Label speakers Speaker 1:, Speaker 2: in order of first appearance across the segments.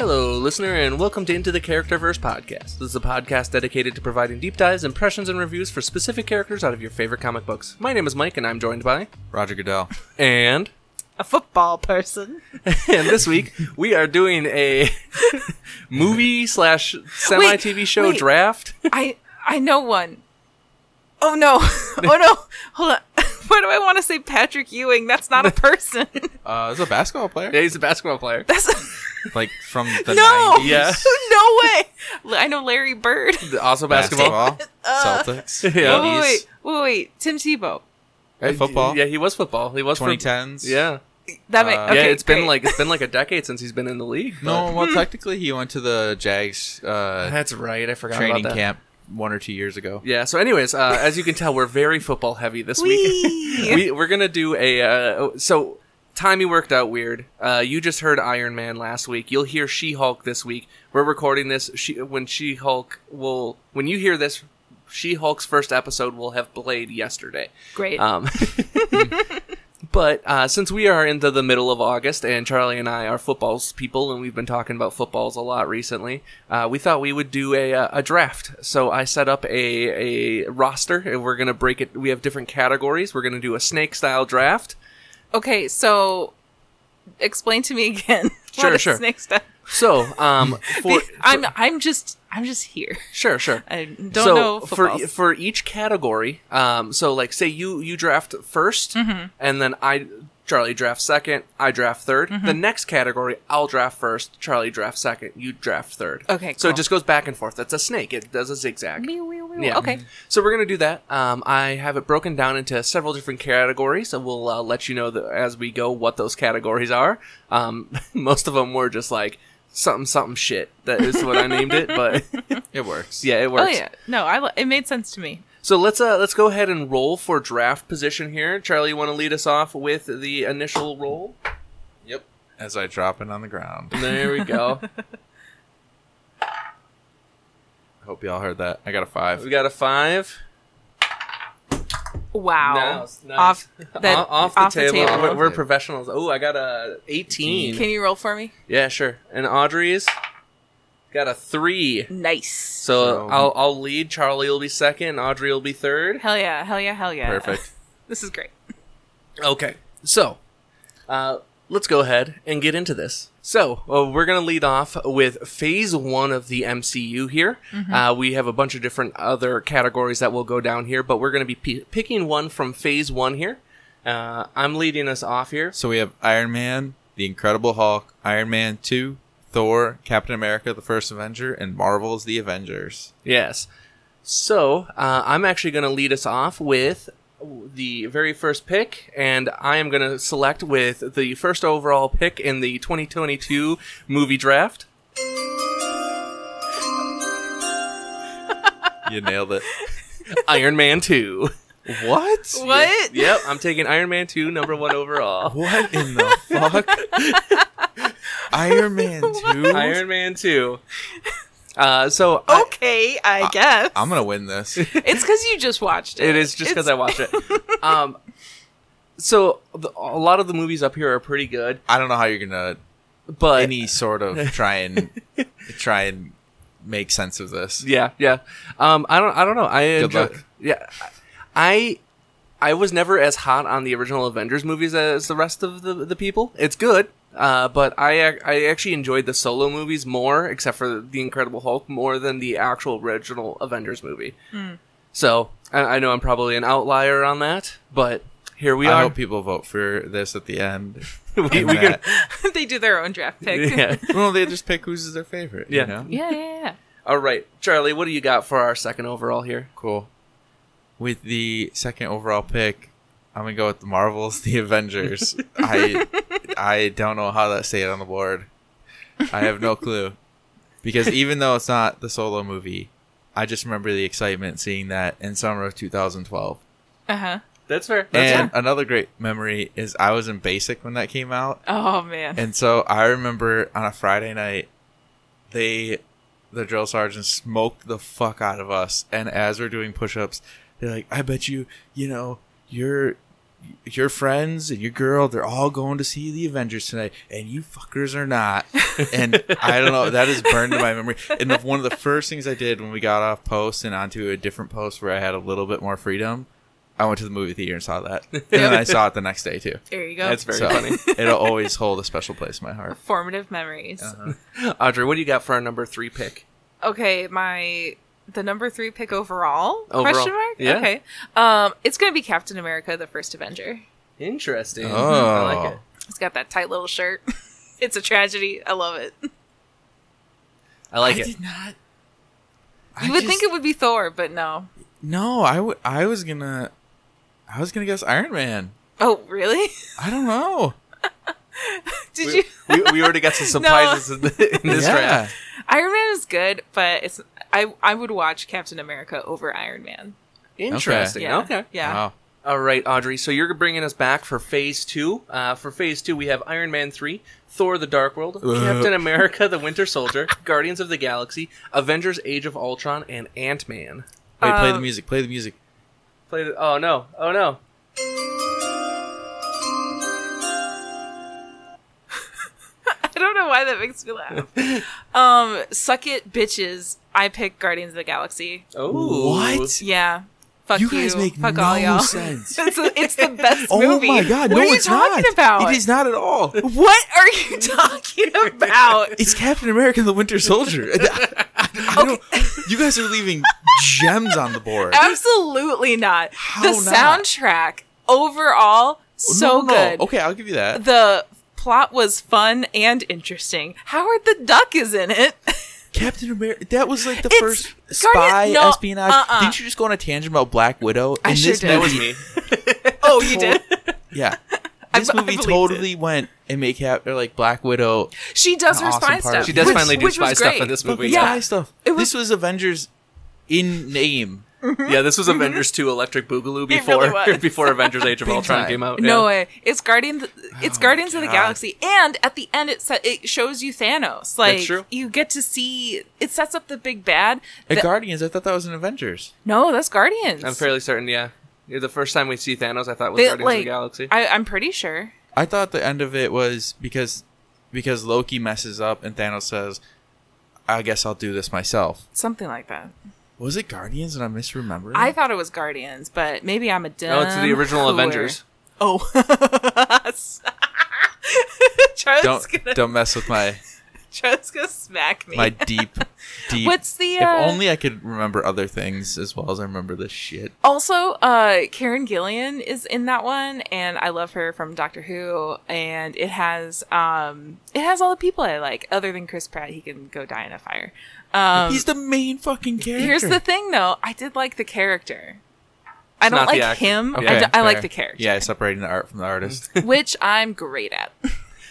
Speaker 1: listener, and welcome to Into the Characterverse podcast. This is a podcast dedicated to providing deep dives, impressions, and reviews for specific characters out of your favorite comic books. My name is Mike, and I'm joined by
Speaker 2: Roger Goodell.
Speaker 1: and
Speaker 3: a football person.
Speaker 1: and this week we are doing a movie slash semi TV show
Speaker 3: wait.
Speaker 1: draft.
Speaker 3: I I know one. Oh no! Oh no! Hold on. Why do I want to say Patrick Ewing? That's not a person.
Speaker 2: Uh, is a basketball
Speaker 1: Yeah,
Speaker 2: player,
Speaker 1: he's a basketball player.
Speaker 3: That's
Speaker 2: like from the
Speaker 3: no.
Speaker 2: 90s.
Speaker 1: Yeah.
Speaker 3: no way. L- I know Larry Bird.
Speaker 1: Also basketball.
Speaker 2: basketball, Celtics,
Speaker 1: Yeah.
Speaker 3: Uh, Wait, wait,
Speaker 2: 80s,
Speaker 3: wait, wait, wait. Tim Tebow.
Speaker 2: Hey, football,
Speaker 1: Yeah, he was football. He was for-
Speaker 2: 2010s.
Speaker 1: Yeah.
Speaker 3: That may,
Speaker 2: Uh,
Speaker 3: okay,
Speaker 1: yeah, it's
Speaker 3: great.
Speaker 1: been like it's been like a decade since he's been in the league. but-
Speaker 2: No, well, technically he went to the Jags uh,
Speaker 1: That's right. I forgot
Speaker 2: training
Speaker 1: about that.
Speaker 2: camp one or two years ago.
Speaker 1: Yeah. So, anyways, uh, as you can tell, we're very football heavy this week.
Speaker 3: Whee!
Speaker 1: we, we're gonna do a uh, so timey worked out weird. Uh, you just heard Iron Man last week. You'll hear She Hulk this week. We're recording this she, when She Hulk will when you hear this. She Hulk's first episode will have played yesterday.
Speaker 3: great.
Speaker 1: Um, but uh, since we are into the middle of August and Charlie and I are footballs people and we've been talking about footballs a lot recently, uh, we thought we would do a, uh, a draft. So I set up a, a roster and we're going to break it. We have different categories. We're going to do a snake style draft.
Speaker 3: okay, so explain to me again.
Speaker 1: Sure,
Speaker 3: what is
Speaker 1: sure.
Speaker 3: Next up.
Speaker 1: So, um, for,
Speaker 3: I'm I'm just I'm just here.
Speaker 1: sure, sure.
Speaker 3: I don't know football.
Speaker 1: for for each category. Um, so like say you you draft 1st
Speaker 3: Mm-hmm.
Speaker 1: and then I Charlie draft second, I draft 3rd
Speaker 3: Mm-hmm.
Speaker 1: The next category, I'll draft first, Charlie draft second, you draft third.
Speaker 3: Okay,
Speaker 1: so it
Speaker 3: cool.
Speaker 1: just goes back and forth. That's a snake. It does a zigzag.
Speaker 3: Meow, meow, meow.
Speaker 1: Yeah.
Speaker 3: Okay.
Speaker 1: So we're gonna do that. Um, I have it broken down into several different categories, and we'll uh, let you know that as we go what those categories are. Um, most of them were just like something something shit. That is what I named it, but
Speaker 2: It works.
Speaker 1: yeah, it
Speaker 3: Oh
Speaker 1: works.
Speaker 3: yeah. No, I li- it made sense to me.
Speaker 1: So let's uh, let's go ahead and roll for draft position here. Charlie, you want to lead us off with the initial roll?
Speaker 2: Yep. As I drop it on the ground.
Speaker 1: There we go.
Speaker 2: Hope y'all heard that. I got a five.
Speaker 1: we got a five.
Speaker 3: Wow.
Speaker 1: Nice, nice.
Speaker 3: Off that
Speaker 1: O- off the table. We're, we're professionals. Oh, I got a eighteen.
Speaker 3: Can you roll for me?
Speaker 1: yeah, sure. And Audrey's got a three.
Speaker 3: Nice.
Speaker 1: So,
Speaker 2: So-
Speaker 1: I'll I'll lead. Charlie will be second. Audrey will be third.
Speaker 3: Hell yeah, hell yeah, hell yeah.
Speaker 2: Perfect.
Speaker 3: This is great.
Speaker 1: Okay, so uh, let's go ahead and get into this. So uh, we're gonna lead off with Phase One of the MCU here. Uh, we have a bunch of different other categories that will go down here, but we're gonna be p- picking one from Phase One here. Uh, I'm leading us off here.
Speaker 2: So we have Iron Man, The Incredible Hulk, Iron Man 2, Thor, Captain America, The First Avenger, and Marvel's The Avengers.
Speaker 1: Yes. So uh, I'm actually going to lead us off with the very first pick, and I am going to select with the first overall pick in the 2022 movie draft.
Speaker 2: You nailed it.
Speaker 1: Iron Man 2.
Speaker 2: what?
Speaker 3: What?
Speaker 1: Yep, I'm taking Iron Man 2, number one overall.
Speaker 2: What in the fuck? Iron Man 2?
Speaker 1: Iron Man 2. Uh, so I-
Speaker 3: Okay, I guess.
Speaker 2: I'm going to win this.
Speaker 3: it's because you just watched it.
Speaker 1: it is just because I
Speaker 3: Oh, It's-
Speaker 1: watched it. Um, so the, a lot of the movies up here are pretty good,
Speaker 2: I don't know how you're going to
Speaker 1: but
Speaker 2: any sort of try and try and make sense of this.
Speaker 1: yeah, yeah. Um, I don't, I don't know. I enjoy-
Speaker 2: luck.
Speaker 1: Yeah, I, I was never as hot on the original Avengers movies as the rest of the the people. It's good. Uh, but I ac- I actually enjoyed the solo movies more, except for the Incredible Hulk, more than the actual original Avengers movie. So I, I know I'm probably an outlier on that, but here we
Speaker 2: I
Speaker 1: are.
Speaker 2: hope people vote for this at the end.
Speaker 1: we,
Speaker 2: And
Speaker 1: we can,
Speaker 2: that-
Speaker 3: they do their own draft pick.
Speaker 1: yeah.
Speaker 2: well, they just pick who's their favorite.
Speaker 1: Yeah.
Speaker 2: You know?
Speaker 3: yeah, yeah, yeah.
Speaker 1: All right, Charlie, what do you got for our second overall here?
Speaker 2: Cool. With the second overall pick, I'm gonna go with the Marvels, the Avengers. I I don't know how that stayed on the board. I have no clue. Because even though it's not the solo movie, I just remember the excitement seeing that in summer of 2012.
Speaker 3: Uh huh.
Speaker 1: That's fair. That's
Speaker 2: And another great memory is I was in basic when that came out,
Speaker 3: Oh man.
Speaker 2: and so I remember on a Friday night, they, the drill sergeant, smoked the fuck out of us. And as we're doing push ups, they're like, I bet you, you know, your your friends and your girl, they're all going to see the Avengers tonight, and you fuckers are not. And I don't know, that is burned to my memory. And the, one of the first things I did when we got off post and onto a different post where I had a little bit more freedom, I went to the movie theater and saw that. And then I saw it the next day too.
Speaker 3: There you go.
Speaker 1: That's very
Speaker 2: So
Speaker 1: funny.
Speaker 2: it'll always hold a special place in my heart. Uh-huh.
Speaker 3: Formative memories.
Speaker 1: Audrey, what do you got for our number three pick?
Speaker 3: Okay, my the number three pick overall,
Speaker 1: Overall,
Speaker 3: question mark.
Speaker 1: yeah.
Speaker 3: Okay. Um, it's gonna be Captain America: The First Avenger.
Speaker 1: Interesting. Hmm,
Speaker 2: Oh.
Speaker 1: I like it.
Speaker 3: It's got that tight little shirt. it's a tragedy. I love it.
Speaker 1: I like
Speaker 2: I
Speaker 1: it.
Speaker 2: did not. I
Speaker 3: You would
Speaker 2: just-
Speaker 3: think it would be Thor, but no.
Speaker 2: No, I would. I was gonna. I was gonna guess Iron Man.
Speaker 3: Oh, really?
Speaker 2: I don't know.
Speaker 3: Did
Speaker 1: We,
Speaker 3: you?
Speaker 1: we, we already got some surprises in, the, in this
Speaker 2: Yeah.
Speaker 1: draft.
Speaker 3: Iron Man is good, but it's I I would watch Captain America over Iron Man.
Speaker 1: Interesting.
Speaker 3: Yeah.
Speaker 1: okay.
Speaker 3: Yeah.
Speaker 2: Wow.
Speaker 1: All right, Audrey. So you're bringing us back for Phase Two. Uh, for Phase Two, we have Iron Man Three, Thor: The Dark World,
Speaker 2: Ugh.
Speaker 1: Captain America: The Winter Soldier, Guardians of the Galaxy, Avengers: Age of Ultron, and Ant Man.
Speaker 2: Wait, play the
Speaker 3: Um,
Speaker 2: music. Play the music.
Speaker 1: Play the. Oh no! Oh no!
Speaker 3: I don't know why that makes me laugh. um, suck it, bitches. I pick Guardians of the Galaxy.
Speaker 1: Oh
Speaker 2: What?
Speaker 3: Yeah. Fuck you.
Speaker 2: You guys make
Speaker 3: Fuck
Speaker 2: no
Speaker 3: all y'all.
Speaker 2: sense.
Speaker 3: it's, it's the best
Speaker 2: Oh
Speaker 3: movie.
Speaker 2: my god!
Speaker 3: What
Speaker 2: no,
Speaker 3: are you
Speaker 2: it's
Speaker 3: talking
Speaker 2: not.
Speaker 3: about?
Speaker 2: It is not at all.
Speaker 3: What are you talking about?
Speaker 2: It's Captain America: and The Winter Soldier. I- I- I don't- you guys are leaving gems on the board.
Speaker 3: Absolutely not.
Speaker 2: How
Speaker 3: the
Speaker 2: not?
Speaker 3: soundtrack overall
Speaker 2: No,
Speaker 3: so
Speaker 2: no, no.
Speaker 3: good.
Speaker 2: Okay, I'll give you that.
Speaker 3: The plot was fun and interesting. Howard the Duck is in it.
Speaker 1: Oh,
Speaker 2: Captain America. That was like the
Speaker 3: It's
Speaker 2: first
Speaker 3: Guardian-
Speaker 2: spy
Speaker 3: no,
Speaker 2: espionage.
Speaker 3: uh-uh.
Speaker 2: Didn't you just go on a tangent about Black Widow?
Speaker 3: I
Speaker 2: And
Speaker 3: sure
Speaker 2: this
Speaker 3: did.
Speaker 1: That
Speaker 2: movie-
Speaker 1: was me.
Speaker 3: oh, you did.
Speaker 2: Yeah.
Speaker 3: I
Speaker 2: This
Speaker 3: b- I
Speaker 2: movie
Speaker 3: believed
Speaker 2: totally went and make Cap or like Black Widow
Speaker 3: She does
Speaker 2: An
Speaker 3: her
Speaker 2: awesome
Speaker 3: spy
Speaker 2: part.
Speaker 3: stuff.
Speaker 1: She does
Speaker 2: Which-
Speaker 1: finally do
Speaker 3: which was
Speaker 1: spy stuff
Speaker 3: great.
Speaker 1: in this
Speaker 2: Fucking
Speaker 1: movie.
Speaker 3: yeah.
Speaker 2: spy stuff.
Speaker 3: It was-
Speaker 2: this was Avengers in name.
Speaker 1: Yeah, this was Avengers 2 Electric Boogaloo
Speaker 3: It
Speaker 1: before
Speaker 3: really was.
Speaker 1: before Avengers Age of
Speaker 2: Big
Speaker 1: Ultron
Speaker 2: time.
Speaker 1: came out.
Speaker 3: No
Speaker 1: yeah. Oh,
Speaker 3: way. It's Guardians. It's Guardians of the
Speaker 2: God.
Speaker 3: Galaxy, and at the end, it sa- it shows you Thanos. Like
Speaker 1: true.
Speaker 3: you get to see. It sets up the big bad.
Speaker 2: At
Speaker 3: The-
Speaker 2: Guardians, I thought that was an Avengers.
Speaker 3: no, that's Guardians.
Speaker 1: I'm fairly certain, yeah. yeah. The first time we see Thanos, I thought was
Speaker 3: They-
Speaker 1: Guardians of
Speaker 3: like,
Speaker 1: the Galaxy.
Speaker 3: I, I'm pretty sure.
Speaker 2: I thought the end of it was because because Loki messes up and Thanos says, "I guess I'll do this myself."
Speaker 3: Something like that.
Speaker 2: Was it Guardians? And I misremembering?
Speaker 3: I thought it was Guardians, but maybe I'm a dumb.
Speaker 1: no, it's the original
Speaker 3: whore.
Speaker 1: Avengers.
Speaker 3: Oh. Charles
Speaker 2: don't
Speaker 3: gonna,
Speaker 2: don't mess with my
Speaker 3: Charles gonna smack me.
Speaker 2: my deep deep.
Speaker 3: What's the,
Speaker 2: If
Speaker 3: uh,
Speaker 2: only I could remember other things as well as I remember this shit.
Speaker 3: also, uh, Karen Gillian is in that one, and I love her from Doctor Who. And it has um, it has all the people I like, other than Chris Pratt. He can go die in a fire. Um,
Speaker 2: He's the main fucking character.
Speaker 3: here's the thing, though. I did like the character. I
Speaker 1: not
Speaker 3: don't
Speaker 1: the
Speaker 3: like
Speaker 1: actor.
Speaker 3: him.
Speaker 2: Okay,
Speaker 3: I, d- I like
Speaker 2: fair.
Speaker 3: the character,
Speaker 2: Yeah, separating the art from the artist. Um,
Speaker 3: which I'm great at.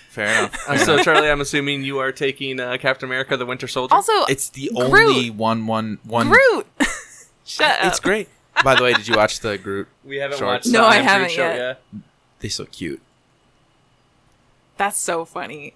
Speaker 2: Fair enough.
Speaker 1: Uh, so, Charlie, I'm assuming you are taking uh, Captain America: The Winter Soldier.
Speaker 3: Also,
Speaker 2: It's the
Speaker 3: Groot.
Speaker 2: only one, one, one.
Speaker 3: Groot. Shut up.
Speaker 2: It's great. By the way, did you watch the Groot?
Speaker 1: we haven't
Speaker 2: Shorts.
Speaker 1: watched.
Speaker 3: No,
Speaker 1: the
Speaker 3: I
Speaker 1: Iron Man
Speaker 3: haven't
Speaker 1: show
Speaker 3: yet.
Speaker 2: They so cute.
Speaker 3: That's so funny.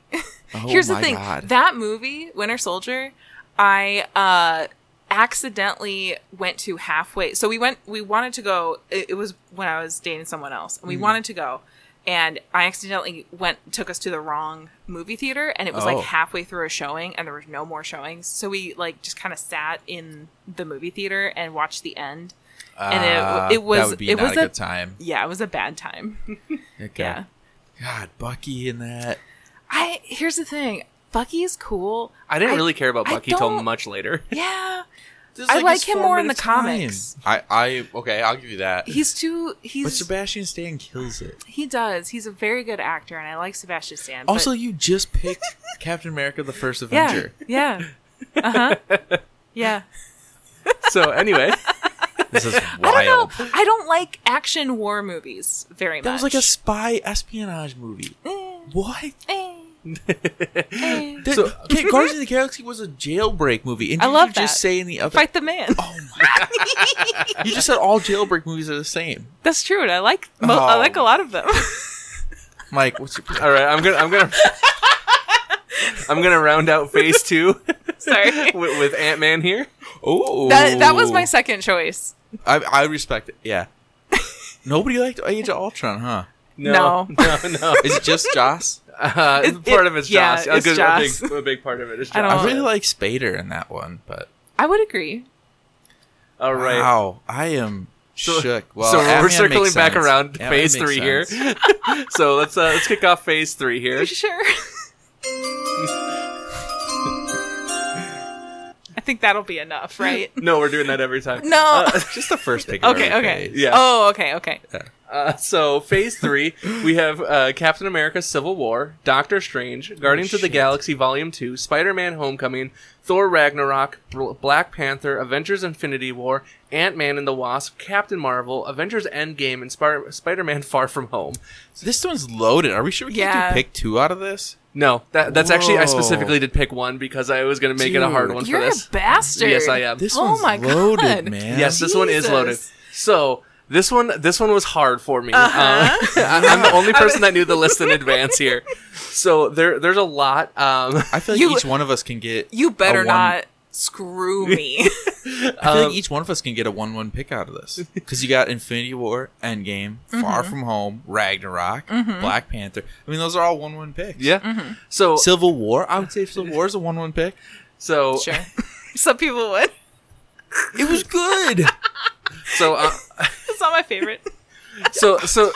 Speaker 2: Oh
Speaker 3: Here's the
Speaker 2: my
Speaker 3: thing.
Speaker 2: God.
Speaker 3: That movie, Winter Soldier, I uh accidentally went to halfway. So we went we wanted to go it, it was when I was dating someone else
Speaker 2: Mm-hmm.
Speaker 3: and we wanted to go and I accidentally went took us to the wrong movie theater and it was
Speaker 2: Oh.
Speaker 3: like halfway through a showing and there was no more showings. So we like just kind of sat in the movie theater and watched the end. and it-
Speaker 2: Uh,
Speaker 3: it was-
Speaker 2: that would be
Speaker 3: it
Speaker 2: not
Speaker 3: was
Speaker 2: a,
Speaker 3: a-
Speaker 2: good time.
Speaker 3: Yeah, it was a bad time.
Speaker 2: Okay.
Speaker 3: yeah.
Speaker 2: God, Bucky in that.
Speaker 3: I here's the thing. Bucky's cool.
Speaker 1: I didn't
Speaker 3: I-
Speaker 1: really care about
Speaker 3: I
Speaker 1: Bucky till
Speaker 3: don't-
Speaker 1: much later.
Speaker 3: Yeah.
Speaker 2: This is
Speaker 3: I like
Speaker 2: his
Speaker 3: him more in the
Speaker 2: formative time.
Speaker 3: comics.
Speaker 2: I, I, okay, I'll give you that.
Speaker 3: He's too
Speaker 2: but
Speaker 3: he's
Speaker 2: Sebastian Stan kills it.
Speaker 3: he does. He's a very good actor and I like Sebastian Stan. but-
Speaker 2: Also, you just picked Captain America: The First
Speaker 3: yeah.
Speaker 2: Avenger.
Speaker 3: Yeah. Uh-huh. Yeah.
Speaker 1: so, anyway,
Speaker 2: This is
Speaker 3: I
Speaker 2: wild.
Speaker 3: don't know. I don't like action war movies very
Speaker 2: That
Speaker 3: much.
Speaker 2: was
Speaker 3: Eh,
Speaker 2: like a spy espionage movie.
Speaker 1: Hmm?
Speaker 2: What? The,
Speaker 1: So-
Speaker 2: Ga- Guardians of the Galaxy was a jailbreak movie, and
Speaker 3: I
Speaker 2: you
Speaker 3: love
Speaker 2: just
Speaker 3: that.
Speaker 2: say in the other.
Speaker 3: Fight the man.
Speaker 2: Oh my god! you just said all jailbreak movies are the same.
Speaker 3: That's true, and I like mo- I
Speaker 2: Oh.
Speaker 3: like a lot of them.
Speaker 2: Mike, what's your?
Speaker 1: all right, I'm gonna, I'm gonna, I'm gonna round out Phase Two
Speaker 3: Sorry.
Speaker 1: with, with Ant Man here.
Speaker 2: Oh,
Speaker 3: That that was my second choice.
Speaker 2: I, I respect it. Yeah. Nobody liked Age of Ultron, huh?
Speaker 1: No, no, no.
Speaker 2: Is it just Joss?
Speaker 1: Uh,
Speaker 3: It-
Speaker 1: part
Speaker 3: it-
Speaker 1: of it's
Speaker 3: yeah,
Speaker 1: Joss.
Speaker 3: it's
Speaker 1: a, good, A,
Speaker 3: Joss.
Speaker 1: big, a big part of it is Joss.
Speaker 3: I don't-
Speaker 2: I really like Spader in that one, but
Speaker 3: I would agree.
Speaker 1: All right.
Speaker 2: wow, I am
Speaker 1: So-
Speaker 2: shook. Well,
Speaker 1: so
Speaker 2: Ant-Man
Speaker 1: we're
Speaker 2: makes
Speaker 1: circling back
Speaker 2: sense.
Speaker 1: around
Speaker 2: Ant-Man
Speaker 1: phase
Speaker 2: makes
Speaker 1: three here.
Speaker 2: sense.
Speaker 1: so let's uh, let's kick off phase three
Speaker 3: Are
Speaker 1: here.
Speaker 3: you sure? I think that'll be enough, right?
Speaker 1: No, we're doing that every time.
Speaker 3: No.
Speaker 1: Uh,
Speaker 2: Just the first pick. of
Speaker 3: Okay,
Speaker 2: every
Speaker 3: okay.
Speaker 2: phase.
Speaker 1: Yeah.
Speaker 3: Oh, okay, okay.
Speaker 1: Uh, so phase three, we have uh, Captain America: Civil War, Doctor Strange, Guardians of the
Speaker 2: shit.
Speaker 1: Galaxy Volume Two, Spider-Man: Homecoming, Thor: Ragnarok, Bl- Black Panther, Avengers: Infinity War, Ant-Man and the Wasp, Captain Marvel, Avengers: Endgame, and Spar- Spider-Man: Far From Home.
Speaker 2: This one's loaded. Are we sure we can
Speaker 3: Yeah.
Speaker 2: do pick two out of this?
Speaker 1: No, that, that's actually I
Speaker 2: Whoa.
Speaker 1: specifically did pick one because I was going to make it a hard
Speaker 2: Dude.
Speaker 1: one
Speaker 3: You're
Speaker 1: for this.
Speaker 3: a bastard.
Speaker 1: Yes, I am.
Speaker 2: This
Speaker 3: Oh
Speaker 2: one's
Speaker 3: my
Speaker 2: loaded,
Speaker 3: God.
Speaker 2: man.
Speaker 1: Yes, this one is
Speaker 3: Jesus.
Speaker 1: loaded. So this one, this one was hard for me.
Speaker 3: Uh-huh.
Speaker 1: Uh, I- I'm the only person that knew the list in advance here. So there, there's a lot. Um,
Speaker 2: I feel like
Speaker 3: You-
Speaker 2: each one of us can get.
Speaker 3: You
Speaker 2: a
Speaker 3: better
Speaker 2: one-
Speaker 3: not screw me.
Speaker 2: I feel
Speaker 1: um,
Speaker 2: like each one of us can get a one-one pick out of this because you got Infinity War, Endgame, Far
Speaker 3: Mm-hmm.
Speaker 2: From Home, Ragnarok, Black Panther. I mean, those are all one-one picks.
Speaker 1: yeah.
Speaker 3: Mm-hmm.
Speaker 1: So
Speaker 2: Civil War. I would say Civil War is a one-one pick.
Speaker 1: so
Speaker 3: sure. Some people would.
Speaker 2: It was good.
Speaker 1: so uh,
Speaker 3: It's not my favorite.
Speaker 1: so so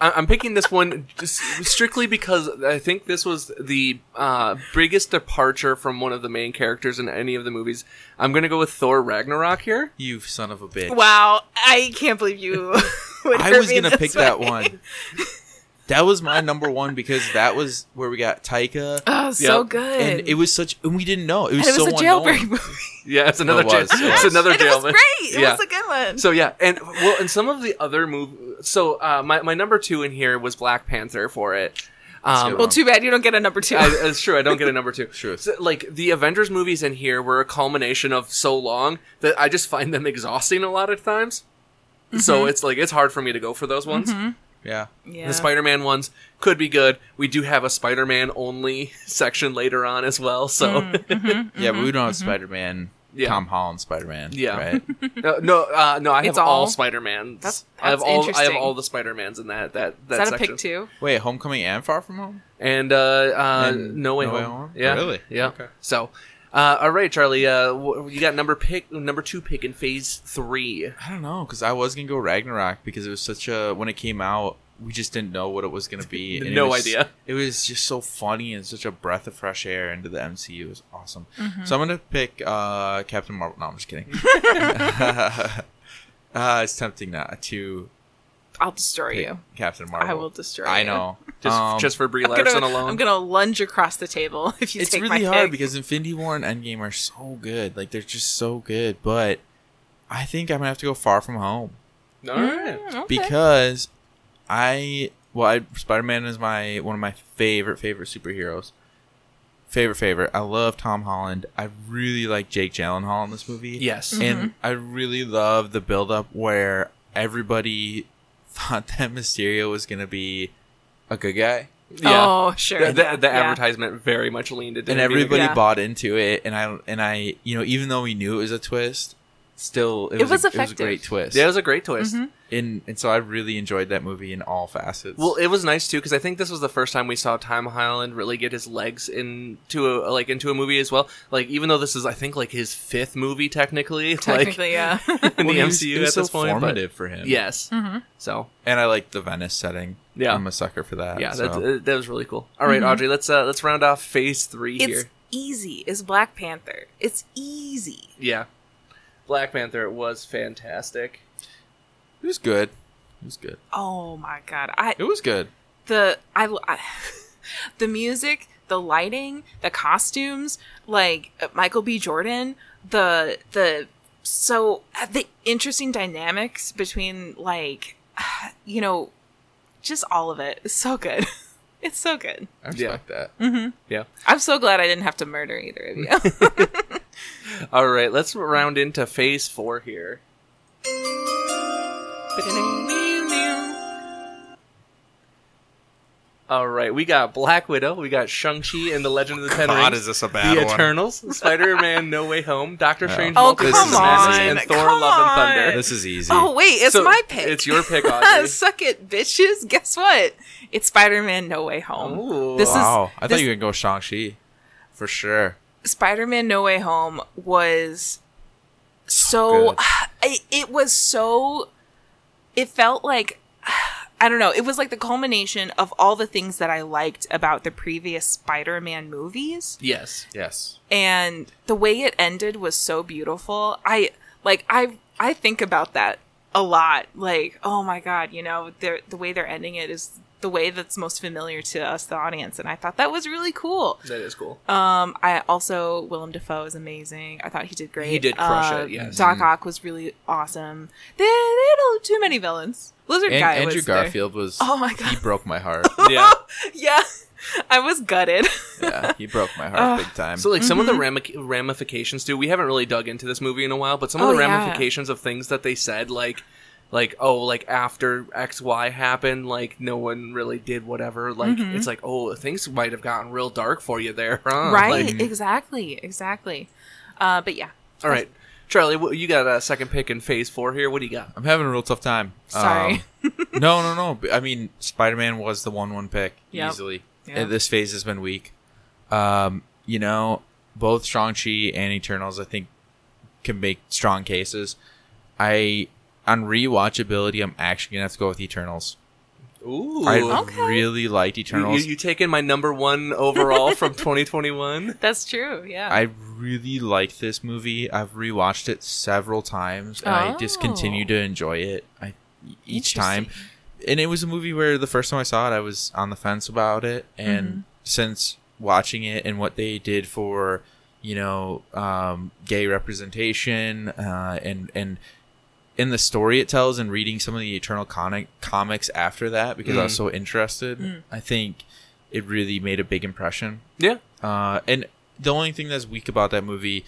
Speaker 1: I- I'm picking this one just strictly because I think this was the uh, biggest departure from one of the main characters in any of the movies. I'm gonna go with Thor Ragnarok here.
Speaker 2: you son of a bitch.
Speaker 3: Wow, I can't believe you. would
Speaker 2: I
Speaker 3: hurt
Speaker 2: was
Speaker 3: me
Speaker 2: gonna
Speaker 3: this
Speaker 2: pick that
Speaker 3: way.
Speaker 2: one. That was my number one because that was where we got Taika,
Speaker 3: Oh, so
Speaker 1: Yep.
Speaker 3: good.
Speaker 2: and it was such, and we didn't know it was,
Speaker 3: And it was
Speaker 2: so
Speaker 3: a
Speaker 2: unknown.
Speaker 3: jailbreak movie.
Speaker 1: Yeah, it's another.
Speaker 2: It was,
Speaker 1: jail-
Speaker 2: it
Speaker 1: it's
Speaker 2: was.
Speaker 1: another
Speaker 3: And it was
Speaker 1: jailman.
Speaker 3: great. It
Speaker 1: Yeah.
Speaker 3: was a good one.
Speaker 1: So yeah, and well, and some of the other move. So uh, my my number two in here was Black Panther for it. Um,
Speaker 2: That's
Speaker 3: well, too bad you don't get a number two.
Speaker 1: I, it's true. I don't get a number two.
Speaker 2: True.
Speaker 1: So, like the Avengers movies in here were a culmination of so long that I just find them exhausting a lot of times. So it's like it's hard for me to go for those ones.
Speaker 2: Yeah,
Speaker 3: Mm-hmm. yeah.
Speaker 1: The Spider-Man ones could be good. We do have a Spider-Man only section later on as well. So
Speaker 3: Mm.
Speaker 2: yeah,
Speaker 3: Mm-hmm,
Speaker 2: but we don't have Spider Man,
Speaker 1: Yeah.
Speaker 2: Tom Holland Spider Man.
Speaker 1: Yeah.
Speaker 2: right.
Speaker 1: no, no, uh, no. I have
Speaker 3: It's
Speaker 1: all,
Speaker 3: all-
Speaker 1: Spider-Mans.
Speaker 3: That's-
Speaker 1: I have
Speaker 3: that's
Speaker 1: all. I have
Speaker 3: interesting.
Speaker 1: all the Spider-Mans in that that that,
Speaker 3: Is that a
Speaker 1: section.
Speaker 3: pick two?
Speaker 2: Wait, Homecoming and Far From Home.
Speaker 1: and uh, uh,
Speaker 2: And
Speaker 1: No Way
Speaker 2: No
Speaker 1: Home.
Speaker 2: Way Home?
Speaker 1: Yeah,
Speaker 2: Really?
Speaker 1: Yeah.
Speaker 2: Okay.
Speaker 1: So, uh, all right, Charlie. Uh, wh- you got number pick, number two pick in phase three.
Speaker 2: I don't know because I was gonna go Ragnarok because it was such a when it came out we just didn't know what it was gonna be. it
Speaker 1: No
Speaker 2: was-
Speaker 1: idea.
Speaker 2: It was just so funny and such a breath of fresh air into the MCU. It was awesome.
Speaker 3: Mm-hmm.
Speaker 2: So I'm gonna pick uh, Captain Marvel. No, I'm just kidding. uh, it's tempting not to
Speaker 3: I'll destroy
Speaker 2: pick
Speaker 3: you.
Speaker 2: Captain Marvel.
Speaker 3: I will destroy
Speaker 2: I
Speaker 3: you.
Speaker 2: know.
Speaker 1: Just,
Speaker 2: Um,
Speaker 1: just for Brie
Speaker 3: I'm gonna,
Speaker 1: Larson alone.
Speaker 3: I'm gonna lunge across the table if you
Speaker 2: it's
Speaker 3: take
Speaker 2: really
Speaker 3: my
Speaker 2: hard
Speaker 3: pick.
Speaker 2: because Infinity War and Endgame are so good. Like they're just so good. But I think I'm gonna have to go Far From Home.
Speaker 1: all right.
Speaker 3: Mm, okay.
Speaker 2: because I well, I, Spider-Man is my one of my favorite favorite superheroes. Favorite favorite. I love Tom Holland. I really like Jake Gyllenhaal in this movie.
Speaker 1: Yes.
Speaker 3: Mm-hmm.
Speaker 2: and I really love the build up where everybody thought that Mysterio was gonna be a good guy,
Speaker 1: Yeah.
Speaker 3: Oh, sure.
Speaker 1: The, the,
Speaker 3: yeah,
Speaker 1: the
Speaker 3: yeah.
Speaker 1: advertisement very much leaned into
Speaker 2: and
Speaker 1: him being a
Speaker 2: everybody
Speaker 1: good-
Speaker 3: Yeah.
Speaker 2: bought into it. And I and I, you know, even though we knew it was a twist, still it,
Speaker 3: It
Speaker 2: was, a, it
Speaker 3: was
Speaker 2: was a
Speaker 3: effective.
Speaker 2: great twist.
Speaker 1: Yeah, it was a great twist.
Speaker 3: Mm-hmm.
Speaker 2: and and so I really enjoyed that movie in all facets.
Speaker 1: Well, it was nice too because I think this was the first time we saw Tom Holland really get his legs into a like into a movie as well. Like even though this is I think like his fifth movie technically,
Speaker 3: Technically, yeah.
Speaker 1: like in the
Speaker 2: it
Speaker 1: MCU
Speaker 2: was- it was
Speaker 1: at this
Speaker 2: so
Speaker 1: point. But,
Speaker 2: formative for him.
Speaker 1: yes.
Speaker 3: Mm-hmm.
Speaker 1: So
Speaker 2: and I like the Venice setting.
Speaker 1: Yeah.
Speaker 2: I'm a sucker for that.
Speaker 1: yeah,
Speaker 2: so.
Speaker 1: that, uh, that was really cool. All right, Audrey, let's uh, let's round off phase three
Speaker 3: Mm-hmm. it's
Speaker 1: here.
Speaker 3: easy. It's Black Panther. It's easy.
Speaker 1: Yeah, Black Panther was fantastic.
Speaker 2: it was good. It was good.
Speaker 3: Oh my god. I
Speaker 2: It was good.
Speaker 3: the I, I the music, the lighting, the costumes, like uh, Michael B. Jordan, the the so uh, the interesting dynamics between like you know just all of it. It's so good. It's so good.
Speaker 2: I respect that.
Speaker 3: Mm-hmm.
Speaker 1: Yeah.
Speaker 3: I'm so glad I didn't have to murder either of you.
Speaker 1: All right, let's round into phase four here. All right, we got Black Widow, we got Shang-Chi and the Legend of the Ten
Speaker 2: God,
Speaker 1: Rings,
Speaker 2: is this a bad
Speaker 1: The
Speaker 2: one?
Speaker 1: Eternals, Spider-Man No Way Home, Doctor
Speaker 2: No.
Speaker 1: Strange
Speaker 3: Oh,
Speaker 1: Multiverse
Speaker 2: come
Speaker 1: of Madness, and
Speaker 3: on,
Speaker 1: Thor
Speaker 3: come
Speaker 1: Love and
Speaker 3: on.
Speaker 1: Thunder.
Speaker 2: This is easy.
Speaker 3: Oh wait, it's
Speaker 1: So,
Speaker 3: my pick.
Speaker 1: it's your pick, Audrey.
Speaker 3: Suck it, bitches. Guess what? It's Spider-Man: No Way Home.
Speaker 1: Ooh.
Speaker 3: This is-
Speaker 2: wow, I
Speaker 3: this-
Speaker 2: thought you were gonna go Shang Chi, for sure.
Speaker 3: Spider-Man: No Way Home was so.
Speaker 2: good.
Speaker 3: it, it was so. It felt like I don't know. It was like the culmination of all the things that I liked about the previous Spider-Man movies.
Speaker 1: yes.
Speaker 2: Yes.
Speaker 3: and the way it ended was so beautiful. I like I I think about that a lot. Like, oh my god, you know, the the way they're ending it is the way that's most familiar to us, the audience, and I thought that was really cool.
Speaker 1: That is cool.
Speaker 3: Um, I also Willem Dafoe is amazing. I thought he did great.
Speaker 1: He did crush it,
Speaker 3: Yeah,
Speaker 1: yes. Mm-hmm.
Speaker 3: Doc Ock was really awesome. They, they had a- too many villains. Lizard
Speaker 2: And
Speaker 3: guy
Speaker 2: Andrew
Speaker 3: was there.
Speaker 2: Garfield was.
Speaker 3: Oh my
Speaker 2: He
Speaker 3: god!
Speaker 2: broke my heart.
Speaker 1: yeah.
Speaker 3: yeah, I was gutted.
Speaker 2: yeah, he broke my heart big time.
Speaker 1: So like some of the
Speaker 3: Mm-hmm.
Speaker 1: ramic- ramifications too. We haven't really dug into this movie in a while, but some of
Speaker 3: Oh,
Speaker 1: the
Speaker 3: yeah.
Speaker 1: ramifications of things that they said, like like oh like after X Y happened, like no one really did whatever. Like
Speaker 3: Mm-hmm.
Speaker 1: it's like oh things might have gotten real dark for you there, huh?
Speaker 3: right?
Speaker 1: Oh, Like,
Speaker 3: exactly. Exactly. Uh, but yeah,
Speaker 1: all right, Charlie, what, you got a second pick in Phase Four here. What do you got?
Speaker 2: I'm having a real tough time.
Speaker 3: Sorry.
Speaker 2: Um, no, no, no. B- I mean, Spider Man was the one one pick
Speaker 3: Yep.
Speaker 2: easily.
Speaker 3: Yeah.
Speaker 2: Uh, This phase has been weak. Um, you know, both Strong Chi and Eternals, I think, can make strong cases. I on rewatchability, I'm actually gonna have to go with Eternals.
Speaker 1: Ooh.
Speaker 2: I
Speaker 3: Okay.
Speaker 2: really liked
Speaker 1: you,
Speaker 2: Eternals.
Speaker 1: you, you taking my number one overall from 2021?
Speaker 3: That's true. Yeah.
Speaker 2: I really liked this movie. I've rewatched it several times, and I just continue
Speaker 3: Oh.
Speaker 2: to enjoy it. I e-, each time,
Speaker 3: Interesting.
Speaker 2: and it was a movie where the first time I saw it, I was on the fence about it, and
Speaker 3: Mm-hmm.
Speaker 2: since watching it and what they did for, you know, um, gay representation, uh, and and in the story it tells, and reading some of the Eternal comic comics after that because I was
Speaker 1: Mm.
Speaker 2: so interested,
Speaker 3: Mm.
Speaker 2: I think it really made a big impression.
Speaker 1: yeah.
Speaker 2: Uh, and the only thing that's weak about that movie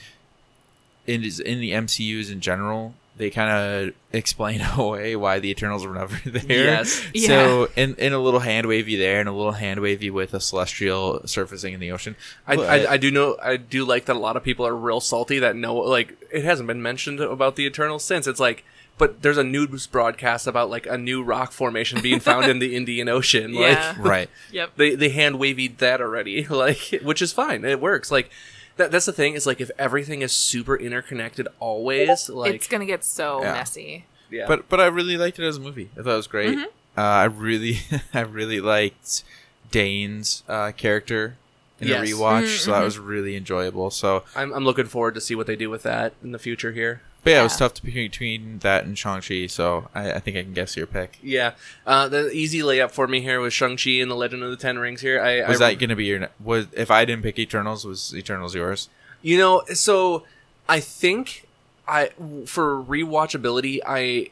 Speaker 2: in- is in the MCU's in general. They kind of explain away why the Eternals were never there.
Speaker 1: Yes.
Speaker 2: So, in, in a little hand wavy there, and a little hand wavy with a celestial surfacing in the ocean.
Speaker 1: I,
Speaker 2: But-
Speaker 1: I, I do know I do like that a lot of people are real salty that know like it hasn't been mentioned about the Eternals since it's like but there's a news broadcast about like a new rock formation being found in the Indian Ocean like
Speaker 3: Yeah.
Speaker 2: right.
Speaker 3: Yep.
Speaker 1: they they hand wavied that already like which is fine it works like that that's the thing is like if everything is super interconnected always like
Speaker 3: it's gonna get so
Speaker 2: Yeah.
Speaker 3: messy.
Speaker 1: yeah Mm-hmm.
Speaker 2: But but I really liked it as a movie. I thought it was great. Uh, I really I really liked Dane's uh, character in
Speaker 1: Yes. Mm-hmm,
Speaker 2: a rewatch, so that was really enjoyable. So
Speaker 1: I'm I'm looking forward to see what they do with that in the future here.
Speaker 2: But yeah, it was
Speaker 3: Yeah.
Speaker 2: tough to pick between that and Shang-Chi, so I, I think I can guess your pick.
Speaker 1: Yeah, uh, the easy layup for me here was Shang Chi and the Legend of the Ten Rings. Here, I
Speaker 2: Was
Speaker 1: I,
Speaker 2: that going to be your... ne- Was, if I didn't pick Eternals, was Eternals yours?
Speaker 1: You know, so I think I for rewatchability, I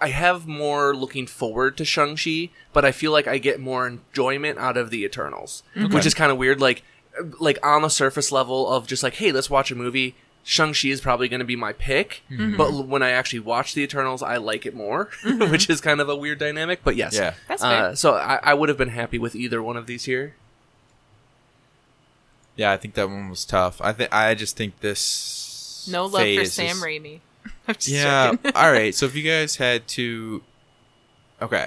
Speaker 1: I have more looking forward to Shang-Chi, but I feel like I get more enjoyment out of the Eternals,
Speaker 3: Mhm.
Speaker 1: which is kind of weird like like on the surface level of just like, hey, let's watch a movie. Shang-Chi is probably going to be my pick,
Speaker 3: Mhm.
Speaker 1: but l- when I actually watch The Eternals, I like it more, which is kind of a weird dynamic, but yes.
Speaker 2: Yeah.
Speaker 3: That's
Speaker 1: Uh,
Speaker 3: fair.
Speaker 1: so I, I would have been happy with either one of these here.
Speaker 2: Yeah, I think that one was tough. I think I just think this...
Speaker 3: No love
Speaker 2: phase
Speaker 3: for
Speaker 2: is-
Speaker 3: Sam Raimi. I'm just
Speaker 2: Yeah,
Speaker 3: joking.
Speaker 2: all right. So if you guys had to... Okay.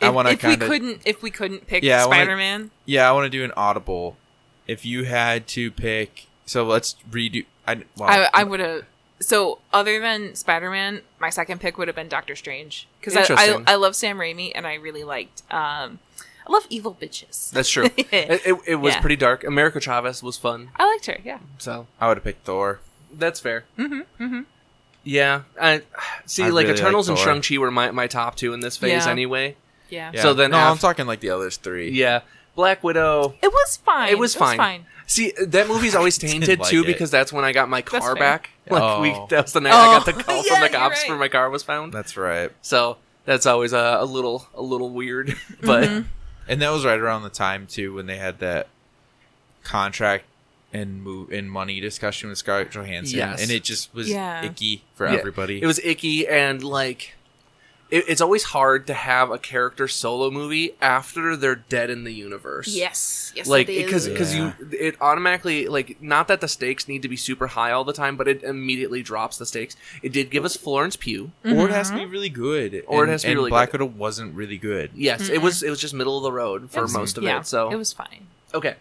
Speaker 2: I
Speaker 3: If-
Speaker 2: want to
Speaker 3: if we
Speaker 2: kind of...
Speaker 3: couldn't if we couldn't pick
Speaker 2: Yeah, I wanna-
Speaker 3: Spider Man.
Speaker 2: Yeah, I want to do an audible. If you had to pick... So let's redo... I,
Speaker 1: Oh.
Speaker 2: well,
Speaker 3: I I would have. So other than Spider Man, my second pick would have been Doctor Strange because I, I
Speaker 1: Interesting.
Speaker 3: I love Sam Raimi and I really liked um I love evil bitches.
Speaker 1: That's true. it, it, it was
Speaker 3: Yeah.
Speaker 1: pretty dark. America Chavez was fun,
Speaker 3: I liked her. Yeah.
Speaker 1: so
Speaker 2: I would have picked Thor.
Speaker 1: That's fair. Mm-hmm. mm-hmm. Yeah. I see.
Speaker 2: I
Speaker 1: like
Speaker 2: really
Speaker 1: Eternals
Speaker 2: like
Speaker 1: and
Speaker 2: Thor.
Speaker 1: Shang Chi were my, my top two in this phase
Speaker 3: Yeah.
Speaker 1: anyway.
Speaker 3: Yeah.
Speaker 2: Yeah.
Speaker 1: So then
Speaker 2: No, I'm
Speaker 1: af-
Speaker 2: talking like the others three.
Speaker 1: Yeah. Black Widow.
Speaker 3: It was fine.
Speaker 1: It was fine. See, that movie's always
Speaker 2: Didn't
Speaker 1: tainted
Speaker 2: like
Speaker 1: too
Speaker 2: it.
Speaker 1: because that's when I got my car
Speaker 3: fair.
Speaker 1: back. Like we,
Speaker 2: Oh.
Speaker 1: that was the night I got
Speaker 3: Oh.
Speaker 1: the call
Speaker 3: Yeah,
Speaker 1: from the
Speaker 3: you're
Speaker 1: cops
Speaker 3: right.
Speaker 1: where my car was found.
Speaker 2: That's right.
Speaker 1: So that's always a, a little a little weird,
Speaker 3: Mm-hmm.
Speaker 1: but
Speaker 2: And that was right around the time too when they had that contract and move and money discussion with Scarlett Johansson,
Speaker 1: Yes.
Speaker 2: and it just was
Speaker 3: Yeah.
Speaker 2: icky for
Speaker 1: Yeah,
Speaker 2: everybody.
Speaker 1: It was icky and like it, it's always hard to have a character solo movie after they're dead in the universe.
Speaker 3: Yes. Yes.
Speaker 1: like
Speaker 3: it
Speaker 1: because
Speaker 3: is.
Speaker 1: because
Speaker 2: Yeah.
Speaker 1: you it automatically like not that the stakes need to be super high all the time, but it immediately drops the stakes. It did give us Florence Pugh.
Speaker 2: Or it has to be really good.
Speaker 1: Or it
Speaker 2: and-
Speaker 1: has to be
Speaker 2: and
Speaker 1: really
Speaker 2: Black
Speaker 1: good.
Speaker 2: Widow wasn't really good.
Speaker 1: Yes, it was it was just middle of the road for
Speaker 3: Mm-hmm. was-
Speaker 1: most of
Speaker 3: yeah,
Speaker 1: it. So
Speaker 3: it was fine.
Speaker 1: okay,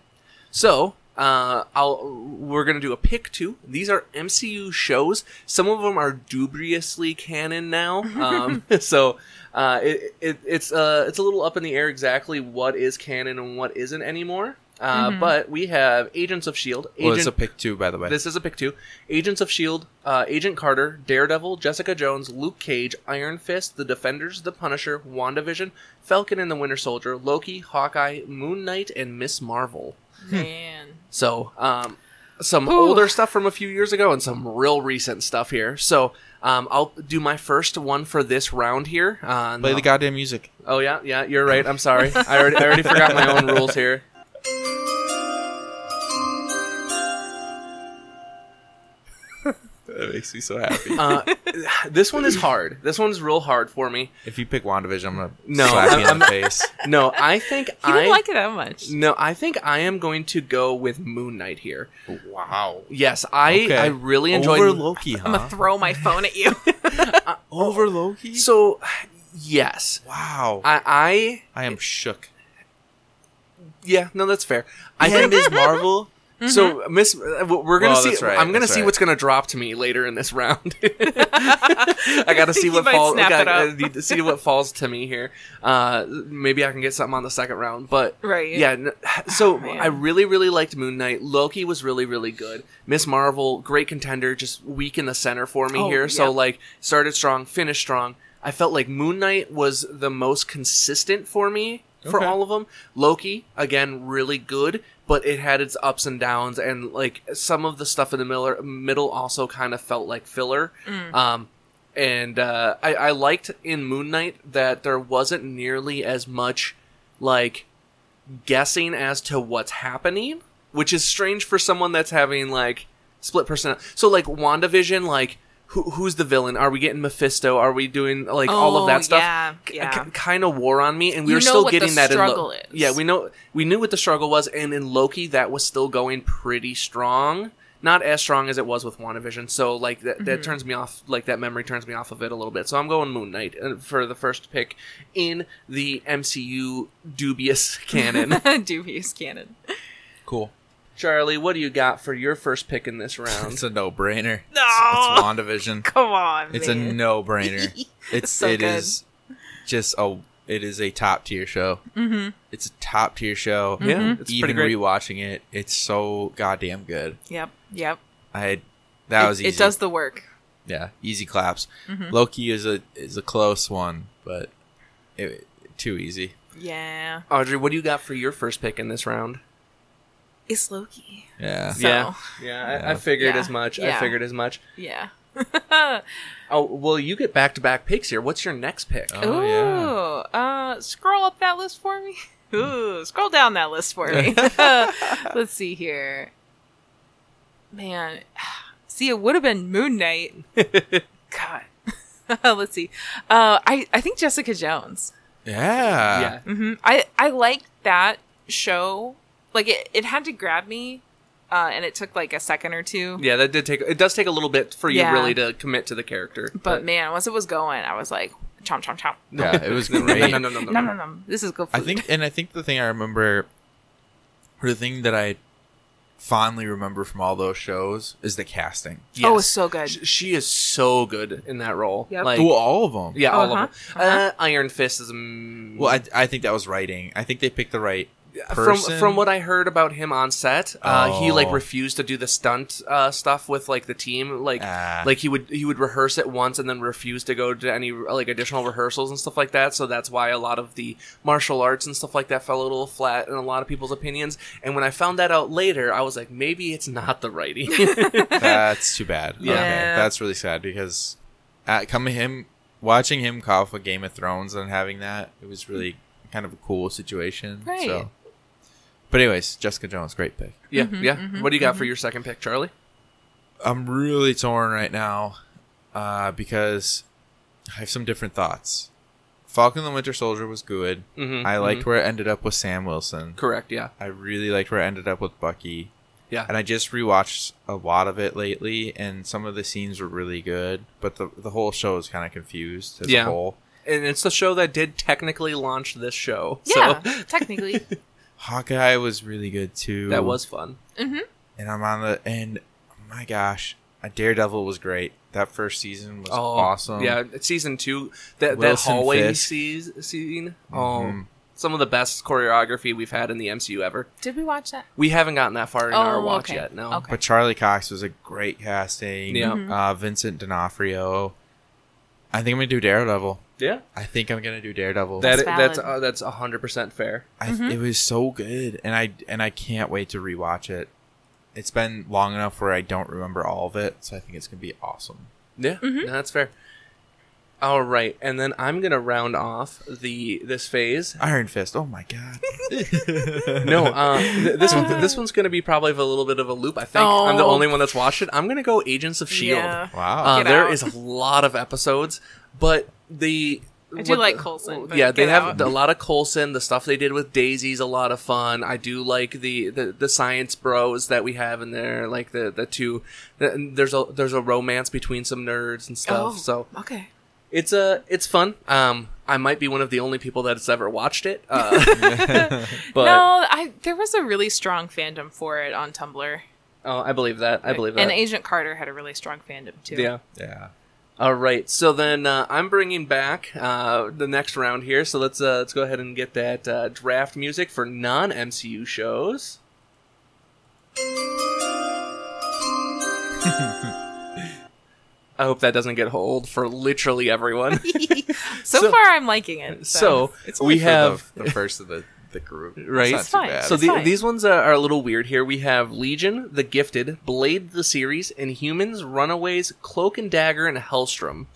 Speaker 1: so uh, I'll we're gonna do a pick two. These are MCU shows. Some of them are dubiously canon now. Um, so. Uh, it, it, it's uh, it's a little up in the air exactly what is canon and what isn't anymore. Uh,
Speaker 3: Mm-hmm.
Speaker 1: But we have E Agents of Shield,
Speaker 2: Well, it's
Speaker 1: Agent
Speaker 2: a pick two, by the way.
Speaker 1: This is a pick two. Agents of S.H.I.E.L.D., uh, Agent Carter, Daredevil, Jessica Jones, Luke Cage, Iron Fist, The Defenders, The Punisher, WandaVision, Falcon and the Winter Soldier, Loki, Hawkeye, Moon Knight, and Miss Marvel.
Speaker 3: Man.
Speaker 1: So, um, some
Speaker 3: Ooh.
Speaker 1: older stuff from a few years ago and some real recent stuff here. So, um, I'll do my first one for this round here. Uh, and
Speaker 2: Play
Speaker 1: then
Speaker 2: the
Speaker 1: I'll-
Speaker 2: goddamn music.
Speaker 1: Oh yeah, yeah, you're right. I'm sorry. I already, I already forgot my own rules here.
Speaker 2: That makes me so happy.
Speaker 1: Uh, this one is hard. This one's real hard for me.
Speaker 2: if you pick WandaVision, I'm gonna
Speaker 1: No,
Speaker 2: slap you in
Speaker 1: I'm-
Speaker 2: the face.
Speaker 1: No, I think
Speaker 3: You
Speaker 1: I
Speaker 3: didn't like it that much.
Speaker 1: No, I think I am going to go with Moon Knight here.
Speaker 2: Wow.
Speaker 1: Yes, I
Speaker 2: Okay.
Speaker 1: I really enjoyed
Speaker 2: over Loki, huh?
Speaker 3: I'm gonna throw my phone at you.
Speaker 2: over Loki.
Speaker 1: So, yes,
Speaker 2: wow. I,
Speaker 1: I I
Speaker 2: am shook.
Speaker 1: yeah, no, that's fair. I
Speaker 2: And
Speaker 1: think
Speaker 2: Ms. Marvel.
Speaker 1: so. Miss, uh, we're gonna
Speaker 2: Mm-hmm. Well,
Speaker 1: see.
Speaker 2: that's right,
Speaker 1: I'm gonna
Speaker 2: that's
Speaker 1: see
Speaker 2: right.
Speaker 1: what's gonna drop to me later in this round. I gotta see
Speaker 3: You
Speaker 1: what
Speaker 3: might
Speaker 1: falls.
Speaker 3: snap it
Speaker 1: I
Speaker 3: up.
Speaker 1: need to see what falls to me here. Uh, maybe I can get something on the second round, but
Speaker 3: Right.
Speaker 1: Yeah. n- So
Speaker 3: Oh, man.
Speaker 1: I really, really liked Moon Knight. Loki was really, really good. Miss Marvel, great contender, just weak in the center for me
Speaker 3: Oh,
Speaker 1: here. So
Speaker 3: yeah.
Speaker 1: like started strong, finished strong. I felt like Moon Knight was the most consistent for me for
Speaker 2: Okay.
Speaker 1: all of them. Loki again, really good, but it had its ups and downs, and like some of the stuff in the middle, middle also kind of felt like filler.
Speaker 3: Mm.
Speaker 1: Um, and uh, I, I liked in Moon Knight that there wasn't nearly as much like guessing as to what's happening, which is strange for someone that's having like split personality. So like WandaVision, like who, who's the villain? Are we getting Mephisto? Are we doing like all of
Speaker 3: Oh,
Speaker 1: that stuff?
Speaker 3: yeah, yeah.
Speaker 1: kind of wore on me, and we
Speaker 3: You
Speaker 1: were
Speaker 3: know
Speaker 1: still
Speaker 3: what the
Speaker 1: getting that
Speaker 3: struggle
Speaker 1: in
Speaker 3: is.
Speaker 1: Lo- yeah, we know we knew what the struggle was, and in Loki that was still going pretty strong. Not as strong as it was with WandaVision, so like that,
Speaker 3: Mm-hmm.
Speaker 1: that turns me off. Like that memory turns me off of it a little bit. So I'm going Moon Knight uh, for the first pick in the MCU dubious canon.
Speaker 3: Dubious canon.
Speaker 2: Cool.
Speaker 1: Charlie, what do you got for your first pick in this round?
Speaker 2: It's a no-brainer.
Speaker 3: No!
Speaker 2: It's, it's WandaVision.
Speaker 3: Come on.
Speaker 2: It's a
Speaker 3: man.
Speaker 2: no-brainer. It's
Speaker 3: So
Speaker 2: it
Speaker 3: good.
Speaker 2: is just a it is a top tier show. Mm-hmm. It's a top tier show.
Speaker 3: Mm-hmm.
Speaker 1: Yeah, it's
Speaker 2: Even
Speaker 1: pretty great.
Speaker 2: rewatching it, it's so goddamn good.
Speaker 3: Yep. Yep.
Speaker 2: I that
Speaker 3: it,
Speaker 2: was easy.
Speaker 3: it does Mm-hmm. the work.
Speaker 2: yeah, easy claps. Loki is a is a close one, but it, too easy.
Speaker 3: Yeah.
Speaker 1: Audrey, what do you got for your first pick in this round?
Speaker 3: It's Loki.
Speaker 2: Yeah.
Speaker 3: So-
Speaker 1: yeah, yeah, I, I
Speaker 2: Yeah.
Speaker 1: figured
Speaker 3: Yeah.
Speaker 1: as much. I
Speaker 3: Yeah.
Speaker 1: figured as much.
Speaker 3: Yeah.
Speaker 1: Oh, well, you get back to back picks here. What's your next pick?
Speaker 2: Oh. yeah.
Speaker 3: Ooh, Uh, scroll up that list for me. Ooh, scroll down that list for me. Let's see here. Man, see, it would have been Moon Knight. God. Let's see. Uh, I I think Jessica Jones.
Speaker 2: Yeah.
Speaker 1: yeah.
Speaker 3: hmm I I liked that show. Like it, it had to grab me, uh, and it took like a second or two.
Speaker 1: Yeah, that did take. It does take a little bit for you
Speaker 3: Yeah.
Speaker 1: really to commit to the character.
Speaker 3: But man, once it was going, I was like, chomp chomp chomp.
Speaker 2: Yeah, it was
Speaker 1: no, no,
Speaker 2: great.
Speaker 1: no, no, no, no,
Speaker 3: Nom nom nom. This is good. Food.
Speaker 2: I think, and I think the thing I remember, or the thing that I fondly remember from all those shows is the casting.
Speaker 1: Yes.
Speaker 3: Oh, it's so good.
Speaker 1: Sh- She is so good in that role.
Speaker 3: Yep.
Speaker 1: Like,
Speaker 2: Well, all of them.
Speaker 1: yeah, all
Speaker 3: Uh-huh,
Speaker 1: of them. uh Iron Fist is. mm,
Speaker 2: Well, I, I think that was writing. I think they picked the right person.
Speaker 1: From from what I heard about him on set, uh, he like
Speaker 2: Oh.
Speaker 1: refused to do the stunt uh, stuff with like the team. Like
Speaker 2: Ah.
Speaker 1: like he would he would rehearse it once and then refuse to go to any like additional rehearsals and stuff like that. So that's why a lot of the martial arts and stuff like that fell a little flat in a lot of people's opinions. And when I found that out later, I was like, maybe it's not the writing.
Speaker 2: that's too bad.
Speaker 1: Yeah.
Speaker 2: Okay, that's really sad because at coming him watching him cough a Game of Thrones and having that it was really kind of a cool situation.
Speaker 3: Right.
Speaker 2: So. But anyways, Jessica Jones, great pick.
Speaker 1: yeah, yeah. what do you got for your second pick, Charlie?
Speaker 2: I'm really torn right now uh, because I have some different thoughts. Falcon and the Winter Soldier was good.
Speaker 1: Mhm,
Speaker 2: I liked
Speaker 1: mhm.
Speaker 2: where it ended up with Sam Wilson.
Speaker 1: Correct. Yeah.
Speaker 2: I really liked where it ended up with Bucky.
Speaker 1: Yeah.
Speaker 2: And I just rewatched a lot of it lately, and some of the scenes were really good, but the, the whole show is kind of confused as
Speaker 1: Yeah.
Speaker 2: a whole.
Speaker 1: And it's the show that did technically launch this show.
Speaker 3: Yeah,
Speaker 1: So
Speaker 3: technically.
Speaker 2: Hawkeye was really good too.
Speaker 1: that was fun.
Speaker 2: and I'm on the and my gosh, a Daredevil was great. That first season was
Speaker 1: Oh,
Speaker 2: awesome.
Speaker 1: Yeah, season two. That
Speaker 2: Wilson
Speaker 1: that hallway
Speaker 2: Fisk.
Speaker 1: sees, scene.
Speaker 2: Mhm.
Speaker 1: Oh, some of the best choreography we've had in the MCU ever.
Speaker 3: Did we watch that?
Speaker 1: We haven't gotten that far in our
Speaker 3: Oh,
Speaker 1: watch
Speaker 3: okay.
Speaker 1: yet. No.
Speaker 3: Okay.
Speaker 2: But Charlie Cox was a great casting.
Speaker 1: Yeah. Mhm.
Speaker 2: Uh, Vincent D'Onofrio. I think I'm gonna do Daredevil.
Speaker 1: Yeah.
Speaker 2: I think I'm gonna do Daredevil.
Speaker 1: That
Speaker 3: That's
Speaker 1: that's
Speaker 3: valid.
Speaker 1: uh, that's hundred percent fair.
Speaker 2: I, It was so good, and I and I can't wait to rewatch it. It's been long enough where I don't remember all of it, so I think it's gonna be awesome.
Speaker 1: Yeah,
Speaker 3: Mm-hmm.
Speaker 1: no, that's fair. All right, and then I'm gonna round off the this phase.
Speaker 2: Iron Fist. Oh my god.
Speaker 1: No, uh, th- this one this one's gonna be probably a little bit of a loop. I think I'm the
Speaker 3: Oh.
Speaker 1: only one that's watched it. I'm gonna go Agents of Shield.
Speaker 3: Yeah.
Speaker 2: Wow.
Speaker 1: Uh,
Speaker 3: Get
Speaker 1: there
Speaker 3: out.
Speaker 1: is a lot of episodes, but the
Speaker 3: I do
Speaker 1: what
Speaker 3: like
Speaker 1: the-
Speaker 3: Coulson, but
Speaker 1: Yeah, they
Speaker 3: get
Speaker 1: have
Speaker 3: out.
Speaker 1: a lot of Colson. The stuff they did with Daisy's a lot of fun. I do like the, the, the science bros that we have in there, like the the two. The, there's a there's a romance between some nerds and stuff.
Speaker 3: Oh,
Speaker 1: So
Speaker 3: okay.
Speaker 1: it's a it's fun. Um, I might be one of the only people that's ever watched it. Uh, but
Speaker 3: no, I there was a really strong fandom for it on Tumblr.
Speaker 1: oh, I believe that. I believe that.
Speaker 3: And Agent Carter had a really strong fandom too.
Speaker 1: yeah.
Speaker 2: yeah.
Speaker 1: All right. So then uh, I'm bringing back uh, the next round here. So let's uh, let's go ahead and get that uh, draft music for non MCU shows. I hope that doesn't get old for literally everyone.
Speaker 3: So,
Speaker 1: So-
Speaker 3: far, I'm liking it.
Speaker 1: so we
Speaker 2: For
Speaker 1: have
Speaker 2: the, the first of the, the group.
Speaker 1: Right.
Speaker 2: It's
Speaker 1: It's
Speaker 2: not
Speaker 3: fine.
Speaker 2: too bad.
Speaker 1: So
Speaker 3: It's
Speaker 1: the,
Speaker 3: fine.
Speaker 1: these ones uh, are a little weird here. We have Legion, The Gifted, Blade the series, Inhumans, Runaways, Cloak and Dagger, and Hellstrom.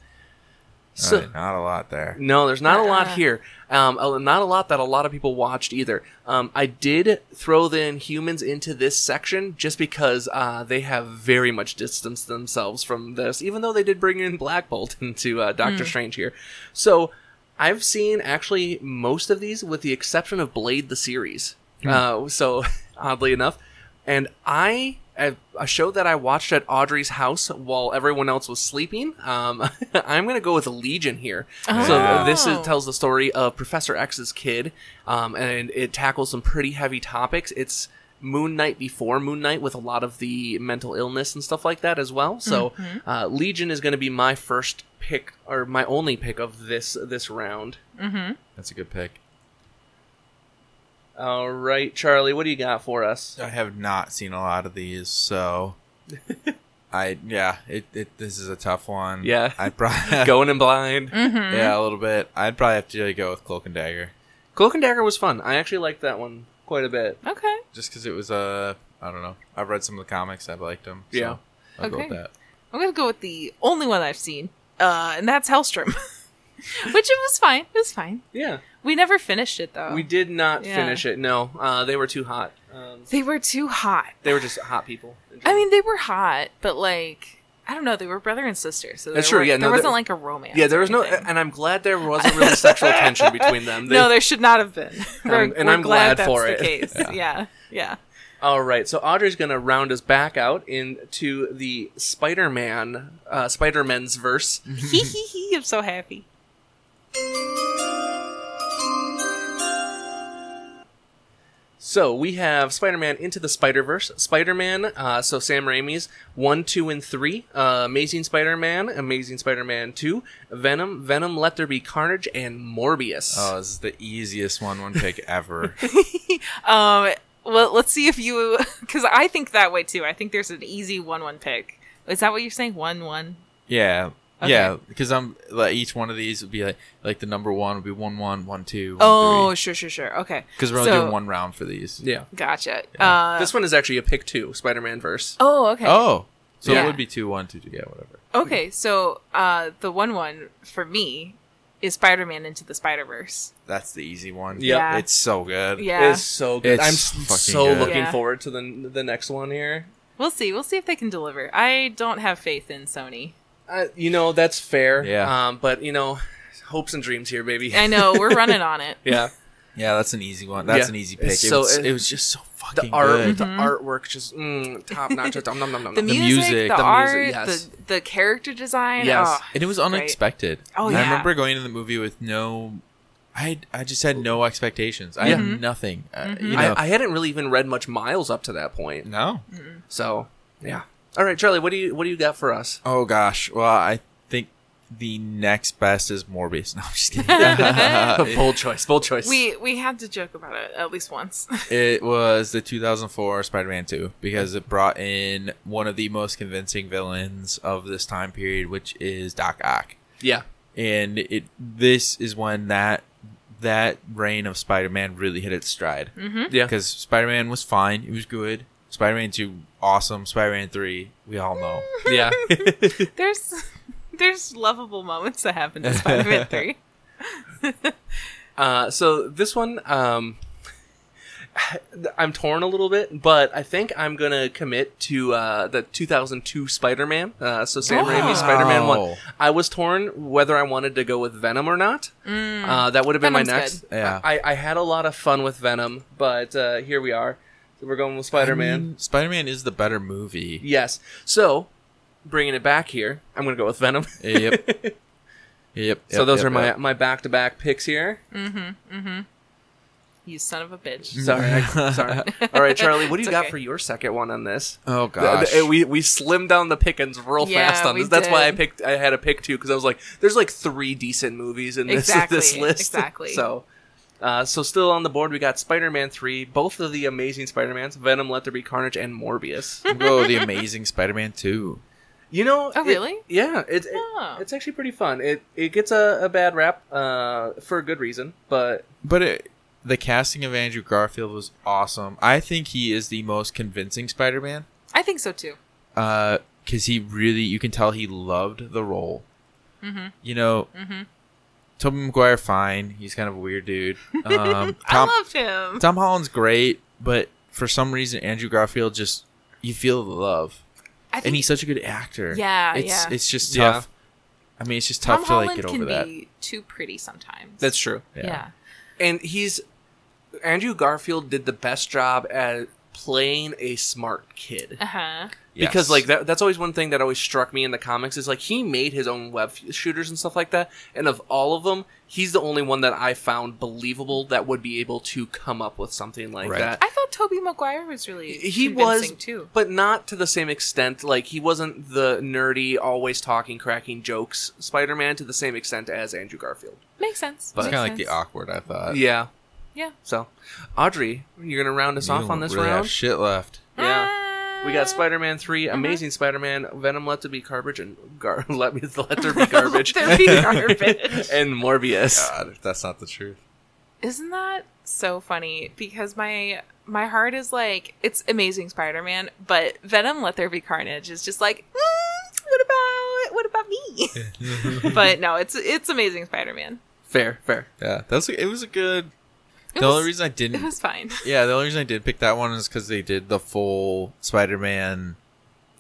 Speaker 1: So
Speaker 2: Alright, not a lot there.
Speaker 1: no, there's not a lot
Speaker 3: Uh-uh.
Speaker 1: here. Um, a- not a lot that a lot of people watched either. Um, I did throw the Inhumans into this section just because uh, they have very much distanced themselves from this, even though they did bring in Black Bolt into uh, Doctor Strange here. So I've seen actually most of these, with the exception of Blade the series. Uh, so oddly enough, and I a a show that I watched at Audrey's house while everyone else was sleeping. Um, I'm gonna go with Legion here. So
Speaker 2: Oh.
Speaker 1: this is, tells the story of Professor X's kid, um, and it tackles some pretty heavy topics. It's Moon Knight before Moon Knight with a lot of the mental illness and stuff like that as well. So uh, Legion is gonna be my first pick or my only pick of this this round.
Speaker 3: Mm-hmm,
Speaker 2: That's a good pick.
Speaker 1: All right, Charlie, what do you got for us?
Speaker 2: I have not seen a lot of these, so I yeah, it, it this is a tough one.
Speaker 1: Yeah.
Speaker 2: I probably
Speaker 1: Going in blind.
Speaker 3: mm-hmm.
Speaker 2: yeah a little bit. I'd probably have to go with Cloak and Dagger
Speaker 1: Cloak and Dagger was fun. I actually liked that one quite a bit.
Speaker 3: okay.
Speaker 2: just because it was uh, I don't know. I've read some of the comics. I've liked them. So
Speaker 1: Yeah.
Speaker 2: I'll go with
Speaker 3: Okay.
Speaker 2: that.
Speaker 3: I'm gonna go with the only one I've seen, uh, and that's Hellstrom, which it was fine. It was fine.
Speaker 1: Yeah.
Speaker 3: We never finished it though.
Speaker 1: Uh, We did not
Speaker 3: Yeah.
Speaker 1: finish it. No, uh, they were too hot. Um,
Speaker 3: They were too hot.
Speaker 1: they were just hot people. in
Speaker 3: I
Speaker 1: general.
Speaker 3: mean, they were hot, but like I don't know, they were brother and sister, so
Speaker 1: That's
Speaker 3: there
Speaker 1: true,
Speaker 3: weren't-
Speaker 1: yeah, no,
Speaker 3: there wasn't
Speaker 1: there-
Speaker 3: like a romance.
Speaker 1: yeah,
Speaker 3: or
Speaker 1: there was no,
Speaker 3: anything.
Speaker 1: and I'm glad there wasn't really sexual tension between them. They-
Speaker 3: no, there should not have been. We're-
Speaker 1: and
Speaker 3: we're
Speaker 1: I'm glad
Speaker 3: that's
Speaker 1: for
Speaker 3: the
Speaker 1: it.
Speaker 3: Case. yeah, yeah.
Speaker 1: All right, so Audrey's gonna round us back out into the Spider-Man, uh, Spider-Man's verse.
Speaker 3: Hee hee hee! I'm so happy.
Speaker 1: So we have Spider-Man into the Spider-Verse, Spider-Man, uh, so Sam Raimi's one, two, and three, uh, Amazing Spider-Man, Amazing Spider-Man two, Venom, Venom, Let There Be Carnage, and Morbius.
Speaker 2: Oh, this is the easiest one one pick ever.
Speaker 3: Um, well, let's see if you, because I think that way too. I think there's an easy one-one pick. Is that what you're saying? One-one.
Speaker 2: yeah.
Speaker 3: Okay.
Speaker 2: Yeah, because I'm like each one of these would be like like the number one would be one one one two.
Speaker 3: Oh, sure, sure, sure. Okay.
Speaker 2: because we're only
Speaker 3: So-
Speaker 2: doing one round for these.
Speaker 1: yeah.
Speaker 3: Gotcha. Uh,
Speaker 1: this one is actually a pick two, Spider-Man verse.
Speaker 3: oh, okay.
Speaker 2: Oh, so
Speaker 3: Yeah.
Speaker 2: it would be two one two two. Yeah, whatever.
Speaker 3: Okay, so uh, the one-one for me is Spider-Man into the Spider-Verse.
Speaker 2: That's the easy one.
Speaker 1: Yep.
Speaker 3: Yeah.
Speaker 2: It's so good.
Speaker 3: Yeah,
Speaker 1: It's so good.
Speaker 2: It's
Speaker 1: I'm
Speaker 2: fucking
Speaker 1: s- so
Speaker 2: good.
Speaker 1: looking
Speaker 3: Yeah.
Speaker 1: forward to the the next one here.
Speaker 3: we'll see. We'll see if they can deliver. I don't have faith in Sony.
Speaker 1: Uh, you know that's fair.
Speaker 2: Yeah.
Speaker 1: Um, but you know, hopes and dreams here, baby.
Speaker 3: I know we're running on it.
Speaker 1: yeah,
Speaker 2: Yeah, that's an easy one. That's
Speaker 1: Yeah.
Speaker 2: an easy pick.
Speaker 1: It's
Speaker 2: it,
Speaker 1: so-
Speaker 2: was,
Speaker 1: it-
Speaker 2: it was just so fucking
Speaker 1: the art,
Speaker 2: good.
Speaker 1: the artwork, just mm, top notch. Nom, nom, nom, nom,
Speaker 3: Mm-hmm. The,
Speaker 1: nom.
Speaker 3: music,
Speaker 2: music,
Speaker 3: the,
Speaker 2: the music,
Speaker 3: art,
Speaker 1: yes.
Speaker 3: the the character design.
Speaker 1: Yes.
Speaker 3: oh.
Speaker 2: And it was unexpected.
Speaker 3: Oh,
Speaker 2: And I
Speaker 3: yeah.
Speaker 2: remember going to the movie with no. I I just had no expectations. I
Speaker 1: Yeah.
Speaker 3: Mm-hmm.
Speaker 2: had nothing. Uh, you know,
Speaker 1: I, I hadn't really even read much Miles up to that point,
Speaker 2: no.
Speaker 1: so yeah. All right, Charlie, what do you what do you got for us?
Speaker 2: Oh gosh. Well, I think the next best is Morbius. No, I'm just kidding.
Speaker 1: bold choice, bold choice.
Speaker 3: We we had to joke about it at least once.
Speaker 2: it was the 2004 Spider-Man 2 because it brought in one of the most convincing villains of this time period, which is Doc Ock.
Speaker 1: yeah,
Speaker 2: and it this is when that that reign of Spider-Man really hit its stride
Speaker 1: yeah,
Speaker 2: because Spider-Man was fine, it was good. Spider-Man two, awesome. Spider-Man three, we all know.
Speaker 1: yeah.
Speaker 3: there's there's lovable moments that happen in Spider-Man Three.
Speaker 1: Uh, so this one, um, I'm torn a little bit, but I think I'm gonna commit to uh, the 2002 Spider-Man. Uh, so Sam
Speaker 3: Wow.
Speaker 1: Raimi's Spider-Man
Speaker 2: Wow.
Speaker 1: one. I was torn whether I wanted to go with Venom or not. Uh, that would have been
Speaker 3: Mm. Venom's
Speaker 1: my next.
Speaker 2: good. Yeah.
Speaker 1: I, I had a lot of fun with Venom, but uh, here we are. So we're going with Spider-Man.
Speaker 2: I mean, Spider-Man is the better movie.
Speaker 1: yes. So bringing it back here, I'm gonna go with Venom.
Speaker 2: yep. Yep. yep,
Speaker 1: so those
Speaker 2: yep,
Speaker 1: are my
Speaker 2: yep.
Speaker 1: my back-to-back picks here.
Speaker 3: Mm-hmm, You son of a
Speaker 2: Mm.
Speaker 3: bitch.
Speaker 1: Sorry, I, sorry. All right, Charlie, what do you
Speaker 3: It's
Speaker 1: got
Speaker 3: okay.
Speaker 1: for your second one on this?
Speaker 2: Oh
Speaker 1: Th-
Speaker 2: gosh.
Speaker 1: th- eh, we we slimmed down the pickings real
Speaker 3: Yeah,
Speaker 1: fast on
Speaker 3: we
Speaker 1: this. That's why I
Speaker 3: did.
Speaker 1: picked. I had a pick too because I was like, "There's like three decent movies in this
Speaker 3: Exactly,
Speaker 1: this list."
Speaker 3: exactly.
Speaker 1: So, uh, so still on the board, we got Spider-Man three, both of the Amazing Spider-Mans, Venom, Let There Be Carnage, and Morbius.
Speaker 2: We'll go with the Amazing Spider-Man two.
Speaker 1: You know?
Speaker 3: Oh,
Speaker 1: it-
Speaker 3: really?
Speaker 1: yeah. It's it,
Speaker 3: Oh.
Speaker 1: it's actually pretty fun. It it gets a, a bad rap uh, for a good reason, but
Speaker 2: But it, the casting of Andrew Garfield was awesome. I think he is the most convincing Spider-Man.
Speaker 3: I think so too.
Speaker 2: because Uh, he really you can tell he loved the role. You know, mm-hmm. Tobey Maguire, fine, he's kind of a weird dude. Um,
Speaker 3: Mm, I
Speaker 2: Tom,
Speaker 3: loved him.
Speaker 2: Tom Holland's great, but for some reason Andrew Garfield just you feel the love,
Speaker 3: I
Speaker 2: and
Speaker 3: think
Speaker 2: he's such a good actor.
Speaker 3: Yeah,
Speaker 2: it's
Speaker 3: yeah.
Speaker 2: it's just
Speaker 1: Yeah.
Speaker 2: tough. I mean, it's just
Speaker 3: Tom
Speaker 2: tough to
Speaker 3: Holland
Speaker 2: like get
Speaker 3: can
Speaker 2: over that.
Speaker 3: be too pretty sometimes.
Speaker 1: that's true.
Speaker 3: yeah.
Speaker 1: and he's Andrew Garfield did the best job at playing a smart kid.
Speaker 3: Uh huh.
Speaker 1: because
Speaker 2: Yes.
Speaker 1: like that, that's always one thing that always struck me in the comics is like he made his own web f- shooters and stuff like that and of all of them he's the only one that i found believable that would be able to come up with something like
Speaker 2: Right.
Speaker 1: that
Speaker 3: I thought Toby Maguire was really
Speaker 1: he was
Speaker 3: convincing, too.
Speaker 1: but not to the same extent like he wasn't the nerdy always talking cracking jokes spider-man to the same extent as andrew garfield
Speaker 3: Makes sense.
Speaker 2: it's
Speaker 1: But-
Speaker 2: kind of like the awkward. I thought.
Speaker 1: yeah
Speaker 3: Yeah.
Speaker 1: so audrey you're gonna round us
Speaker 2: You
Speaker 1: off on
Speaker 2: don't
Speaker 1: this
Speaker 2: really have
Speaker 1: round
Speaker 2: shit left.
Speaker 1: yeah
Speaker 3: Ah.
Speaker 1: We got Spider-Man three,
Speaker 3: Mm-hmm.
Speaker 1: Amazing Spider-Man, Venom, Let There Be Garbage, and Gar- Let Me Let There Be Garbage,
Speaker 3: Let There Be Garbage.
Speaker 1: and Morbius.
Speaker 2: God, if that's not the truth.
Speaker 3: Isn't that so funny? Because my my heart is like it's amazing Spider-Man, but Venom Let There Be Carnage is just like "Mm, what about what about me? but no, it's it's amazing Spider-Man.
Speaker 1: Fair, fair.
Speaker 2: Yeah, that's it was a good.
Speaker 3: It
Speaker 2: the
Speaker 3: was,
Speaker 2: only reason I didn't
Speaker 3: it was fine.
Speaker 2: Yeah, the only reason I did pick that one is because they did the full Spider-Man.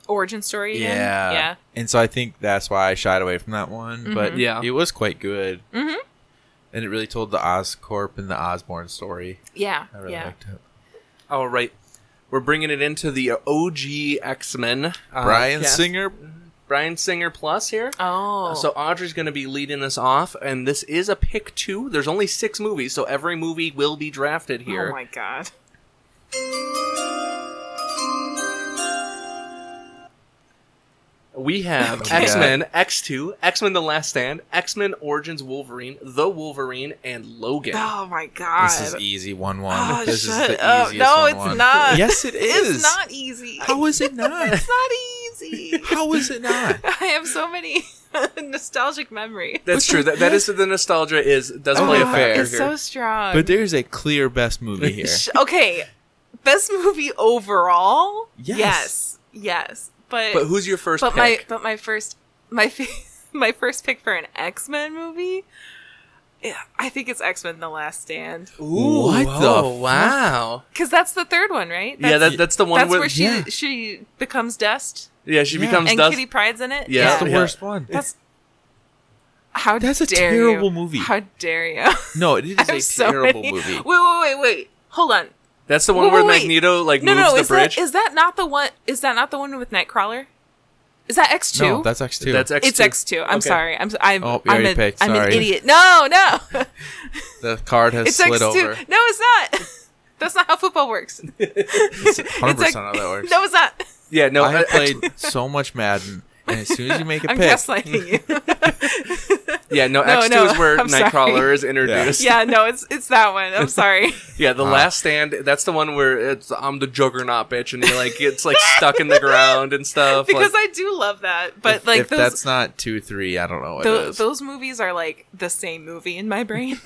Speaker 3: Origin story. Again.
Speaker 2: Yeah,
Speaker 3: yeah. Mm-hmm.
Speaker 2: And so I think that's why I shied away from that one. But
Speaker 1: Mhm. Yeah.
Speaker 2: it was quite good,
Speaker 3: Mhm.
Speaker 2: and it really told the Oscorp and the Osborne story.
Speaker 3: Yeah,
Speaker 2: I really
Speaker 3: yeah.
Speaker 2: liked it.
Speaker 1: All right, we're bringing it into the OG X-Men. Uh,
Speaker 2: Brian
Speaker 1: cast.
Speaker 2: Singer.
Speaker 1: Brian Singer plus here.
Speaker 3: Oh,
Speaker 1: So Audrey's going to be leading us off, and this is a pick two. There's only six movies, so every movie will be drafted here.
Speaker 3: Oh my god.
Speaker 1: We have
Speaker 2: Okay.
Speaker 1: X Men, X Two, X Men: The Last Stand, X Men Origins Wolverine, The Wolverine, and Logan.
Speaker 3: Oh my god.
Speaker 2: This is easy. One one.
Speaker 3: Oh,
Speaker 2: this is
Speaker 3: shut
Speaker 2: the
Speaker 3: up.
Speaker 2: easiest
Speaker 3: No,
Speaker 2: one,
Speaker 3: it's
Speaker 2: one.
Speaker 3: not.
Speaker 2: Yes, it is.
Speaker 3: It's not easy.
Speaker 2: How is it not?
Speaker 3: it's not easy.
Speaker 2: How is it not?
Speaker 3: I have so many nostalgic memory.
Speaker 1: That's true. That, that is the nostalgia is does
Speaker 2: Oh,
Speaker 1: play a
Speaker 2: yeah.
Speaker 1: factor
Speaker 3: It's
Speaker 1: here.
Speaker 3: so strong.
Speaker 2: But there's a clear best movie here.
Speaker 3: Sh- okay, best movie overall.
Speaker 2: Yes.
Speaker 3: yes, yes. But
Speaker 1: but who's your first
Speaker 3: but my
Speaker 1: pick?
Speaker 3: but my first my fa- my first pick for an X Men movie. Yeah, I think it's X Men: The Last Stand
Speaker 1: Ooh,
Speaker 2: What the fuck?
Speaker 1: wow.
Speaker 3: because that's the third one, right?
Speaker 1: yeah, that,
Speaker 3: That's-
Speaker 1: that's the one
Speaker 3: that's
Speaker 1: with
Speaker 3: where she
Speaker 2: yeah.
Speaker 3: she becomes dust
Speaker 1: yeah she
Speaker 2: Yeah.
Speaker 1: becomes
Speaker 3: and
Speaker 1: dust.
Speaker 3: Kitty Pride's in it.
Speaker 1: Yeah.
Speaker 2: That's the
Speaker 1: Yeah.
Speaker 2: worst one.
Speaker 3: That's How
Speaker 2: That's a
Speaker 3: dare
Speaker 2: terrible
Speaker 3: you.
Speaker 2: movie.
Speaker 3: How dare you?
Speaker 2: No, it
Speaker 3: I have
Speaker 2: is a
Speaker 3: so
Speaker 2: terrible
Speaker 3: many-
Speaker 2: movie.
Speaker 3: Wait, wait, wait, wait. Hold on.
Speaker 1: That's the one
Speaker 3: Wait,
Speaker 1: where
Speaker 3: wait, wait.
Speaker 1: Magneto like
Speaker 3: No,
Speaker 1: moves
Speaker 3: no.
Speaker 1: the
Speaker 3: Is
Speaker 1: bridge.
Speaker 3: that is that not the one? Is that not the one with Nightcrawler? Is that X two?
Speaker 2: No, that's X two.
Speaker 1: That's X.
Speaker 3: It's X two. I'm
Speaker 1: Okay.
Speaker 3: sorry. I'm s- I'm
Speaker 2: Oh, you
Speaker 3: I'm,
Speaker 2: already
Speaker 3: a,
Speaker 2: picked.
Speaker 3: am an
Speaker 2: Sorry.
Speaker 3: idiot. No, no.
Speaker 2: the card has
Speaker 3: It's X
Speaker 2: slid
Speaker 3: two.
Speaker 2: over.
Speaker 3: No, it's not. That's not how football works.
Speaker 2: Hundred
Speaker 3: It's like-
Speaker 2: percent how that works.
Speaker 3: No, it's not.
Speaker 1: Yeah, no. uh,
Speaker 2: I have
Speaker 1: X-
Speaker 2: played so much Madden, and as soon as you make a
Speaker 3: I'm
Speaker 2: pick,
Speaker 3: gaslighting you.
Speaker 1: yeah, no.
Speaker 3: No,
Speaker 1: X two
Speaker 3: no,
Speaker 1: is where
Speaker 3: I'm sorry.
Speaker 1: Nightcrawler is introduced.
Speaker 3: yeah, no, it's it's that one. I'm sorry.
Speaker 1: Yeah, the
Speaker 2: Wow.
Speaker 1: last stand. That's the one where it's I'm the juggernaut bitch, and he like gets like stuck in the ground and stuff.
Speaker 3: because
Speaker 1: like,
Speaker 3: I do love that, but
Speaker 2: if,
Speaker 3: like
Speaker 2: if
Speaker 3: those
Speaker 2: that's not two three, I don't know what
Speaker 3: tho-
Speaker 2: it is.
Speaker 3: those movies are like the same movie in my brain.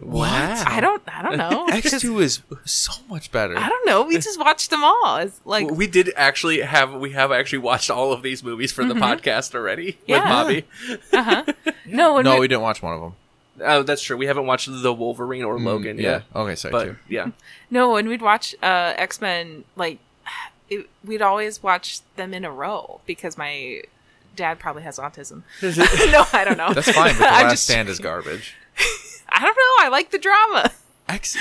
Speaker 1: what?
Speaker 3: I don't I don't
Speaker 1: Oh,
Speaker 3: know.
Speaker 2: X
Speaker 3: Just-
Speaker 2: two is so much better.
Speaker 3: I don't know. We just watched them all. It's like
Speaker 1: we did actually have we have actually watched all of these movies for the podcast already
Speaker 3: Mm-hmm. Yeah.
Speaker 1: with Bobby.
Speaker 3: no, when
Speaker 2: No,
Speaker 3: we-
Speaker 2: we didn't watch one of them.
Speaker 1: Oh, that's true. We haven't watched the Wolverine or Mm, Logan
Speaker 2: Mm, yeah.
Speaker 1: yet.
Speaker 2: Okay, sorry.
Speaker 1: But
Speaker 2: two.
Speaker 1: yeah,
Speaker 3: No, when we'd watch uh, X Men, like it, we'd always watch them in a row because my dad probably has autism. no, I don't know.
Speaker 2: That's fine. But the
Speaker 3: I'm
Speaker 2: last
Speaker 3: just-
Speaker 2: stand is garbage.
Speaker 3: I don't know. I like the drama.
Speaker 2: X.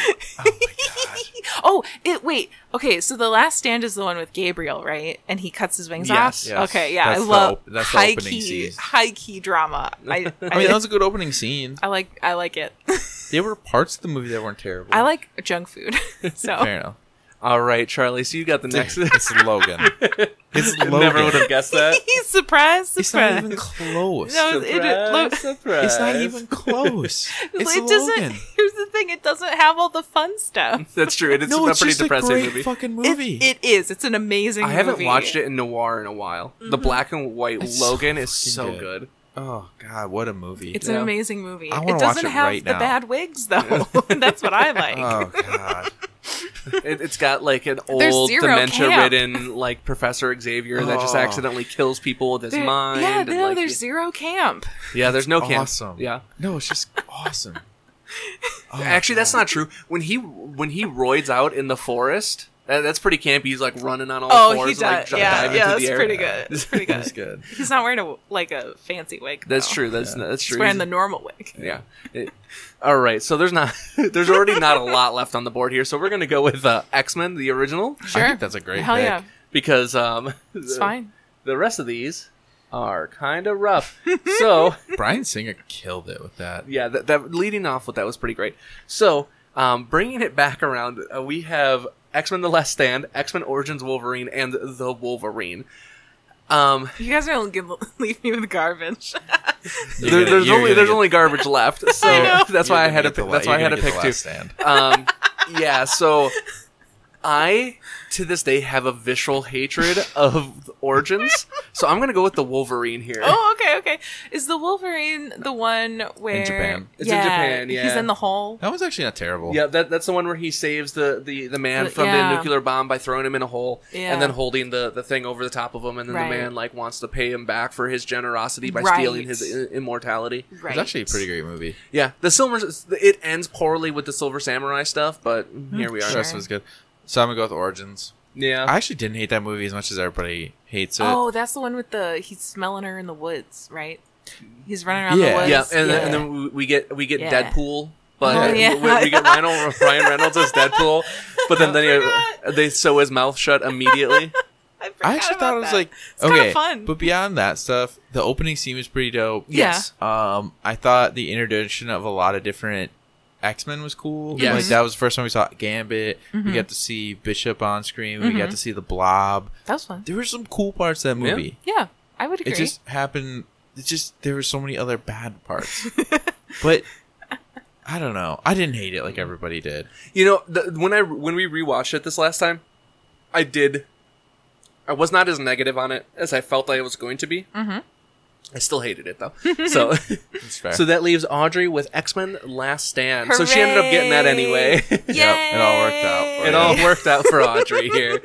Speaker 3: oh, it wait. Okay, so the last stand is the one with Gabriel, right? And he cuts his wings
Speaker 1: Yes,
Speaker 3: off.
Speaker 2: yes.
Speaker 3: Okay, yeah,
Speaker 2: That's
Speaker 3: I
Speaker 2: the
Speaker 3: love
Speaker 2: op- that's the
Speaker 3: high
Speaker 2: opening
Speaker 3: key,
Speaker 2: scene.
Speaker 3: high key drama. I, I,
Speaker 2: I mean, that was a good opening scene.
Speaker 3: I like, I like it.
Speaker 2: There were parts of the movie that weren't terrible.
Speaker 3: I like junk food. so
Speaker 2: Fair enough.
Speaker 1: all right, Charlie. So you got the next.
Speaker 2: It's Logan. It's Logan.
Speaker 1: Never would have guessed that.
Speaker 3: he's surprised.
Speaker 2: It's not
Speaker 3: surprised.
Speaker 2: even close.
Speaker 3: No, it- it- look-
Speaker 1: surprise.
Speaker 2: It's not even close. It's
Speaker 3: it
Speaker 2: Logan.
Speaker 3: doesn't. Here's the thing: it doesn't have all the fun stuff.
Speaker 1: That's true. It is
Speaker 2: No,
Speaker 1: a
Speaker 2: it's
Speaker 1: pretty
Speaker 2: just a
Speaker 1: depressing
Speaker 2: great
Speaker 1: movie.
Speaker 2: fucking
Speaker 3: It-
Speaker 2: movie.
Speaker 3: it is. It's an amazing.
Speaker 1: I haven't
Speaker 3: movie. Mm-hmm.
Speaker 1: watched it in noir in a while. The black and white
Speaker 2: It's so
Speaker 1: Logan is
Speaker 2: fucking
Speaker 1: so
Speaker 2: good.
Speaker 1: good.
Speaker 2: oh God, what a movie!
Speaker 3: It's
Speaker 1: Yeah.
Speaker 3: an amazing movie.
Speaker 2: I
Speaker 3: It
Speaker 2: wanna watch
Speaker 3: doesn't
Speaker 2: it
Speaker 3: have
Speaker 2: right
Speaker 3: the
Speaker 2: now.
Speaker 3: bad wigs though. That's what I like.
Speaker 2: oh God,
Speaker 1: It, it's got like an
Speaker 3: There's
Speaker 1: old
Speaker 3: zero
Speaker 1: dementia-ridden like Professor Xavier that just
Speaker 2: Oh.
Speaker 1: accidentally kills people with his
Speaker 3: There-
Speaker 1: mind.
Speaker 3: yeah,
Speaker 1: and,
Speaker 3: no,
Speaker 1: like,
Speaker 3: there's zero camp.
Speaker 1: yeah, there's no camp.
Speaker 2: awesome.
Speaker 1: Yeah,
Speaker 2: no, it's just awesome. Oh,
Speaker 1: actually, that's
Speaker 2: God.
Speaker 1: not true. When he when he roids out in the forest, that, that's pretty campy. He's like running on all
Speaker 3: Oh,
Speaker 1: fours,
Speaker 3: he
Speaker 1: and, like
Speaker 3: does.
Speaker 1: ju-
Speaker 3: yeah,
Speaker 1: diving
Speaker 3: yeah,
Speaker 1: through
Speaker 3: that's
Speaker 1: the air.
Speaker 3: pretty good. It's pretty
Speaker 2: It's
Speaker 3: good.
Speaker 2: good.
Speaker 3: He's not wearing a like a fancy wig.
Speaker 1: That's
Speaker 3: though.
Speaker 1: true. That's that's
Speaker 3: He's
Speaker 1: true.
Speaker 3: wearing
Speaker 1: He's-
Speaker 3: the normal wig.
Speaker 1: Yeah. It- all right. So there's not there's already not a lot left on the board here. So we're gonna go with uh, X Men the original
Speaker 2: I think that's a great.
Speaker 3: Hell
Speaker 2: pick.
Speaker 3: yeah,
Speaker 1: because um
Speaker 3: it's
Speaker 1: the,
Speaker 3: fine.
Speaker 1: the rest of these are kind of rough. so
Speaker 2: Brian Singer killed it with that.
Speaker 1: yeah, that, that leading off with that was pretty great. So um bringing it back around, uh, we have X Men: The Last Stand, X Men Origins Wolverine, and the Wolverine. Um,
Speaker 3: You guys are gonna give- leave me with garbage.
Speaker 2: You're
Speaker 1: there,
Speaker 2: gonna-
Speaker 1: there's
Speaker 2: you're
Speaker 1: only
Speaker 2: gonna
Speaker 1: there's
Speaker 2: get-
Speaker 1: only garbage left, so
Speaker 3: know.
Speaker 1: that's
Speaker 2: you're
Speaker 1: why I
Speaker 2: gonna
Speaker 1: had to
Speaker 2: get the
Speaker 1: pick.
Speaker 2: la-
Speaker 1: That's why I
Speaker 2: you're
Speaker 1: had to
Speaker 2: gonna get
Speaker 1: pick
Speaker 2: the
Speaker 1: two.
Speaker 2: last stand.
Speaker 1: Um, yeah, so I to this day have a visceral hatred of Origins, so I'm gonna go with the Wolverine here.
Speaker 3: oh, okay, okay. Is the Wolverine the one where
Speaker 2: Japan.
Speaker 1: It's in Japan,
Speaker 3: he's
Speaker 1: yeah.
Speaker 3: in the hole.
Speaker 2: That was actually not terrible.
Speaker 1: Yeah, that, that's the one where he saves the, the, the man
Speaker 3: The-
Speaker 1: from
Speaker 3: yeah.
Speaker 1: the nuclear bomb by throwing him in a hole
Speaker 3: Yeah.
Speaker 1: and then holding the, the thing over the top of him, and then
Speaker 3: Right.
Speaker 1: the man like wants to pay him back for his generosity by
Speaker 3: Right.
Speaker 1: stealing his i- immortality.
Speaker 3: Right.
Speaker 2: It's actually a pretty great movie.
Speaker 1: Yeah, the silver it ends poorly with the silver samurai stuff, but
Speaker 3: Hmm.
Speaker 1: here we are.
Speaker 2: The rest was good. So I'm gonna go with Origins.
Speaker 1: Yeah,
Speaker 2: I actually didn't hate that movie as much as everybody hates it.
Speaker 3: Oh, that's the one with the he's smelling her in the woods, right? He's running around
Speaker 2: Yeah.
Speaker 3: the woods.
Speaker 1: yeah, and,
Speaker 3: yeah.
Speaker 1: Then, and then we- we get we get
Speaker 3: Yeah.
Speaker 1: Deadpool, but
Speaker 2: Oh,
Speaker 3: yeah.
Speaker 1: we, we get Ryan, Ryan Reynolds as Deadpool, but then then he, they sew his mouth shut immediately.
Speaker 3: I,
Speaker 2: I actually thought it was like
Speaker 3: it's kinda
Speaker 2: okay,
Speaker 3: fun.
Speaker 2: but beyond that stuff, the opening scene was pretty dope.
Speaker 3: Yeah.
Speaker 1: Yes,
Speaker 2: Um, I thought the introduction of a lot of different X Men was cool.
Speaker 1: Yes. Mm-hmm.
Speaker 2: Like that was the first time we saw Gambit. We got to see Bishop on screen. We got to see the Blob.
Speaker 3: that was fun.
Speaker 2: There were some cool parts of that
Speaker 1: Yeah.
Speaker 2: movie.
Speaker 3: Yeah, I would agree.
Speaker 2: It just happened. It just there were so many other bad parts, but I don't know. I didn't hate it like everybody did.
Speaker 1: you know the, when I when we rewatched it this last time, I did. I was not as negative on it as I felt I was going to be. Mm-hmm. I still hated it though. So
Speaker 2: It's fair.
Speaker 1: so that leaves Audrey with X Men Last Stand. So she ended up getting that anyway.
Speaker 3: Yay!
Speaker 2: it all worked out for
Speaker 1: it all worked out for Audrey here.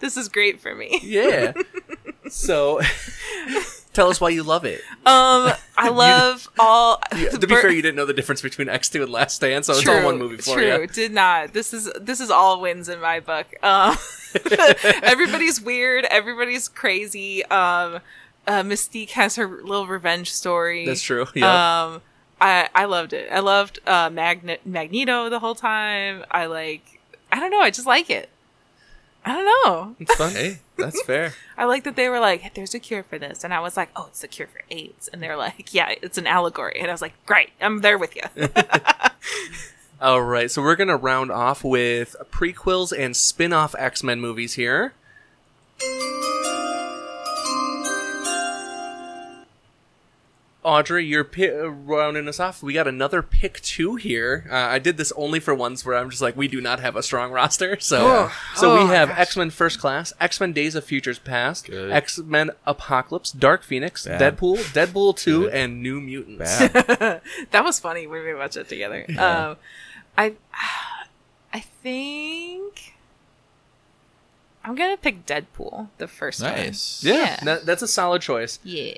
Speaker 3: This is great for me.
Speaker 1: Yeah. So tell us why you love it.
Speaker 3: Um, I love all.
Speaker 1: Yeah, to be fair, you didn't know the difference between X2 and Last Stand, so it's all one movie for
Speaker 3: true.
Speaker 1: you.
Speaker 3: Did not. This is this is all wins in my book. Um, everybody's weird. Everybody's crazy. Um, uh, Mystique has her little revenge story.
Speaker 1: That's true. Yeah.
Speaker 3: Um, I I loved it. I loved uh, Magne- Magneto the whole time. I like. I don't know. I just like it. I don't know.
Speaker 1: it's fun.
Speaker 2: Hey, that's fair.
Speaker 3: I like that they were like, "There's a cure for this," and I was like, "Oh, it's a cure for AIDS," and they're like, "Yeah, it's an allegory," and I was like, "Great, I'm there with you."
Speaker 1: All right, so we're gonna round off with prequels and spin-off X-Men movies here. Audrey, you're pi- uh, rounding us off. We got another pick two here. Uh, I did this only for ones where I'm just like, we do not have a strong roster. So, uh,
Speaker 3: Oh,
Speaker 1: so
Speaker 3: oh
Speaker 1: we
Speaker 3: my
Speaker 1: have
Speaker 3: gosh.
Speaker 1: X Men First Class, X Men Days of Futures Past,
Speaker 2: Good.
Speaker 1: X Men Apocalypse, Dark Phoenix,
Speaker 2: Bad.
Speaker 1: Deadpool, Deadpool Two,
Speaker 2: Good.
Speaker 1: and New Mutants.
Speaker 2: Bad.
Speaker 3: that was funny when we watched it together. Um, I, I think I'm gonna pick Deadpool, the first one.
Speaker 2: nice.
Speaker 1: Yeah,
Speaker 3: Yeah.
Speaker 1: that- that's a solid choice.
Speaker 3: Yeah,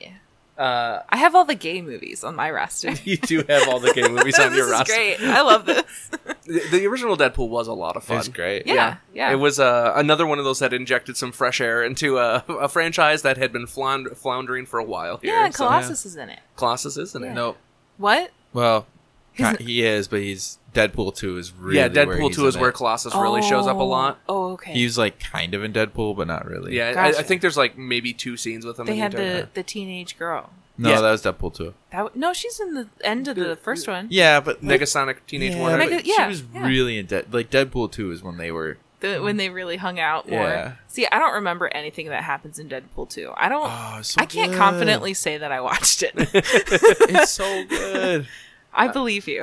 Speaker 1: Uh,
Speaker 3: I have all the gay movies on my roster.
Speaker 1: you do have all the gay movies on
Speaker 3: this
Speaker 1: your
Speaker 3: is
Speaker 1: roster.
Speaker 3: great. I love this.
Speaker 1: The, the original Deadpool was a lot of fun.
Speaker 2: It's great.
Speaker 3: Yeah. yeah.
Speaker 1: It was uh, another one of those that injected some fresh air into a, a franchise that had been flound- floundering for a while here.
Speaker 3: yeah, and
Speaker 1: so-
Speaker 3: Colossus is in it.
Speaker 1: Colossus, isn't it?
Speaker 2: Nope.
Speaker 3: What?
Speaker 2: Well,
Speaker 3: He's-
Speaker 2: ki- he is, but he's Deadpool two is really
Speaker 1: yeah,
Speaker 2: where
Speaker 1: Deadpool
Speaker 2: he's
Speaker 1: 2 is
Speaker 2: in
Speaker 1: where
Speaker 2: it.
Speaker 1: Colossus really shows up a
Speaker 3: Oh.
Speaker 1: lot.
Speaker 3: Oh, okay.
Speaker 2: he's like kind of in Deadpool, but not really.
Speaker 1: Yeah, I, I
Speaker 3: Gotcha.
Speaker 1: think there's like maybe two scenes with him.
Speaker 3: they
Speaker 1: in
Speaker 3: had
Speaker 1: entire
Speaker 3: the
Speaker 1: time.
Speaker 3: the teenage girl.
Speaker 2: No,
Speaker 1: Yeah.
Speaker 2: that was Deadpool two.
Speaker 3: That w- no, she's in the end of the first one.
Speaker 2: Yeah, but
Speaker 1: Negasonic Teenage
Speaker 2: yeah,
Speaker 1: Warrior.
Speaker 2: but
Speaker 3: Nega-
Speaker 2: she
Speaker 3: yeah,
Speaker 2: was
Speaker 3: yeah.
Speaker 2: really in Dead. Like Deadpool two is when they were.
Speaker 3: the, when they really hung out more.
Speaker 2: Yeah.
Speaker 3: See, I don't remember anything that happens in Deadpool 2. I don't.
Speaker 2: Oh, it's so
Speaker 3: I can't
Speaker 2: good.
Speaker 3: confidently say that I watched it.
Speaker 2: It's so good.
Speaker 3: I believe you.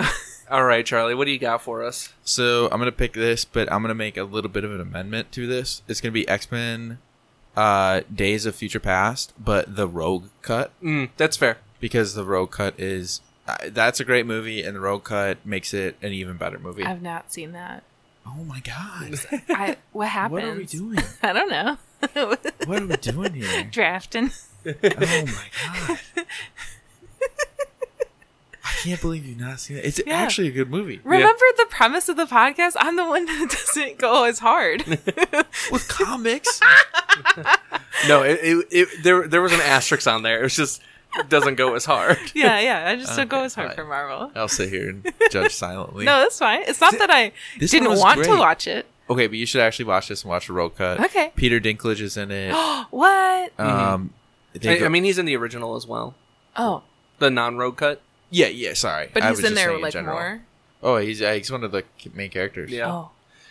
Speaker 1: All right, Charlie, what do you got for us?
Speaker 2: So I'm gonna pick this, but I'm gonna make a little bit of an amendment to this. It's gonna be X Men, uh, Days of Future Past, but the Rogue cut
Speaker 1: Mm, that's fair.
Speaker 2: because the Rogue cut is uh, that's a great movie, and the Rogue cut makes it an even better movie.
Speaker 3: I've not seen that.
Speaker 2: oh my god,
Speaker 3: I what happened?
Speaker 2: what are we doing?
Speaker 3: I don't know.
Speaker 2: What are we doing here?
Speaker 3: Drafting.
Speaker 2: Oh my god. I can't believe you've not seen it. It's
Speaker 3: Yeah.
Speaker 2: actually a good movie.
Speaker 3: Remember the premise of the podcast? I'm the one that doesn't go as hard.
Speaker 2: With comics?
Speaker 1: No, it, it, it, there there was an asterisk on there. It was just doesn't go as hard.
Speaker 3: yeah, yeah. I just don't go
Speaker 2: Okay,
Speaker 3: as hard
Speaker 2: fine.
Speaker 3: for Marvel.
Speaker 2: I'll sit here and judge silently.
Speaker 3: No, that's fine. It's not that I
Speaker 2: this
Speaker 3: didn't
Speaker 2: one was
Speaker 3: want to
Speaker 2: great.
Speaker 3: watch it.
Speaker 2: Okay, but you should actually watch this and watch a roll cut.
Speaker 3: Okay. Mm-hmm.
Speaker 2: Peter Dinklage is in it.
Speaker 3: what?
Speaker 2: um, they
Speaker 1: I,
Speaker 2: go-
Speaker 1: I mean, he's in the original as well,
Speaker 3: Oh,
Speaker 1: the non-road cut.
Speaker 2: yeah, yeah. Sorry,
Speaker 3: but
Speaker 2: I
Speaker 3: he's
Speaker 2: was
Speaker 3: in
Speaker 2: just
Speaker 3: there
Speaker 2: saying in
Speaker 3: like
Speaker 2: general.
Speaker 3: more.
Speaker 2: Oh, he's uh, he's one of the k- main characters.
Speaker 1: Yeah.
Speaker 3: Oh,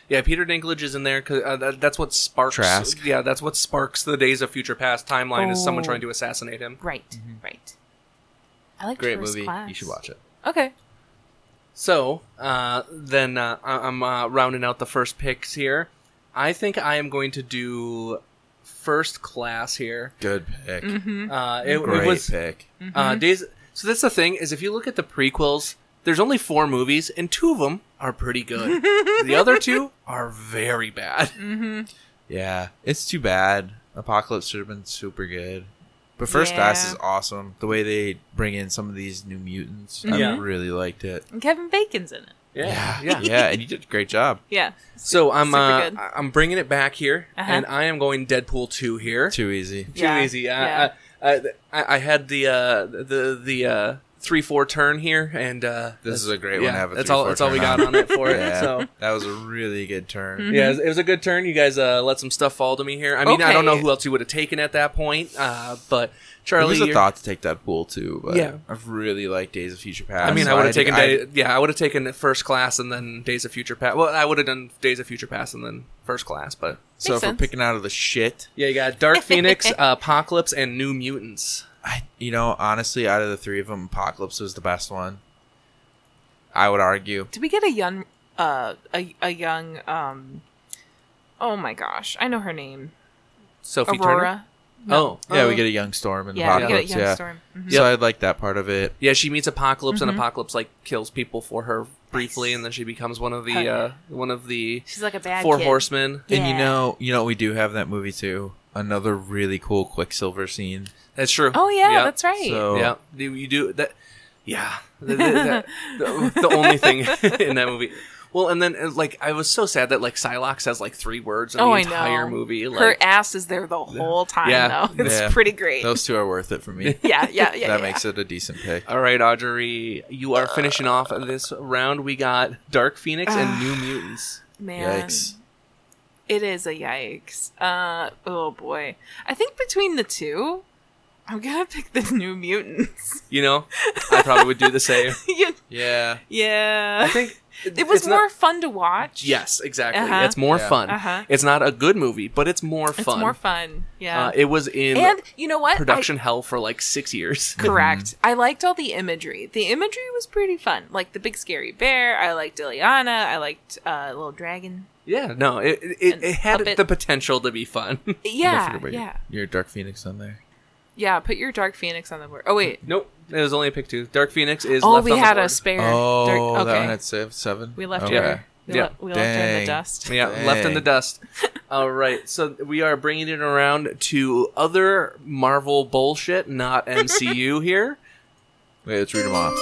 Speaker 1: Yeah, Peter Dinklage is in there because uh, that, that's what sparks.
Speaker 2: Trask.
Speaker 1: Yeah, that's what sparks the Days of Future Past timeline is someone
Speaker 3: Oh.
Speaker 1: trying to assassinate him.
Speaker 3: right, right. I like
Speaker 2: Mm-hmm. great
Speaker 3: First
Speaker 2: movie.
Speaker 3: Class.
Speaker 2: You should watch it.
Speaker 3: Okay.
Speaker 1: So uh, then uh, I- I'm uh, rounding out the first picks here. I think I am going to do first class here.
Speaker 2: Good pick.
Speaker 3: Mm-hmm.
Speaker 1: Uh, it, it
Speaker 2: Great
Speaker 1: was
Speaker 2: pick.
Speaker 1: uh, Days. So that's the thing is if you look at the prequels, there's only four movies and two of them are pretty good. the other two are very bad.
Speaker 3: Mm-hmm.
Speaker 2: Yeah, it's too bad. Apocalypse should have been super good. But First Class
Speaker 3: Yeah.
Speaker 2: is awesome. The way they bring in some of these new mutants,
Speaker 1: Yeah.
Speaker 2: I
Speaker 3: Mm-hmm.
Speaker 2: really liked it.
Speaker 3: And Kevin Bacon's in it.
Speaker 1: Yeah,
Speaker 2: yeah, and you did a great job.
Speaker 3: Yeah.
Speaker 1: So I'm
Speaker 3: Super
Speaker 1: uh,
Speaker 3: good.
Speaker 1: I'm bringing it back here,
Speaker 3: Uh-huh.
Speaker 1: and I am going Deadpool two here.
Speaker 2: Too easy.
Speaker 1: Too
Speaker 3: Yeah,
Speaker 1: easy. I,
Speaker 3: yeah.
Speaker 1: I, I, I I had the uh, the the uh, three four turn here, and uh,
Speaker 2: This is a great
Speaker 1: yeah,
Speaker 2: one. to have a
Speaker 1: that's
Speaker 2: three,
Speaker 1: all.
Speaker 2: four
Speaker 1: That's all we
Speaker 2: turn
Speaker 1: got on it for it.
Speaker 2: Yeah,
Speaker 1: So.
Speaker 3: Mm-hmm.
Speaker 2: that was a really good turn.
Speaker 1: Yeah, it was- it was a good turn. You guys uh, let some stuff fall to me here. I mean, I don't know
Speaker 3: Okay.
Speaker 1: who else you would have taken at that point, uh, but
Speaker 2: It
Speaker 1: Charlie,
Speaker 2: was a
Speaker 1: you're-
Speaker 2: thought to take Deadpool too, but
Speaker 1: Yeah.
Speaker 2: I really like Days of Future Past.
Speaker 1: I mean,
Speaker 2: so
Speaker 1: I would have taken
Speaker 2: I-
Speaker 1: day, yeah, I would have taken first class and then Days of Future Past. Well, I would have done Days of Future Past and then first class, but
Speaker 2: So
Speaker 3: Makes
Speaker 2: if we're
Speaker 3: sense.
Speaker 2: picking out of the shit,
Speaker 1: yeah, you got Dark Phoenix, uh, Apocalypse, and New Mutants.
Speaker 2: I, you know, honestly, out of the three of them, Apocalypse was the best one. I would argue.
Speaker 3: Did we get a young, uh, a, a young, um, oh my gosh, I know her name,
Speaker 1: Sophie Turner.
Speaker 3: Aurora.
Speaker 1: Oh,
Speaker 2: Yeah,
Speaker 3: Uh,
Speaker 2: we get a young Storm in
Speaker 3: Yeah, we get a
Speaker 2: Apocalypse.
Speaker 3: young
Speaker 2: yeah,
Speaker 3: Storm. Mhm.
Speaker 2: so I like that part of it.
Speaker 1: Yeah, she meets Apocalypse,
Speaker 3: Mm-hmm.
Speaker 1: and Apocalypse like kills people for her briefly, and then she becomes one of the
Speaker 3: Hell yeah.
Speaker 1: uh, one of the
Speaker 3: She's like a bad
Speaker 1: four
Speaker 3: kid.
Speaker 1: horsemen.
Speaker 3: Yeah.
Speaker 2: And you know, you know, what we do have in that movie too. Another really cool Quicksilver scene.
Speaker 1: That's true.
Speaker 3: Oh yeah,
Speaker 1: Yep.
Speaker 3: that's right.
Speaker 2: So-
Speaker 1: yeah. You, you do that. Yeah, the, the- that- the- the only thing in that movie. Well, and then uh, like I was so sad that like Psylocke says like three words in
Speaker 3: Oh,
Speaker 1: the
Speaker 3: I
Speaker 1: entire
Speaker 3: know.
Speaker 1: movie. Like,
Speaker 3: Her ass is there the whole time,
Speaker 1: Yeah.
Speaker 3: though. It's
Speaker 2: Yeah.
Speaker 3: pretty great.
Speaker 2: Those two are worth it for me.
Speaker 3: yeah, yeah, yeah.
Speaker 2: that
Speaker 3: yeah.
Speaker 2: makes it a decent pick.
Speaker 1: All right, Audrey, you are finishing off this round. We got Dark Phoenix and New Mutants.
Speaker 3: Man,
Speaker 2: Yikes.
Speaker 3: it is a yikes. Uh, oh boy. I think between the two, I'm gonna pick the New Mutants.
Speaker 1: You know, I probably would do the same.
Speaker 3: You-
Speaker 2: Yeah.
Speaker 3: yeah.
Speaker 1: I think
Speaker 3: it was
Speaker 1: it's not-
Speaker 3: more fun to watch.
Speaker 1: yes, exactly.
Speaker 3: Uh-huh.
Speaker 1: It's more
Speaker 2: Yeah.
Speaker 1: fun.
Speaker 3: Uh-huh.
Speaker 1: It's not a good movie, but it's more
Speaker 3: It's
Speaker 1: fun.
Speaker 3: more fun. Yeah.
Speaker 1: Uh, it was in
Speaker 3: and you know what? I-
Speaker 1: production hell for like six years.
Speaker 3: Correct. I liked all the imagery. The imagery was pretty fun. Like the big scary bear. I liked Ileana. I liked uh, little dragon.
Speaker 1: yeah, no, it it,
Speaker 3: And
Speaker 1: it had
Speaker 3: puppet.
Speaker 1: the potential to be fun.
Speaker 2: Don't
Speaker 3: Yeah,
Speaker 2: forget about your-
Speaker 3: yeah,
Speaker 2: Your Dark Phoenix on there.
Speaker 3: yeah. Put your dark phoenix on the board. Oh wait.
Speaker 1: nope, it was only a pick two. Dark Phoenix is.
Speaker 3: oh,
Speaker 1: left
Speaker 3: we
Speaker 1: on the
Speaker 3: had a
Speaker 1: board.
Speaker 3: spare.
Speaker 2: Oh,
Speaker 3: dark-
Speaker 2: that one at sev- seven.
Speaker 3: we left
Speaker 2: okay.
Speaker 3: her. We,
Speaker 1: Yeah.
Speaker 3: le- we left her in
Speaker 2: Dang.
Speaker 3: the dust.
Speaker 1: Yeah, left in the
Speaker 2: Dang.
Speaker 1: dust. All right, so we are bringing it around to other Marvel bullshit, not MCU here.
Speaker 2: Wait, let's read them off.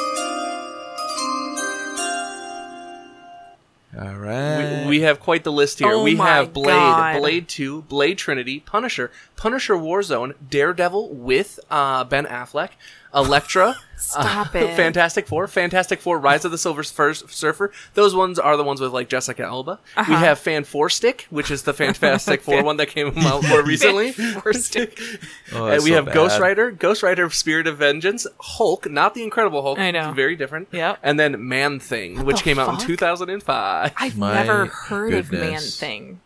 Speaker 2: All right.
Speaker 1: We, we have quite the list here.
Speaker 3: Uh, Oh
Speaker 1: we
Speaker 3: my
Speaker 1: have Blade,
Speaker 3: God.
Speaker 1: Blade Two, Blade Trinity, Punisher, Punisher Warzone, Daredevil with uh, Ben Affleck, Elektra,
Speaker 3: Stop
Speaker 1: uh,
Speaker 3: it.
Speaker 1: Fantastic Four, Fantastic Four, Rise of the Silver Fur- Surfer. Those ones are the ones with like Jessica Alba.
Speaker 3: Uh-huh.
Speaker 1: We have Fan Four Stick, which is the Fantastic Four one that came out more recently. Four Stick.
Speaker 2: Oh,
Speaker 1: And
Speaker 2: that's
Speaker 1: uh, we
Speaker 2: so
Speaker 1: have Ghost
Speaker 2: bad.
Speaker 1: Rider, Ghost Rider Spirit of Vengeance, Hulk, not the Incredible Hulk.
Speaker 3: I know.
Speaker 1: It's very different.
Speaker 3: Yep.
Speaker 1: And then Man Thing, which
Speaker 3: the
Speaker 1: came out
Speaker 3: fuck?
Speaker 1: in 2005.
Speaker 3: I've
Speaker 2: My
Speaker 3: never heard of man
Speaker 2: goodness.
Speaker 3: thing.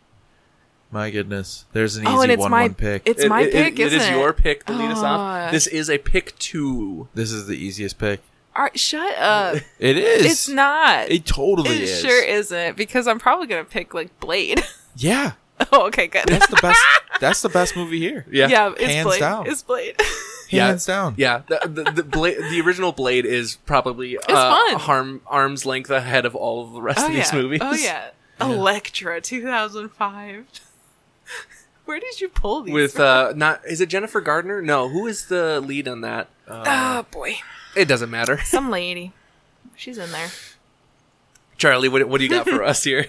Speaker 2: My goodness, there's an easy
Speaker 3: Oh, and it's
Speaker 2: one.
Speaker 3: my
Speaker 2: one pick.
Speaker 3: it's my pick.
Speaker 1: It
Speaker 3: isn't
Speaker 1: is your pick to lead us
Speaker 3: Ah.
Speaker 1: off. This is a pick two.
Speaker 2: this is the easiest pick.
Speaker 3: All right, shut up.
Speaker 2: It is.
Speaker 3: it's not.
Speaker 2: It totally
Speaker 3: It
Speaker 2: is.
Speaker 3: sure isn't because I'm probably gonna pick like Blade.
Speaker 2: Yeah,
Speaker 3: oh, okay, good.
Speaker 2: that's the best. that's the best movie here.
Speaker 1: Yeah.
Speaker 3: yeah, it's
Speaker 2: Hands
Speaker 3: Blade.
Speaker 2: down.
Speaker 3: It's Blade.
Speaker 1: Yeah.
Speaker 2: Hands down.
Speaker 1: Yeah, the the, the, Blade, the original Blade is probably
Speaker 3: fun.
Speaker 1: uh, harm, arm's length ahead of all of the rest
Speaker 3: oh
Speaker 1: of these
Speaker 3: yeah.
Speaker 1: movies.
Speaker 3: Oh yeah. Elektra 2005. Where did you pull these?
Speaker 1: With
Speaker 3: from?
Speaker 1: uh, not is it Jennifer Gardner? No, who is the lead on that?
Speaker 2: uh,
Speaker 3: oh boy,
Speaker 1: It doesn't matter.
Speaker 3: some lady. She's in there.
Speaker 1: Charlie, what, what do you got for us here?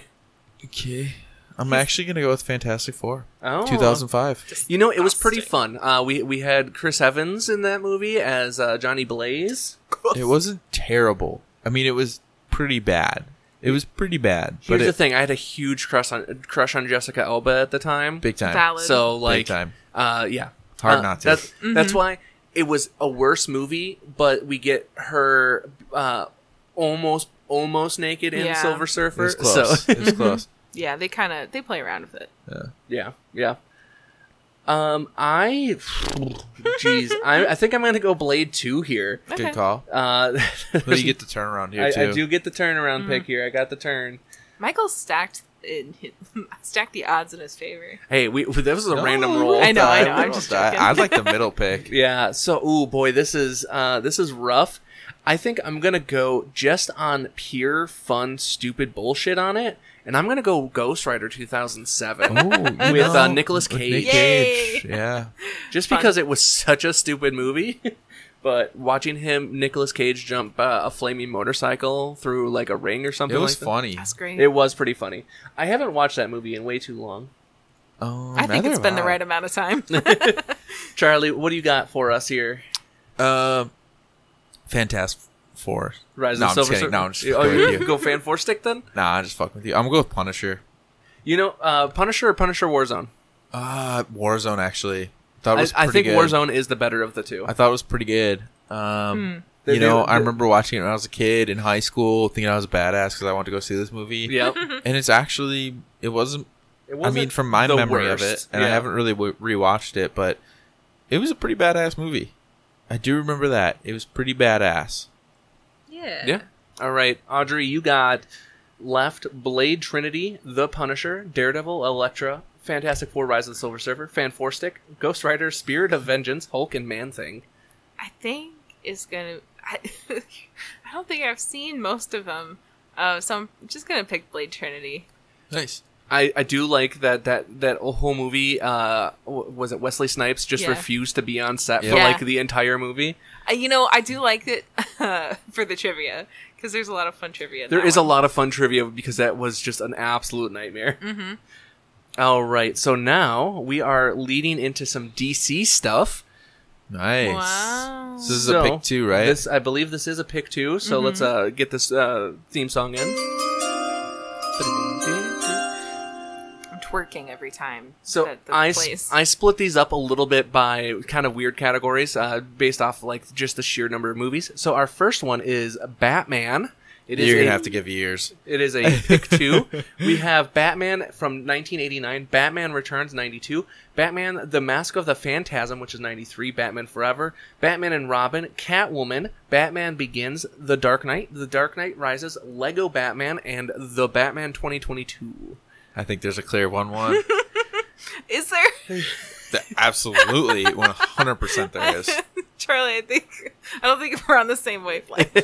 Speaker 2: Okay. I'm actually gonna go with Fantastic Four,
Speaker 1: Oh,
Speaker 2: 2005.
Speaker 1: You know, it was pretty
Speaker 3: Disgusting.
Speaker 1: fun. Uh, we we had Chris Evans in that movie as uh, Johnny Blaze.
Speaker 2: It wasn't terrible. I mean, it was pretty bad. It was pretty bad.
Speaker 1: Here's
Speaker 2: but
Speaker 1: the
Speaker 2: it,
Speaker 1: thing: I had a huge crush on crush on Jessica Alba at the time.
Speaker 2: big time.
Speaker 3: Valid.
Speaker 1: so like,
Speaker 2: time.
Speaker 1: uh, yeah,
Speaker 2: Hard
Speaker 1: Uh,
Speaker 2: not to.
Speaker 1: That's,
Speaker 3: Mm-hmm.
Speaker 1: that's why it was a worse movie, but we get her uh, almost almost naked in
Speaker 3: Yeah.
Speaker 1: Silver
Speaker 2: It
Speaker 1: Surfer.
Speaker 2: was close.
Speaker 1: So
Speaker 2: It was close.
Speaker 3: Yeah, they kind of they play around with it.
Speaker 1: yeah, yeah. Um, I, jeez, I, I think I'm gonna go Blade Two here.
Speaker 3: Okay.
Speaker 2: Good call.
Speaker 1: Uh,
Speaker 2: But you get the turnaround here
Speaker 1: I,
Speaker 2: too.
Speaker 1: I do get the turnaround
Speaker 3: Mm.
Speaker 1: pick here. I got the turn.
Speaker 3: Michael stacked in his, stacked the odds in his favor.
Speaker 1: Hey, we that was a
Speaker 2: No,
Speaker 1: random
Speaker 2: we
Speaker 1: roll.
Speaker 3: I know, I
Speaker 2: don't
Speaker 3: know, I'm
Speaker 2: die.
Speaker 3: just
Speaker 2: I-
Speaker 3: joking.
Speaker 2: I'd like the middle pick.
Speaker 1: Yeah. So, ooh, boy, this is uh, this is rough. I think I'm gonna go just on pure fun, stupid bullshit on it, and I'm gonna go Ghost Rider 2007.
Speaker 2: with
Speaker 1: With, uh, Nicolas Cage.
Speaker 2: Nick Cage. Yeah.
Speaker 1: just
Speaker 3: Fun.
Speaker 1: because it was such a stupid movie. but watching him, Nicolas Cage, jump uh, a flaming motorcycle through like a ring or something.
Speaker 2: It was
Speaker 1: like that.
Speaker 2: funny.
Speaker 3: That's great.
Speaker 1: It was pretty funny. I haven't watched that movie in way too long.
Speaker 2: Oh,
Speaker 3: I think
Speaker 2: neither
Speaker 3: it's
Speaker 2: have
Speaker 3: been the
Speaker 2: I.
Speaker 3: right amount of time.
Speaker 1: Charlie, what do you got for us here?
Speaker 2: Uh, Fantastic Four.
Speaker 1: Rise
Speaker 2: no,
Speaker 1: of
Speaker 2: I'm
Speaker 1: the Silver
Speaker 2: just kidding.
Speaker 1: Sur-
Speaker 2: No, I'm just
Speaker 1: oh,
Speaker 2: fucking
Speaker 1: you
Speaker 2: with you.
Speaker 1: go fan four stick then?
Speaker 2: Nah, I'm just fucking with you. I'm gonna go with Punisher.
Speaker 1: You know, uh, Punisher or Punisher Warzone?
Speaker 2: Uh, Warzone actually. Thought it
Speaker 1: I,
Speaker 2: was
Speaker 1: I
Speaker 2: pretty
Speaker 1: think
Speaker 2: good.
Speaker 1: Warzone is the better of the two.
Speaker 2: I thought it was pretty good. Um,
Speaker 1: They
Speaker 2: you know,
Speaker 1: do-
Speaker 2: I
Speaker 1: they-
Speaker 2: remember watching it when I was a kid in high school, thinking I was a badass because I wanted to go see this movie.
Speaker 1: Yep.
Speaker 2: and it's actually it wasn't.
Speaker 1: It
Speaker 2: I
Speaker 1: wasn't
Speaker 2: mean, from my
Speaker 1: the
Speaker 2: memory of it,
Speaker 1: worst.
Speaker 2: and I
Speaker 1: Yeah.
Speaker 2: haven't really w- rewatched it, but it was a pretty badass movie. I do remember that it was pretty badass.
Speaker 3: yeah.
Speaker 1: Yeah. All right, Audrey, you got left Blade Trinity, The Punisher, Daredevil, Elektra, Fantastic Four: Rise of the Silver Surfer, Fan Four Stick, Ghost Rider, Spirit of Vengeance, Hulk, and Man Thing.
Speaker 3: I think it's gonna. I, I don't think I've seen most of them. Uh, so I'm just gonna pick Blade Trinity.
Speaker 2: Nice.
Speaker 1: I, I do like that that that whole movie. Uh, w- was it Wesley Snipes just
Speaker 3: Yeah.
Speaker 1: refused to be on set for
Speaker 2: Yeah.
Speaker 1: like the entire movie?
Speaker 3: Uh, you know, I do like it for the trivia because there's a lot of fun trivia. in
Speaker 1: There
Speaker 3: that
Speaker 1: is a
Speaker 3: one.
Speaker 1: lot of fun trivia because that was just an absolute nightmare. Mm-hmm. right, so now we are leading into some DC stuff.
Speaker 2: Nice.
Speaker 3: Wow.
Speaker 2: So this is
Speaker 1: So,
Speaker 2: a pick two, right?
Speaker 1: This I believe this is a pick two. So
Speaker 3: Mm-hmm.
Speaker 1: let's uh, get this uh, theme song in.
Speaker 3: I'm twerking every time.
Speaker 1: So
Speaker 3: that the
Speaker 1: I,
Speaker 3: place-
Speaker 1: s- I split these up a little bit by kind of weird categories uh, based off like just the sheer number of movies. So our first one is Batman. It
Speaker 2: You're
Speaker 1: a-
Speaker 2: gonna have to give years.
Speaker 1: It is a pick two. we have Batman from 1989, Batman Returns 92, Batman The Mask of the Phantasm, which is 93, Batman Forever, Batman and Robin, Catwoman, Batman Begins, The Dark Knight, The Dark Knight Rises, Lego Batman, and The Batman 2022.
Speaker 2: I think there's a clear one one.
Speaker 3: is there
Speaker 2: Absolutely, one hundred percent there is.
Speaker 3: Charlie? I think I don't think we're on the same wavelength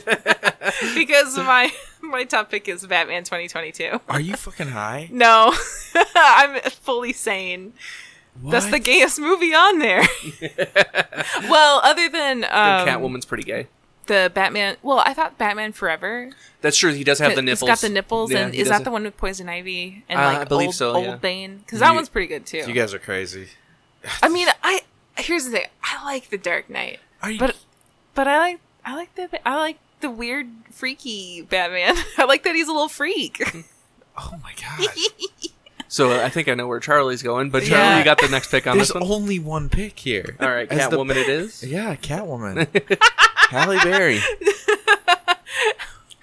Speaker 3: because my my topic is Batman 2022.
Speaker 2: Are you fucking high?
Speaker 3: No, I'm fully sane. That's the
Speaker 2: What?
Speaker 3: gayest movie on there. well, other than um,
Speaker 1: And Catwoman's pretty gay.
Speaker 3: the Batman. Well, I thought Batman Forever.
Speaker 1: That's true. He does have the
Speaker 3: It's
Speaker 1: nipples.
Speaker 3: got the nipples,
Speaker 1: Yeah,
Speaker 3: and
Speaker 1: he
Speaker 3: is
Speaker 1: does
Speaker 3: that the
Speaker 1: have-
Speaker 3: one with Poison Ivy and
Speaker 1: Uh,
Speaker 3: like
Speaker 1: I believe
Speaker 3: old,
Speaker 1: so, yeah.
Speaker 3: old Bane? Because that
Speaker 2: You-
Speaker 3: one's pretty good too.
Speaker 2: You guys are crazy.
Speaker 3: I mean, I here's the thing. I like the Dark Knight,
Speaker 2: Are you?
Speaker 3: but but I like I like the I like the weird freaky Batman. I like that he's a little freak.
Speaker 2: oh my god.
Speaker 1: So I think I know where Charlie's going, but
Speaker 3: Yeah.
Speaker 1: Charlie, you got the next pick on
Speaker 2: There's
Speaker 1: this one.
Speaker 2: only one pick here.
Speaker 1: All right,
Speaker 2: As the-
Speaker 1: Catwoman it is.
Speaker 2: yeah, Catwoman. Halle Berry.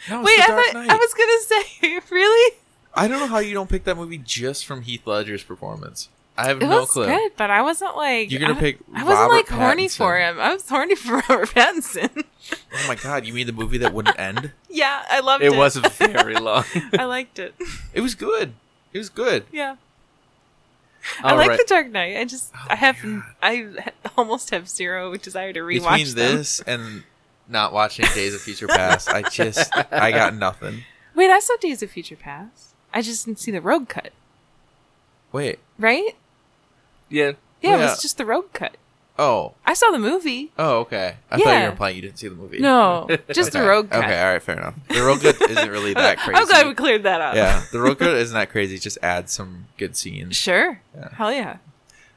Speaker 2: No, it's
Speaker 3: Wait,
Speaker 2: The
Speaker 3: I,
Speaker 2: Dark
Speaker 3: thought,
Speaker 2: Knight.
Speaker 3: I was gonna say really.
Speaker 2: I don't know how you don't pick that movie just from Heath Ledger's performance. I have
Speaker 3: It
Speaker 2: no
Speaker 3: was
Speaker 2: clue.
Speaker 3: good, but I wasn't like
Speaker 2: You're gonna
Speaker 3: I,
Speaker 2: pick
Speaker 3: I wasn't
Speaker 2: Robert
Speaker 3: like horny
Speaker 2: Pattinson.
Speaker 3: for him. I was horny for Robert Pattinson.
Speaker 2: Oh my god, you mean the movie that wouldn't end?
Speaker 3: yeah, I loved it.
Speaker 1: It was very long.
Speaker 3: I liked it.
Speaker 2: It was good. It was good.
Speaker 3: Yeah, I
Speaker 1: All
Speaker 3: like
Speaker 1: right.
Speaker 3: the Dark Knight. I just
Speaker 2: Oh
Speaker 3: I have
Speaker 2: my
Speaker 3: I ha- almost have zero desire to rewatch
Speaker 2: Between
Speaker 3: them.
Speaker 2: this and not watching Days of Future Past, I just I got nothing.
Speaker 3: Wait, I saw Days of Future Past. I just didn't see the road cut.
Speaker 2: Wait.
Speaker 3: Right?
Speaker 1: yeah.
Speaker 3: Yeah, it
Speaker 2: Yeah.
Speaker 3: was just the road cut.
Speaker 2: Oh.
Speaker 3: I saw the movie.
Speaker 2: Oh, okay. I thought you
Speaker 3: Yeah.
Speaker 2: were implying you didn't see the movie.
Speaker 3: No, just the
Speaker 2: Okay.
Speaker 3: road cut.
Speaker 2: Okay, all right, fair enough. The road cut isn't really that crazy.
Speaker 3: I'm glad we cleared that up.
Speaker 2: yeah, the road cut isn't that crazy. Just add some good scenes.
Speaker 3: Sure.
Speaker 2: Yeah.
Speaker 3: Hell yeah.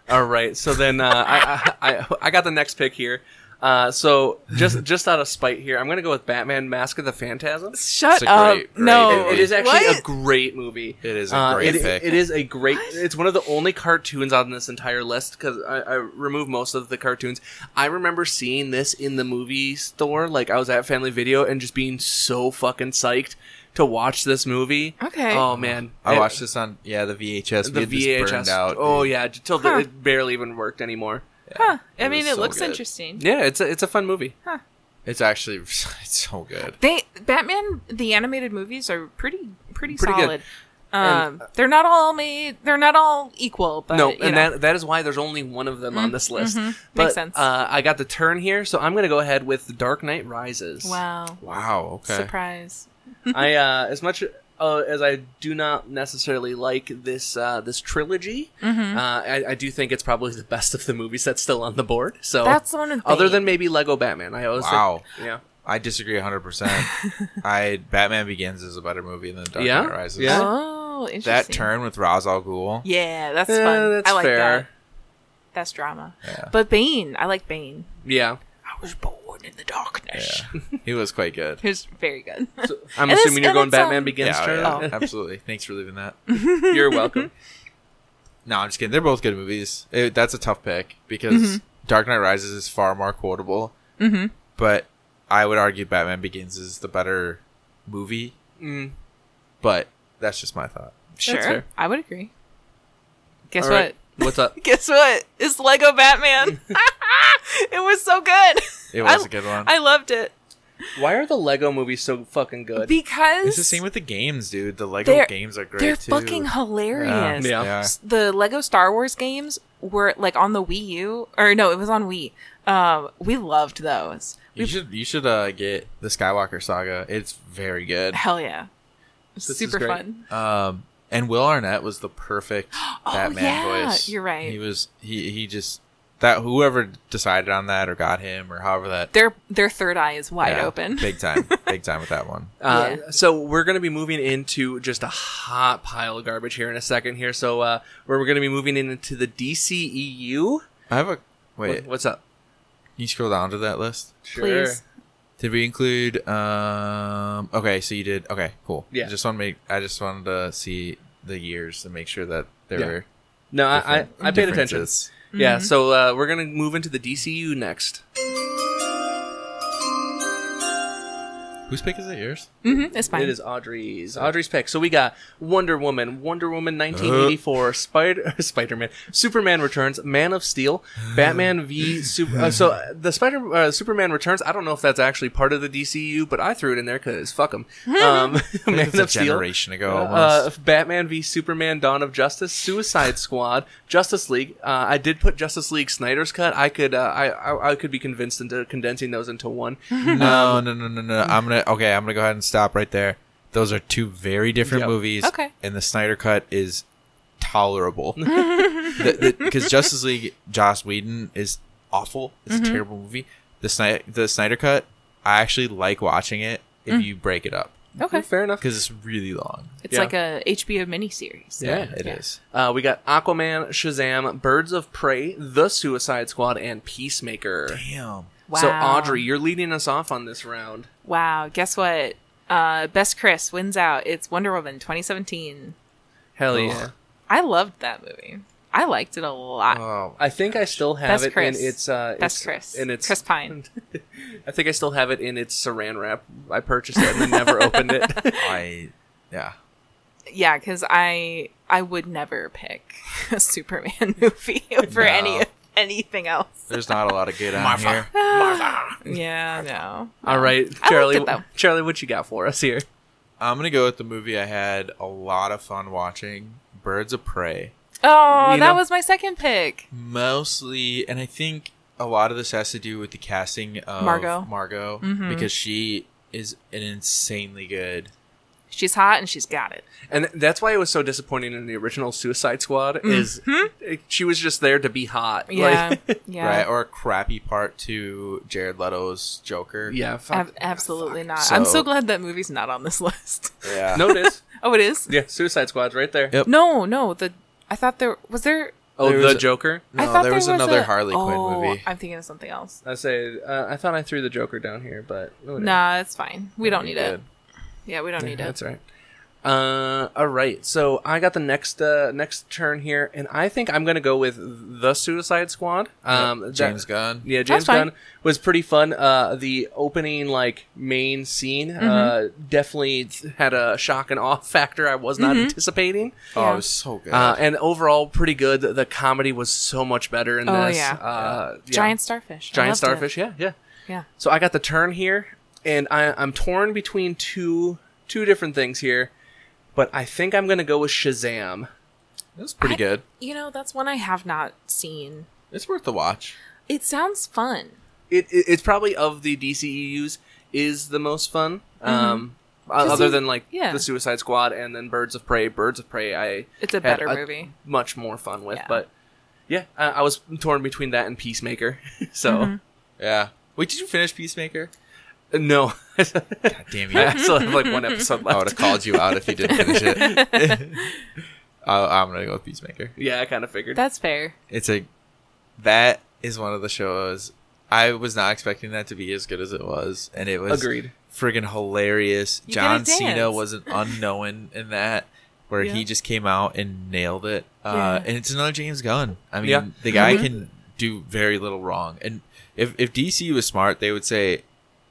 Speaker 1: All right. So then uh, I, I I I got the next pick here. Uh, so just just out of spite here, I'm gonna go with Batman: Mask of the Phantasm.
Speaker 2: It's
Speaker 3: Shut
Speaker 2: a
Speaker 3: up.
Speaker 2: great- great
Speaker 3: no.
Speaker 2: movie.
Speaker 1: It is actually
Speaker 3: What?
Speaker 1: a great movie.
Speaker 2: It is a
Speaker 1: Uh,
Speaker 2: great
Speaker 1: it-
Speaker 2: pick.
Speaker 1: it is a great. It's one of the only cartoons on this entire list because I, I removed most of the cartoons. I remember seeing this in the movie store. Like I was at Family Video and just being so fucking psyched to watch this movie.
Speaker 3: Okay.
Speaker 1: Oh man,
Speaker 2: I
Speaker 1: It-
Speaker 2: watched this on yeah the VHS.
Speaker 1: the VHS.
Speaker 2: out.
Speaker 1: oh
Speaker 2: dude.
Speaker 1: yeah, till the,
Speaker 3: Huh.
Speaker 1: it barely even worked anymore.
Speaker 3: Huh. I
Speaker 2: It
Speaker 3: mean,
Speaker 2: was
Speaker 3: it
Speaker 2: so
Speaker 3: looks
Speaker 2: good.
Speaker 3: interesting.
Speaker 1: Yeah, it's a, it's a fun movie.
Speaker 2: it's actually it's so good.
Speaker 3: They Batman the animated movies are pretty pretty,
Speaker 1: Pretty good.
Speaker 3: solid. Um, they're not all made. They're not all equal, but
Speaker 1: no,
Speaker 3: you
Speaker 1: and
Speaker 3: know. Mm-hmm.
Speaker 1: that that is why there's only one of them on this list. But,
Speaker 3: Makes sense.
Speaker 1: Uh, I got the turn here, so I'm gonna go ahead with The Dark Knight Rises.
Speaker 3: wow,
Speaker 2: Wow. Okay.
Speaker 3: surprise.
Speaker 1: I uh, as much uh, as I do not necessarily like this uh, this trilogy,
Speaker 3: Mm-hmm.
Speaker 1: uh, I, I do think it's probably the best of the movies that's still on the board. So
Speaker 3: That's the one with
Speaker 1: Oh, other
Speaker 3: Bane.
Speaker 1: than maybe Lego Batman. I always
Speaker 2: Wow.
Speaker 1: think, yeah.
Speaker 2: I disagree 100. percent I Batman Begins is a better movie than Dark
Speaker 1: Yeah?
Speaker 2: Knight Rises.
Speaker 1: Yeah.
Speaker 3: Oh, interesting.
Speaker 2: That turn with Ra's al Ghul.
Speaker 3: Yeah, that's
Speaker 1: Yeah,
Speaker 3: fun.
Speaker 1: Eh, that's
Speaker 3: I like
Speaker 1: fair.
Speaker 3: that. That's drama.
Speaker 2: Yeah.
Speaker 3: But Bane, I like Bane.
Speaker 1: Yeah,
Speaker 3: I was born in the darkness.
Speaker 2: Yeah. he was quite good.
Speaker 3: It's very good.
Speaker 1: So I'm
Speaker 3: And it's-
Speaker 1: assuming you're
Speaker 3: and
Speaker 1: going
Speaker 3: it's,
Speaker 1: Batman
Speaker 3: um,
Speaker 1: Begins.
Speaker 2: Yeah,
Speaker 1: Charlie?
Speaker 2: yeah, absolutely. Thanks for leaving that.
Speaker 1: You're welcome.
Speaker 2: No, I'm just kidding. They're both good movies. It, that's a tough pick because
Speaker 3: Mm-hmm.
Speaker 2: Dark Knight Rises is far more quotable. Mm-hmm. But I would argue Batman Begins is the better movie.
Speaker 1: Mm.
Speaker 2: But that's just my thought.
Speaker 3: sure,
Speaker 1: fair.
Speaker 3: I would agree. Guess
Speaker 1: All right, What's up?
Speaker 3: what? Guess what? It's Lego Batman. it was so good.
Speaker 2: It was
Speaker 3: I-
Speaker 2: a good one.
Speaker 3: I loved it
Speaker 1: Why are the Lego movies so fucking good?
Speaker 3: because
Speaker 2: it's the same with the games, dude. The Lego
Speaker 3: They're-
Speaker 2: games are great
Speaker 3: they're
Speaker 2: too.
Speaker 3: fucking hilarious.
Speaker 1: Yeah.
Speaker 2: Yeah.
Speaker 3: S- The Lego Star Wars games were like on the Wii U, or no, it was on Wii. Um, we loved those.
Speaker 2: You should you should uh, get the Skywalker Saga. It's very good.
Speaker 3: Hell yeah, It was
Speaker 1: This is
Speaker 3: super
Speaker 1: great.
Speaker 3: fun.
Speaker 2: Um, And Will Arnett was the perfect
Speaker 3: Oh,
Speaker 2: Batman
Speaker 3: yeah,
Speaker 2: voice.
Speaker 3: you're right.
Speaker 2: He was he he just that whoever decided on that or got him or however that
Speaker 3: Their their third eye is wide
Speaker 2: yeah,
Speaker 3: open.
Speaker 2: Big time. Big time with that one.
Speaker 1: Uh,
Speaker 3: Yeah.
Speaker 1: So we're going to be moving into just a hot pile of garbage here in a second here. So uh, we're going to be moving into the DCEU.
Speaker 2: I have a wait,
Speaker 1: What- What's up?
Speaker 2: can you scroll down to that list?
Speaker 3: Please.
Speaker 2: Did we include um okay, so you did okay, cool.
Speaker 1: Yeah.
Speaker 2: Just want to make I just wanted to see the years to make sure that there
Speaker 1: Yeah.
Speaker 2: were
Speaker 1: No, I, I,
Speaker 2: different
Speaker 1: I paid attention.
Speaker 2: differences.
Speaker 3: Mm-hmm.
Speaker 1: Yeah, so uh, we're going to move into the DCU next.
Speaker 2: Whose pick is it? Yours?
Speaker 3: Mm-hmm, it's fine.
Speaker 1: It is Audrey's. uh, Audrey's pick. So we got Wonder Woman, Wonder Woman 1984, Spider Spider-Man, Superman Returns, Man of Steel, Batman v Super. Uh, so uh, the Spider uh, Superman Returns. I don't know if that's actually part of the DCU, but I threw it in there because fuck them. Um,
Speaker 2: I think
Speaker 1: Man
Speaker 2: it's
Speaker 1: of
Speaker 2: a
Speaker 1: Steel.
Speaker 2: generation ago almost.
Speaker 1: Uh, Batman v Superman: Dawn of Justice, Suicide Squad, Justice League. Uh, I did put Justice League Snyder's cut. I could, uh, I, I, I could be convinced into condensing those into one.
Speaker 2: No, no, no, no, no. I'm gonna okay. I'm gonna go ahead and stop right there. Those are two very different
Speaker 1: Yep.
Speaker 2: movies.
Speaker 3: Okay.
Speaker 2: And the Snyder cut is tolerable because Justice League Joss Whedon is awful. It's
Speaker 1: Mm-hmm.
Speaker 2: a terrible movie. The Snyder the Snyder cut. I actually like watching it if
Speaker 1: Mm.
Speaker 2: you break it up
Speaker 3: okay.
Speaker 1: fair enough.
Speaker 2: because it's really long.
Speaker 3: It's
Speaker 1: Yeah.
Speaker 3: like a HBO miniseries.
Speaker 1: Yeah,
Speaker 2: it is.
Speaker 3: yeah.
Speaker 1: Uh, we got Aquaman, Shazam, Birds of Prey, The Suicide Squad, and Peacemaker.
Speaker 2: Damn.
Speaker 3: Wow.
Speaker 1: So Audrey, you're leading us off on this round.
Speaker 3: Wow. Guess what? Uh, Best Chris wins out. It's Wonder Woman 2017.
Speaker 1: Hell
Speaker 2: Ugh.
Speaker 1: yeah!
Speaker 3: I loved that movie. I liked it a lot.
Speaker 2: Oh,
Speaker 1: I think I still have
Speaker 3: Best
Speaker 1: it
Speaker 3: Chris.
Speaker 1: in its. Uh,
Speaker 3: Best
Speaker 1: its,
Speaker 3: Chris.
Speaker 1: In its
Speaker 3: Chris Pine.
Speaker 1: I think I still have it in its Saran wrap. I purchased it and then never opened it.
Speaker 2: I yeah.
Speaker 3: yeah, because I I would never pick a Superman movie over
Speaker 2: No.
Speaker 3: any anything else.
Speaker 2: There's not a lot of good on
Speaker 1: Martha.
Speaker 2: here.
Speaker 3: Yeah, no.
Speaker 1: All right,
Speaker 3: I
Speaker 1: Charlie.
Speaker 3: liked it, though.
Speaker 1: Charlie, what you got for us here?
Speaker 2: I'm gonna go with the movie I had a lot of fun watching. Birds of Prey.
Speaker 3: Oh,
Speaker 2: You
Speaker 3: that
Speaker 2: know-
Speaker 3: was my second pick.
Speaker 2: mostly and i think a lot of this has to do with the casting of
Speaker 3: Margot. Mm-hmm.
Speaker 2: margot because she is an insanely good
Speaker 3: She's hot and she's got it.
Speaker 1: And that's why it was so disappointing in the original Suicide Squad. Is it- she was just there to be hot?
Speaker 3: Mm-hmm. Yeah,
Speaker 1: Like,
Speaker 3: yeah.
Speaker 2: right or a crappy part to jared leto's joker
Speaker 1: yeah. Fuck.
Speaker 3: Ab- absolutely not. I'm
Speaker 2: So-
Speaker 3: so glad that movie's not on this list.
Speaker 2: yeah
Speaker 1: no, it is.
Speaker 3: oh, it is.
Speaker 1: Yeah, Suicide Squad's right there.
Speaker 2: Yep.
Speaker 3: No, no. The I thought there was there.
Speaker 1: Oh,
Speaker 2: There
Speaker 1: the
Speaker 2: was a-
Speaker 1: Joker.
Speaker 2: no
Speaker 3: I thought
Speaker 2: there was another harley
Speaker 3: Oh,
Speaker 2: quinn movie
Speaker 3: I'm thinking of something else.
Speaker 1: I say uh, I thought I threw the Joker down here, but no,
Speaker 3: Nah, it's fine. We don't need
Speaker 2: Good.
Speaker 3: it. Yeah, we don't need it.
Speaker 1: that's all right. Uh, all right. So I got the next uh, next turn here, and I think I'm gonna go with the Suicide Squad. Um, that-
Speaker 2: james gunn
Speaker 1: Yeah, James
Speaker 3: fine.
Speaker 1: Gunn was pretty fun. Uh, the opening like main scene uh,
Speaker 3: Mm-hmm.
Speaker 1: definitely th- had a shock and awe factor I was
Speaker 3: Mm-hmm.
Speaker 1: not anticipating.
Speaker 2: oh it was so good
Speaker 1: Uh, and overall, pretty good. The comedy was so much better in
Speaker 3: Oh,
Speaker 1: this.
Speaker 3: yeah.
Speaker 1: Uh, yeah.
Speaker 3: Giant starfish. I
Speaker 1: giant
Speaker 3: loved it.
Speaker 1: starfish. Yeah, yeah.
Speaker 3: Yeah.
Speaker 1: So I got the turn here, and I, I'm torn between two two different things here, but I think I'm gonna go with Shazam.
Speaker 2: it was pretty
Speaker 3: I-
Speaker 2: good
Speaker 3: You know, that's one I have not seen.
Speaker 2: it's worth the watch
Speaker 3: It sounds fun.
Speaker 1: It, it it's probably of the DCEU's is the most fun. Um, o-
Speaker 3: Mm-hmm. 'Cause
Speaker 1: other
Speaker 3: you-
Speaker 1: than like
Speaker 3: yeah.
Speaker 1: the Suicide Squad and then Birds of Prey. Birds of Prey, I
Speaker 3: It's a
Speaker 1: had
Speaker 3: better movie.
Speaker 1: much more fun with,
Speaker 3: Yeah.
Speaker 1: but. Yeah, I, I was torn between that and Peacemaker. so uh,
Speaker 2: yeah wait did you finish peacemaker
Speaker 3: Mm-hmm.
Speaker 1: no,
Speaker 2: God damn
Speaker 1: I
Speaker 2: you
Speaker 1: still have like one episode
Speaker 2: i would
Speaker 1: left.
Speaker 2: have called you out if you didn't finish it I, i'm gonna go with peacemaker
Speaker 1: Yeah, I kind of figured.
Speaker 3: That's fair.
Speaker 2: it's a that is one of the shows I was not expecting that to be as good as it was, and it was
Speaker 1: Agreed.
Speaker 2: friggin' hilarious.
Speaker 3: You get a
Speaker 2: John
Speaker 3: dance.
Speaker 2: Cena was an unknown in that, where
Speaker 3: Yeah.
Speaker 2: he just came out and nailed it. Uh,
Speaker 3: Yeah. Mm-hmm.
Speaker 2: And it's another James Gunn. I mean,
Speaker 1: Yeah.
Speaker 2: the guy can do very little wrong. And if if DC was smart, they would say,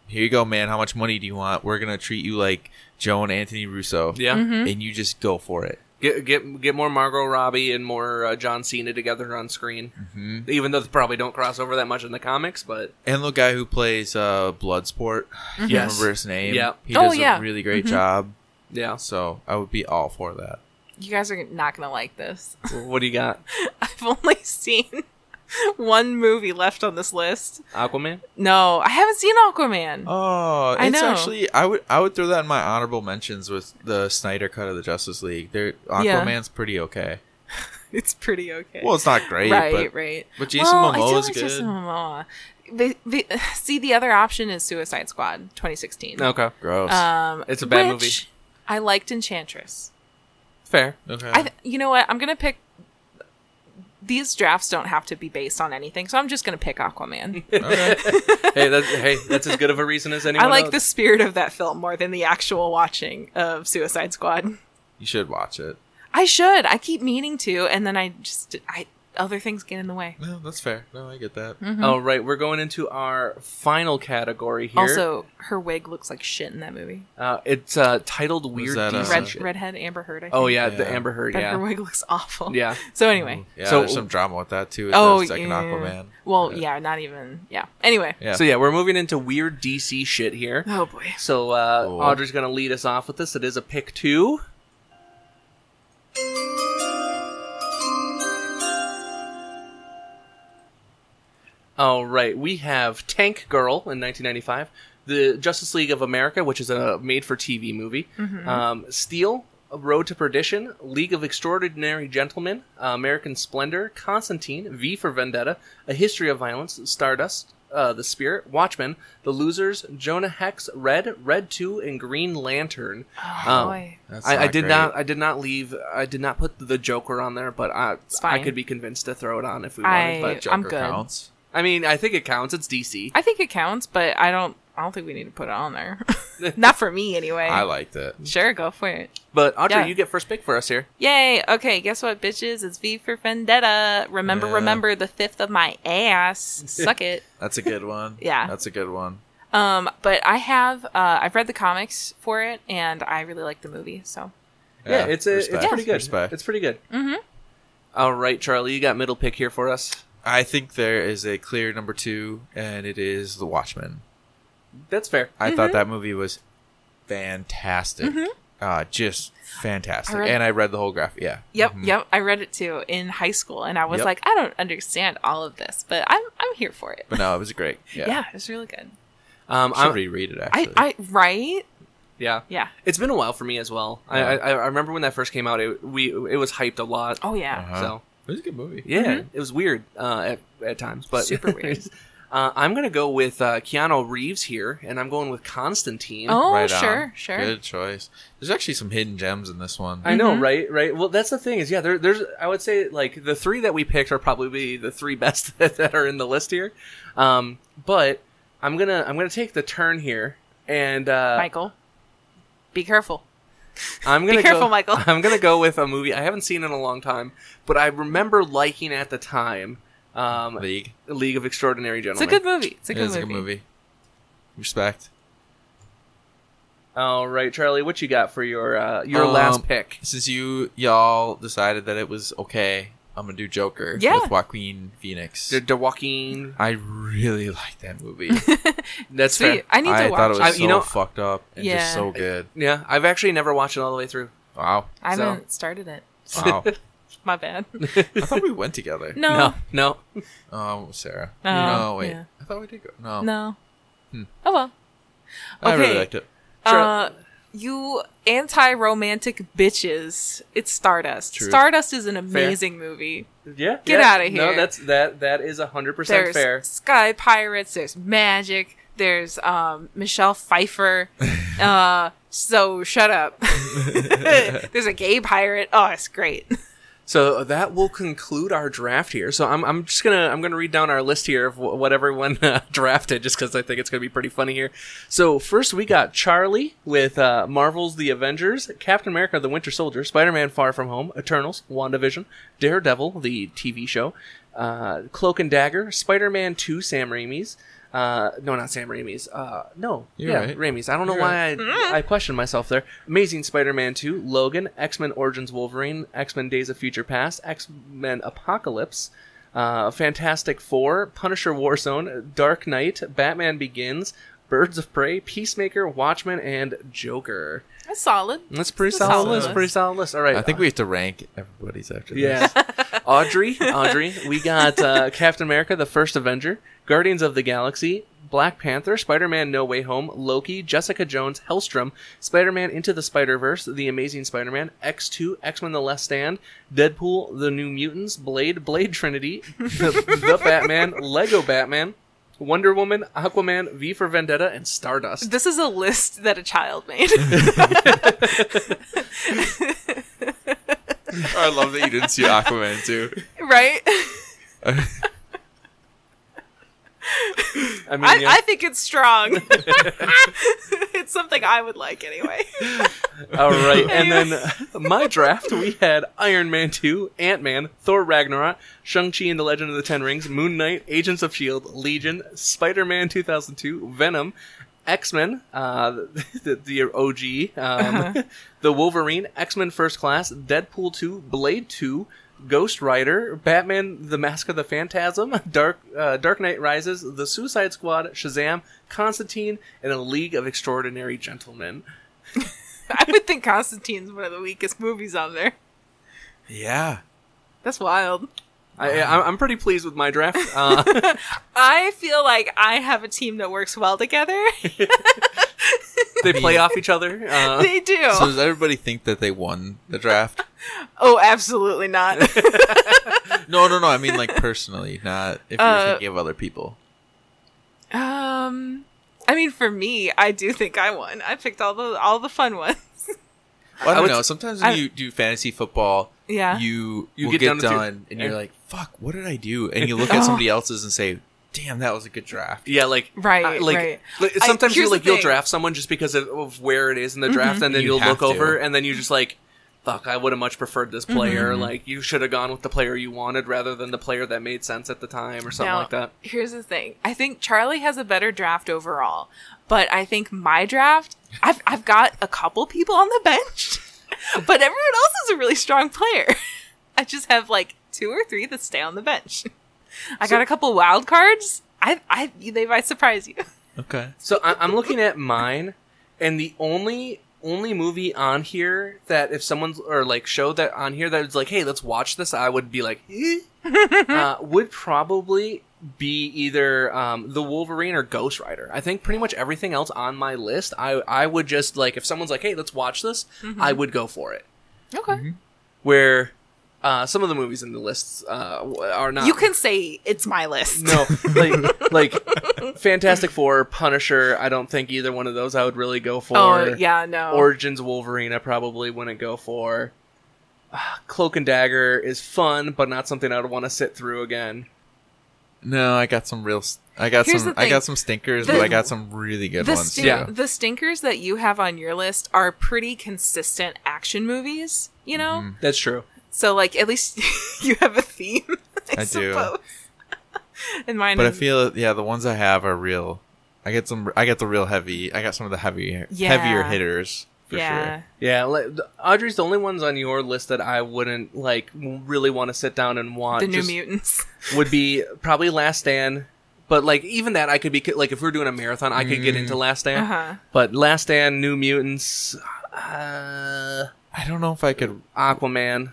Speaker 2: "Here you go, man. How much money do you want? We're gonna treat you like Joe and Anthony Russo.
Speaker 1: Yeah.
Speaker 3: Mm-hmm.
Speaker 2: and you just go for it."
Speaker 1: Get get get more Margot Robbie and more uh, John Cena together on screen.
Speaker 2: Mm-hmm.
Speaker 1: Even though they probably don't cross over that much in the comics, but
Speaker 2: and the guy who plays uh Bloodsport, I can't
Speaker 1: Yes.
Speaker 2: remember his name.
Speaker 1: Yeah.
Speaker 2: he
Speaker 3: Oh,
Speaker 2: does
Speaker 3: yeah.
Speaker 2: a really great job.
Speaker 1: yeah.
Speaker 2: So I would be all for that.
Speaker 3: You guys are not going to like this.
Speaker 1: What do you got?
Speaker 3: I've only seen one movie left on this list.
Speaker 1: Aquaman.
Speaker 3: No, I haven't seen Aquaman.
Speaker 2: Oh, it's
Speaker 3: Mm-hmm. I know.
Speaker 2: actually I would I would throw that in my honorable mentions with the Snyder cut of the Justice League. There,
Speaker 3: Yeah.
Speaker 2: Aquaman's pretty okay.
Speaker 3: It's pretty okay.
Speaker 2: Well, it's not great,
Speaker 3: right,
Speaker 2: but
Speaker 3: right.
Speaker 2: but Jason
Speaker 3: well, I do
Speaker 2: Momoa's
Speaker 3: like
Speaker 2: good.
Speaker 3: Jason Momoa. The, the, see, the other option is Suicide Squad 2016.
Speaker 1: Okay,
Speaker 2: gross.
Speaker 3: Um,
Speaker 1: It's a bad
Speaker 3: which
Speaker 1: movie.
Speaker 3: I liked Enchantress.
Speaker 1: fair.
Speaker 2: okay.
Speaker 3: I th- you know what? I'm gonna pick. These drafts don't have to be based on anything, so I'm just gonna pick Aquaman.
Speaker 2: okay.
Speaker 1: Hey, that's hey, that's as good of a reason as anyone.
Speaker 3: I like
Speaker 1: else.
Speaker 3: the spirit of that film more than the actual watching of Suicide Squad.
Speaker 2: You should watch it.
Speaker 3: I should. I keep meaning to, and then I just I other things get in the way.
Speaker 2: No, that's fair. No, I get that.
Speaker 3: Mm-hmm.
Speaker 1: All right, we're going into our final category here.
Speaker 3: Also, her wig looks like shit in that movie.
Speaker 1: uh, it's uh, titled "Weird
Speaker 2: that,
Speaker 1: Decent
Speaker 2: uh,
Speaker 3: Red
Speaker 1: Shit.
Speaker 3: redhead Amber Heard. I think.
Speaker 1: Oh yeah, the
Speaker 2: Yeah.
Speaker 1: Amber Heard.
Speaker 3: But her
Speaker 1: Yeah,
Speaker 3: wig looks awful.
Speaker 1: yeah.
Speaker 3: So anyway.
Speaker 2: Yeah,
Speaker 1: So-
Speaker 2: there's some drama with that too. It's
Speaker 3: Oh
Speaker 2: oh,
Speaker 3: yeah.
Speaker 2: second Aquaman.
Speaker 3: Well, yeah, not even. Yeah. Anyway.
Speaker 2: Yeah.
Speaker 1: So yeah, we're moving into weird DC shit here.
Speaker 3: Oh boy.
Speaker 1: So uh,
Speaker 2: Cool.
Speaker 1: Audrey's gonna lead us off with this. It is a pick two. All right, we have Tank Girl in 1995, the Justice League of America, which is a made-for-TV movie, um, Steel, Road to Perdition, League of Extraordinary Gentlemen, uh, American Splendor, Constantine, V for Vendetta, A History of Violence, Stardust, uh, The Spirit, Watchmen, The Losers, Jonah Hex, Red, Red Two, and Green Lantern.
Speaker 3: Oh
Speaker 1: Um,
Speaker 3: boy.
Speaker 2: That's
Speaker 1: I, I did
Speaker 2: great.
Speaker 1: not. I did not leave. I did not put the Joker on there, but I I
Speaker 3: fine.
Speaker 1: could be convinced to throw it on if we
Speaker 3: I-
Speaker 1: wanted. But
Speaker 2: Joker
Speaker 3: I'm good.
Speaker 2: counts.
Speaker 1: I mean, I think it counts. It's DC.
Speaker 3: I think it counts, but I don't. I don't think we need to put it on there. Not for me, anyway.
Speaker 2: I liked it.
Speaker 3: sure, go for it.
Speaker 1: But Audrey,
Speaker 3: Yeah.
Speaker 1: you get first pick for us here.
Speaker 3: Yay! Okay, guess what, bitches? It's V for Vendetta. Remember,
Speaker 2: Yeah.
Speaker 3: remember the fifth of my ass. Suck it.
Speaker 2: That's a good one.
Speaker 3: Yeah.
Speaker 2: That's a good one.
Speaker 3: Um, but I have. Uh, I've read the comics for it, and I really like the movie. So
Speaker 1: Yeah, it's a,
Speaker 2: respect,
Speaker 1: it's pretty good.
Speaker 2: Respect.
Speaker 1: It's pretty good. Mm-hmm. All right, Charlie, you got middle pick here for us.
Speaker 2: I think there is a clear number two, and it is The Watchmen.
Speaker 1: That's fair.
Speaker 2: I
Speaker 3: Mm-hmm.
Speaker 2: thought that movie was fantastic. Uh, just fantastic.
Speaker 3: I read-
Speaker 2: and I read the whole graphic. Yeah. Mm-hmm.
Speaker 3: Yep, yep. I read it too in high school, and I was
Speaker 2: Yep.
Speaker 3: like, I don't understand all of this, but I'm I'm here for it.
Speaker 2: But no, it was great. Yeah.
Speaker 3: Yeah, it's really good.
Speaker 1: Um,
Speaker 2: I should
Speaker 1: I'm,
Speaker 2: reread it
Speaker 3: I,
Speaker 2: actually.
Speaker 3: I right?
Speaker 1: yeah,
Speaker 3: Yeah.
Speaker 1: it's been a while for me as well. I, I
Speaker 2: Yeah.
Speaker 1: I remember when that first came out. It we it was hyped a lot.
Speaker 3: Oh yeah.
Speaker 2: Uh-huh.
Speaker 1: So
Speaker 2: it was a good movie.
Speaker 1: yeah, it was weird uh, at at times, but
Speaker 3: Mm-hmm. Super weird.
Speaker 1: uh, I'm gonna go with uh, Keanu Reeves here, and I'm going with Constantine.
Speaker 3: Oh
Speaker 2: Right on.
Speaker 3: sure, sure.
Speaker 2: Good choice. There's actually some hidden gems in this one.
Speaker 1: I know,
Speaker 3: Mm-hmm.
Speaker 1: right? Right. Well, that's the thing is, yeah. There, there's, I would say, like the three that we picked are probably the three best that, that are in the list here. Um, but I'm gonna, I'm gonna take the turn here, and uh,
Speaker 3: Michael, be careful.
Speaker 1: I'm gonna
Speaker 3: careful,
Speaker 1: go,
Speaker 3: Michael.
Speaker 1: I'm gonna go with a movie I haven't seen in a long time, but I remember liking at the time. Um,
Speaker 2: League.
Speaker 1: League of Extraordinary
Speaker 3: It's a
Speaker 1: Gentlemen.
Speaker 3: good movie. It's a
Speaker 2: It
Speaker 3: good,
Speaker 2: is
Speaker 3: movie.
Speaker 2: a good movie. Respect.
Speaker 1: All right, Charlie, what you got for your uh, your
Speaker 2: Um,
Speaker 1: last pick?
Speaker 2: Since you y'all decided that it was okay, I'm gonna do Joker
Speaker 3: Yeah.
Speaker 2: with Joaquin Phoenix.
Speaker 1: The, the Joaquin.
Speaker 2: I really like that movie.
Speaker 1: That's
Speaker 3: Sweet.
Speaker 1: fair.
Speaker 3: I need to
Speaker 2: I
Speaker 3: watch.
Speaker 2: thought it was
Speaker 1: I-
Speaker 2: so
Speaker 1: you know-
Speaker 2: fucked up and
Speaker 3: Yeah.
Speaker 2: just so good.
Speaker 1: Yeah, I've actually never watched it all the way through.
Speaker 2: Wow.
Speaker 3: I
Speaker 1: so-
Speaker 3: haven't started it.
Speaker 2: Wow.
Speaker 3: My bad. No.
Speaker 2: I thought we went together.
Speaker 1: No, no.
Speaker 2: Um, Sarah.
Speaker 3: No.
Speaker 2: No, wait.
Speaker 3: Yeah.
Speaker 2: I thought we did go. No.
Speaker 3: No. Oh well.
Speaker 2: I really
Speaker 3: Okay.
Speaker 2: liked it.
Speaker 3: Uh, you anti-romantic bitches. It's Stardust.
Speaker 2: True.
Speaker 3: Stardust is an amazing movie.
Speaker 1: Yeah.
Speaker 3: Get
Speaker 1: yeah.
Speaker 3: outta
Speaker 1: No,
Speaker 3: here.
Speaker 1: that's that that is hundred percent
Speaker 3: There's
Speaker 1: fair.
Speaker 3: Sky Pirates. There's Magic. There's um, Michelle Pfeiffer. uh, so shut up. there's a gay pirate. Oh, it's great.
Speaker 1: So that will conclude our draft here. So I'm, I'm just gonna I'm gonna read down our list here of wh- what everyone uh, drafted, just because I think it's gonna be pretty funny here. So first we got Charlie with uh, Marvel's The Avengers, Captain America: The Winter Soldier, Spider-Man: Far From Home, Eternals, WandaVision, Daredevil, the TV show, uh, Cloak and Dagger, Spider-Man Two, Sam Raimi's. Uh, no, not Sam Raimi's. Uh, no,
Speaker 2: You're
Speaker 1: yeah,
Speaker 2: right.
Speaker 1: Raimi's. I don't know
Speaker 2: You're
Speaker 1: why I, I questioned myself there. Amazing Spider-Man 2, Logan, X-Men Origins Wolverine, X-Men Days of Future Past, X-Men Apocalypse, uh, Fantastic Four, Punisher Warzone, Dark Knight, Batman Begins, Birds of Prey, Peacemaker, Watchmen, and Joker.
Speaker 3: That's solid.
Speaker 1: That's pretty
Speaker 3: That's
Speaker 1: solid,
Speaker 3: a solid
Speaker 1: list.
Speaker 3: list.
Speaker 1: Pretty solid list. All right.
Speaker 2: I think we have to rank everybody's after
Speaker 1: Yeah.
Speaker 2: this.
Speaker 1: Audrey, Audrey, we got uh, Captain America, the first Avenger, Guardians of the Galaxy, Black Panther, Spider Man No Way Home, Loki, Jessica Jones, Hellstrom, Spider Man Into the Spider Verse, The Amazing Spider Man, X2, X Men The Last Stand, Deadpool, The New Mutants, Blade, Blade Trinity, The, the Batman, Lego Batman, Wonder Woman, Aquaman, V for Vendetta, and Stardust.
Speaker 3: This is a list that a child made.
Speaker 2: I love that you didn't see Aquaman too.
Speaker 3: right?
Speaker 1: I mean,
Speaker 3: I,
Speaker 1: yeah.
Speaker 3: I think it's strong. it's something I would like anyway.
Speaker 1: All right, and then uh, my draft we had Iron Man two, Ant Man, Thor Ragnarok, Shang Chi and the Legend of the Ten Rings, Moon Knight, Agents of Shield, E Legion, Spider Man two thousand two, Venom, X Men, uh, the, the OG, um, the Wolverine, X Men First Class, Deadpool two, Blade two. Ghost Rider, Batman: The Mask of the Phantasm, Dark uh, Dark Knight Rises, The Suicide Squad, Shazam, Constantine, and A League of Extraordinary Gentlemen.
Speaker 3: I would think Constantine's one of the weakest movies on there.
Speaker 2: Yeah.
Speaker 3: That's wild.
Speaker 1: I,
Speaker 3: Um,
Speaker 1: I, I'm pretty pleased with my draft. Uh,
Speaker 3: I feel like I have a team that works well together.
Speaker 1: they play off each other. Uh,
Speaker 3: they do.
Speaker 2: So does everybody think that they won the draft?
Speaker 3: oh, absolutely not.
Speaker 2: No, no, no. I mean like personally, not if you're
Speaker 3: Uh,
Speaker 2: thinking of other people.
Speaker 3: um, I mean, for me, I do think I won. I picked all the all the fun ones.
Speaker 2: Well, I
Speaker 1: I
Speaker 2: don't
Speaker 1: would-
Speaker 2: know. Sometimes when
Speaker 3: I-
Speaker 2: you do fantasy football,
Speaker 3: Yeah.
Speaker 2: you
Speaker 1: You
Speaker 2: will
Speaker 1: get
Speaker 2: get,
Speaker 1: done
Speaker 2: done,
Speaker 1: with your-
Speaker 2: and you're
Speaker 1: and-
Speaker 2: like, "Fuck, what did I do?" And you look at
Speaker 3: Oh.
Speaker 2: somebody else's and say, "Damn, that was a good draft."
Speaker 1: yeah, like
Speaker 3: Right,
Speaker 1: uh, like,
Speaker 3: right.
Speaker 1: like,
Speaker 3: I-
Speaker 1: sometimes you
Speaker 3: here's
Speaker 1: like
Speaker 3: the
Speaker 1: you'll
Speaker 3: thing. Mm-hmm.
Speaker 1: draft someone just because of, of where it is in the draft, and then
Speaker 2: You
Speaker 1: you will
Speaker 2: have
Speaker 1: look
Speaker 2: to. Mm-hmm.
Speaker 1: over, and then you just like, fuck, I would have much preferred
Speaker 3: Mm-hmm.
Speaker 1: this player. Like you should have gone with the player you wanted rather than the player that made sense at the time or something
Speaker 3: Now,
Speaker 1: like that.
Speaker 3: Here's the thing. I think Charlie has a better draft overall, but I think my draft, I've I've got a couple people on the bench, but everyone else is a really strong player. I just have like two or three that stay on the bench. I got a couple wild cards. I I they might surprise you.
Speaker 2: Okay.
Speaker 1: So I, I'm looking at mine, and the only only movie on here that if someone's or like show that on here that was like, hey, let's watch this, I would be like, eh? uh, would probably be either um, the Wolverine or Ghost Rider. I think pretty much everything else on my list, I I would just like if someone's like, hey, let's watch this, I would go for it.
Speaker 3: Okay.
Speaker 1: Where uh, some of the movies in the lists uh, w- are not.
Speaker 3: You can say it's my list.
Speaker 1: No, like like Fantastic Four, Punisher. I don't think either one of those I would really go for.
Speaker 3: oh yeah, no.
Speaker 1: Origins Wolverine. I probably wouldn't go for. Ah, Cloak and Dagger is fun, but not something I'd want to sit through again.
Speaker 2: No, I got some real. St- I got
Speaker 3: Here's
Speaker 2: some.
Speaker 3: the
Speaker 2: I got
Speaker 3: thing.
Speaker 2: some stinkers,
Speaker 3: The-
Speaker 2: but I got some really good
Speaker 3: the,
Speaker 2: ones
Speaker 3: stink-
Speaker 2: too.
Speaker 1: Yeah.
Speaker 3: the stinkers that you have on your list are pretty consistent action movies, you know?
Speaker 2: Mm-hmm.
Speaker 1: That's true.
Speaker 3: So, like, at least you have a theme. I,
Speaker 2: I do.
Speaker 3: suppose. and mine
Speaker 2: But I
Speaker 3: is-
Speaker 2: feel yeah, the ones I have are real. I get some. I got the real heavy. I got some of the heavy,
Speaker 3: Yeah.
Speaker 2: heavier hitters for
Speaker 3: yeah.
Speaker 2: sure.
Speaker 1: Yeah, like, th- Audrey's the only ones on your list that I wouldn't like w- really want to sit down and watch.
Speaker 2: Uh,
Speaker 3: The New
Speaker 1: Just
Speaker 3: Mutants.
Speaker 1: would be probably Last Stand, but like even that I could be like if we were doing a marathon, I could get into Last
Speaker 2: eh.
Speaker 1: Stand.
Speaker 3: Uh-huh.
Speaker 1: But Last Stand, New Mutants, uh,
Speaker 2: I don't know if I could.
Speaker 1: Aquaman.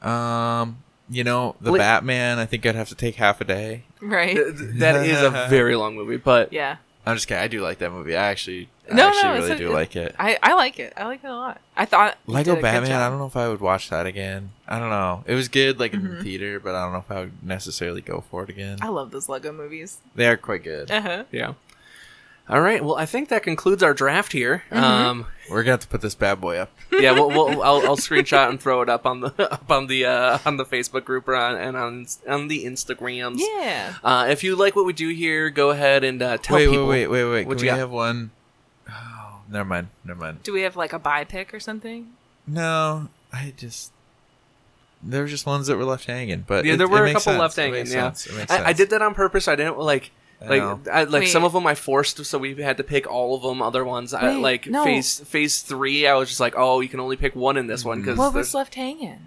Speaker 2: Um, you know, the
Speaker 1: Wait.
Speaker 2: Batman. I think I'd have to take half a day.
Speaker 3: Right.
Speaker 1: Th- th- That is a very long movie, but
Speaker 3: Eh. Yeah.
Speaker 2: I'm just kidding. I do like that movie. I actually, I
Speaker 3: No, no,
Speaker 2: actually
Speaker 3: it's
Speaker 2: really
Speaker 3: a-
Speaker 2: do like it.
Speaker 3: I, I like it. I like it a lot. I thought. you did a
Speaker 2: Lego
Speaker 3: good
Speaker 2: Batman.
Speaker 3: job.
Speaker 2: I don't know if I would watch that again. I don't know. It was good, like
Speaker 3: Mm-hmm.
Speaker 2: in the theater, but I don't know if I would necessarily go for it again.
Speaker 3: I love those Lego movies.
Speaker 2: They are quite good.
Speaker 3: Uh-huh.
Speaker 1: Yeah. All right. Well, I think that concludes our draft here.
Speaker 3: Mm-hmm.
Speaker 1: Um,
Speaker 2: We're gonna have to put this bad boy up.
Speaker 1: yeah, we'll, we'll, I'll, I'll screenshot and throw it up on the up on the uh, on the Facebook group or on, and on on the Instagrams.
Speaker 3: Yeah.
Speaker 1: Uh, if you like what we do here, go ahead and uh, tell
Speaker 2: Wait, wait,
Speaker 1: people.
Speaker 2: wait, wait, wait.
Speaker 1: what
Speaker 2: Can
Speaker 1: you
Speaker 2: we
Speaker 1: got.
Speaker 2: have one? Oh, never mind. Never mind.
Speaker 3: Do we have, like, a buy pick or something?
Speaker 2: No, I just there were just ones that were left hanging. But
Speaker 1: Yeah,
Speaker 2: it-
Speaker 1: there
Speaker 2: it
Speaker 1: were a
Speaker 2: makes
Speaker 1: couple
Speaker 2: sense.
Speaker 1: left
Speaker 2: It
Speaker 1: hanging.
Speaker 2: makes
Speaker 1: Yeah,
Speaker 2: sense. It makes
Speaker 1: I, I
Speaker 2: sense.
Speaker 1: did that on purpose. I didn't like
Speaker 2: I
Speaker 1: like
Speaker 2: know.
Speaker 1: I, like some
Speaker 3: Wait.
Speaker 1: of them I forced, so we had to pick all of them. Other ones, I,
Speaker 3: Wait,
Speaker 1: like
Speaker 3: no.
Speaker 1: phase phase three, I was just like, oh, you can only pick one in this one because
Speaker 3: What was left hanging?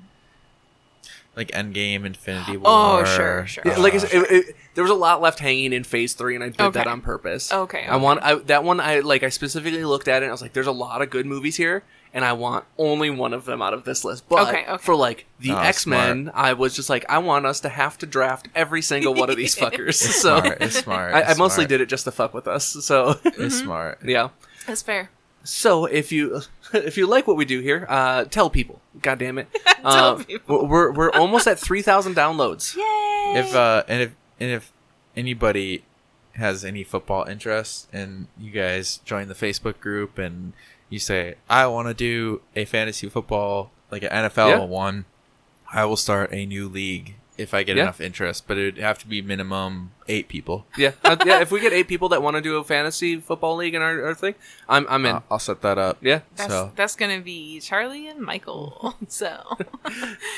Speaker 2: like Endgame, Infinity War.
Speaker 3: Oh, sure, sure.
Speaker 1: Yeah,
Speaker 2: uh,
Speaker 1: like I said, it, it, there was a lot left hanging in Phase Three, and I did that
Speaker 3: Oh, Okay.
Speaker 1: on purpose.
Speaker 3: Okay,
Speaker 1: I want I, that one. I like. I specifically looked at it. and I was like, "There's a lot of good movies here, and I want only one of them out of this list." But
Speaker 3: Okay, okay.
Speaker 1: for like the
Speaker 2: Oh,
Speaker 1: X Men, I was just like, "I want us to have to draft every single one of these fuckers." So
Speaker 2: smart, it's smart.
Speaker 1: I, I
Speaker 2: it's
Speaker 1: mostly
Speaker 2: smart,
Speaker 1: did it just to fuck with us. So
Speaker 3: Mm-hmm.
Speaker 2: It's smart.
Speaker 1: yeah.
Speaker 3: That's fair.
Speaker 1: So if you if you like what we do here, uh, tell people. God damn it!
Speaker 3: Tell
Speaker 1: Uh,
Speaker 3: people.
Speaker 1: We're we're almost at three thousand downloads.
Speaker 3: Yay!
Speaker 2: If uh, and if and if anybody has any football interest, and you guys join the Facebook group, and you say, "I want to do a fantasy football like an NFL
Speaker 1: Yeah.
Speaker 2: one," I will start a new league if I get
Speaker 1: Yeah.
Speaker 2: enough interest, but it would have to be minimum eight people.
Speaker 1: Yeah, uh, yeah. If we get eight people that want to do a fantasy football league in our, our thing, I'm I'm in.
Speaker 2: I'll, I'll set that up.
Speaker 1: yeah,
Speaker 3: that's,
Speaker 2: so-
Speaker 3: that's gonna be Charlie and Michael. So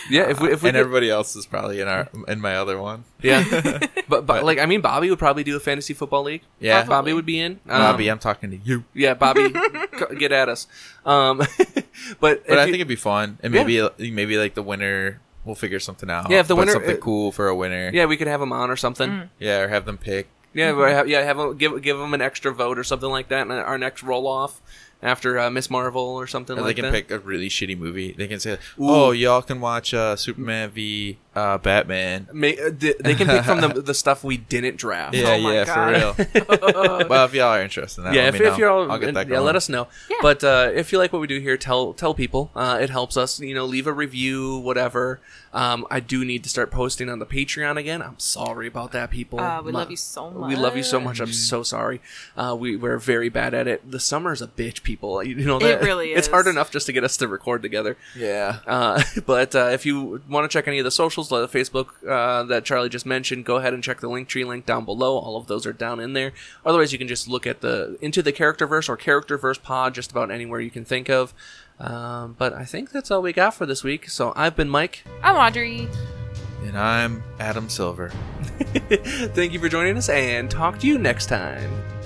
Speaker 1: yeah. If we if we
Speaker 2: and
Speaker 1: get-
Speaker 2: everybody else is probably in our in my other one.
Speaker 1: yeah, but, but
Speaker 2: But-
Speaker 1: like I mean, Bobby would probably do a fantasy football league.
Speaker 2: Yeah.
Speaker 1: Bobby would be in. Um,
Speaker 2: Bobby, I'm talking to you.
Speaker 1: Yeah, Bobby, c- get at us. Um, but
Speaker 2: But
Speaker 1: if
Speaker 2: I
Speaker 1: you-
Speaker 2: think it'd be fun, and maybe maybe like the winner, we'll figure something out.
Speaker 1: Yeah, if the
Speaker 2: Put
Speaker 1: winner-
Speaker 2: something
Speaker 1: uh,
Speaker 2: cool for a winner.
Speaker 1: yeah, we could have him on or something.
Speaker 2: yeah, or have them pick.
Speaker 1: Yeah, we have, yeah. Have him, give give him an extra vote or something like that in our next roll off after uh, Miss Marvel or something
Speaker 2: Or
Speaker 1: like
Speaker 2: they can
Speaker 1: that.
Speaker 2: pick a really shitty movie. They can say, "Oh, y'all can watch uh, Superman v uh, Batman."
Speaker 1: May, uh, they, they can pick from the the stuff we didn't draft.
Speaker 2: Yeah,
Speaker 3: my
Speaker 2: yeah,
Speaker 3: God.
Speaker 2: for real. well, if y'all are interested in that,
Speaker 1: yeah,
Speaker 2: let
Speaker 1: if,
Speaker 2: me
Speaker 1: if
Speaker 2: know.
Speaker 1: you're all,
Speaker 2: I'll get that
Speaker 1: yeah,
Speaker 2: going.
Speaker 1: let us know.
Speaker 3: Yeah.
Speaker 1: But uh, if you like what we do here, tell tell people. Uh, it helps us, you know, leave a review, whatever. Um, I do need to start posting on the Patreon again. I'm sorry about that, people.
Speaker 3: uh, we
Speaker 1: My-
Speaker 3: love you so much.
Speaker 1: We love you so much. I'm so sorry. Uh, we we're very bad at it. The summer's a bitch, people. You know
Speaker 3: It
Speaker 1: that
Speaker 3: really
Speaker 1: It's hard
Speaker 3: is.
Speaker 1: enough just to get us to record together.
Speaker 2: Yeah,
Speaker 1: Uh, but uh, if you want to check any of the socials, like the Facebook uh, that Charlie just mentioned, go ahead and check the Linktree link down below. All of those are down in there. Otherwise, you can just look at the Into the Characterverse or Characterverse Pod, just about anywhere you can think of. Um, but I think that's all we got for this week. So I've been Mike.
Speaker 3: I'm Audrey.
Speaker 2: and I'm Adam Silver.
Speaker 1: Thank you for joining us, and talk to you next time.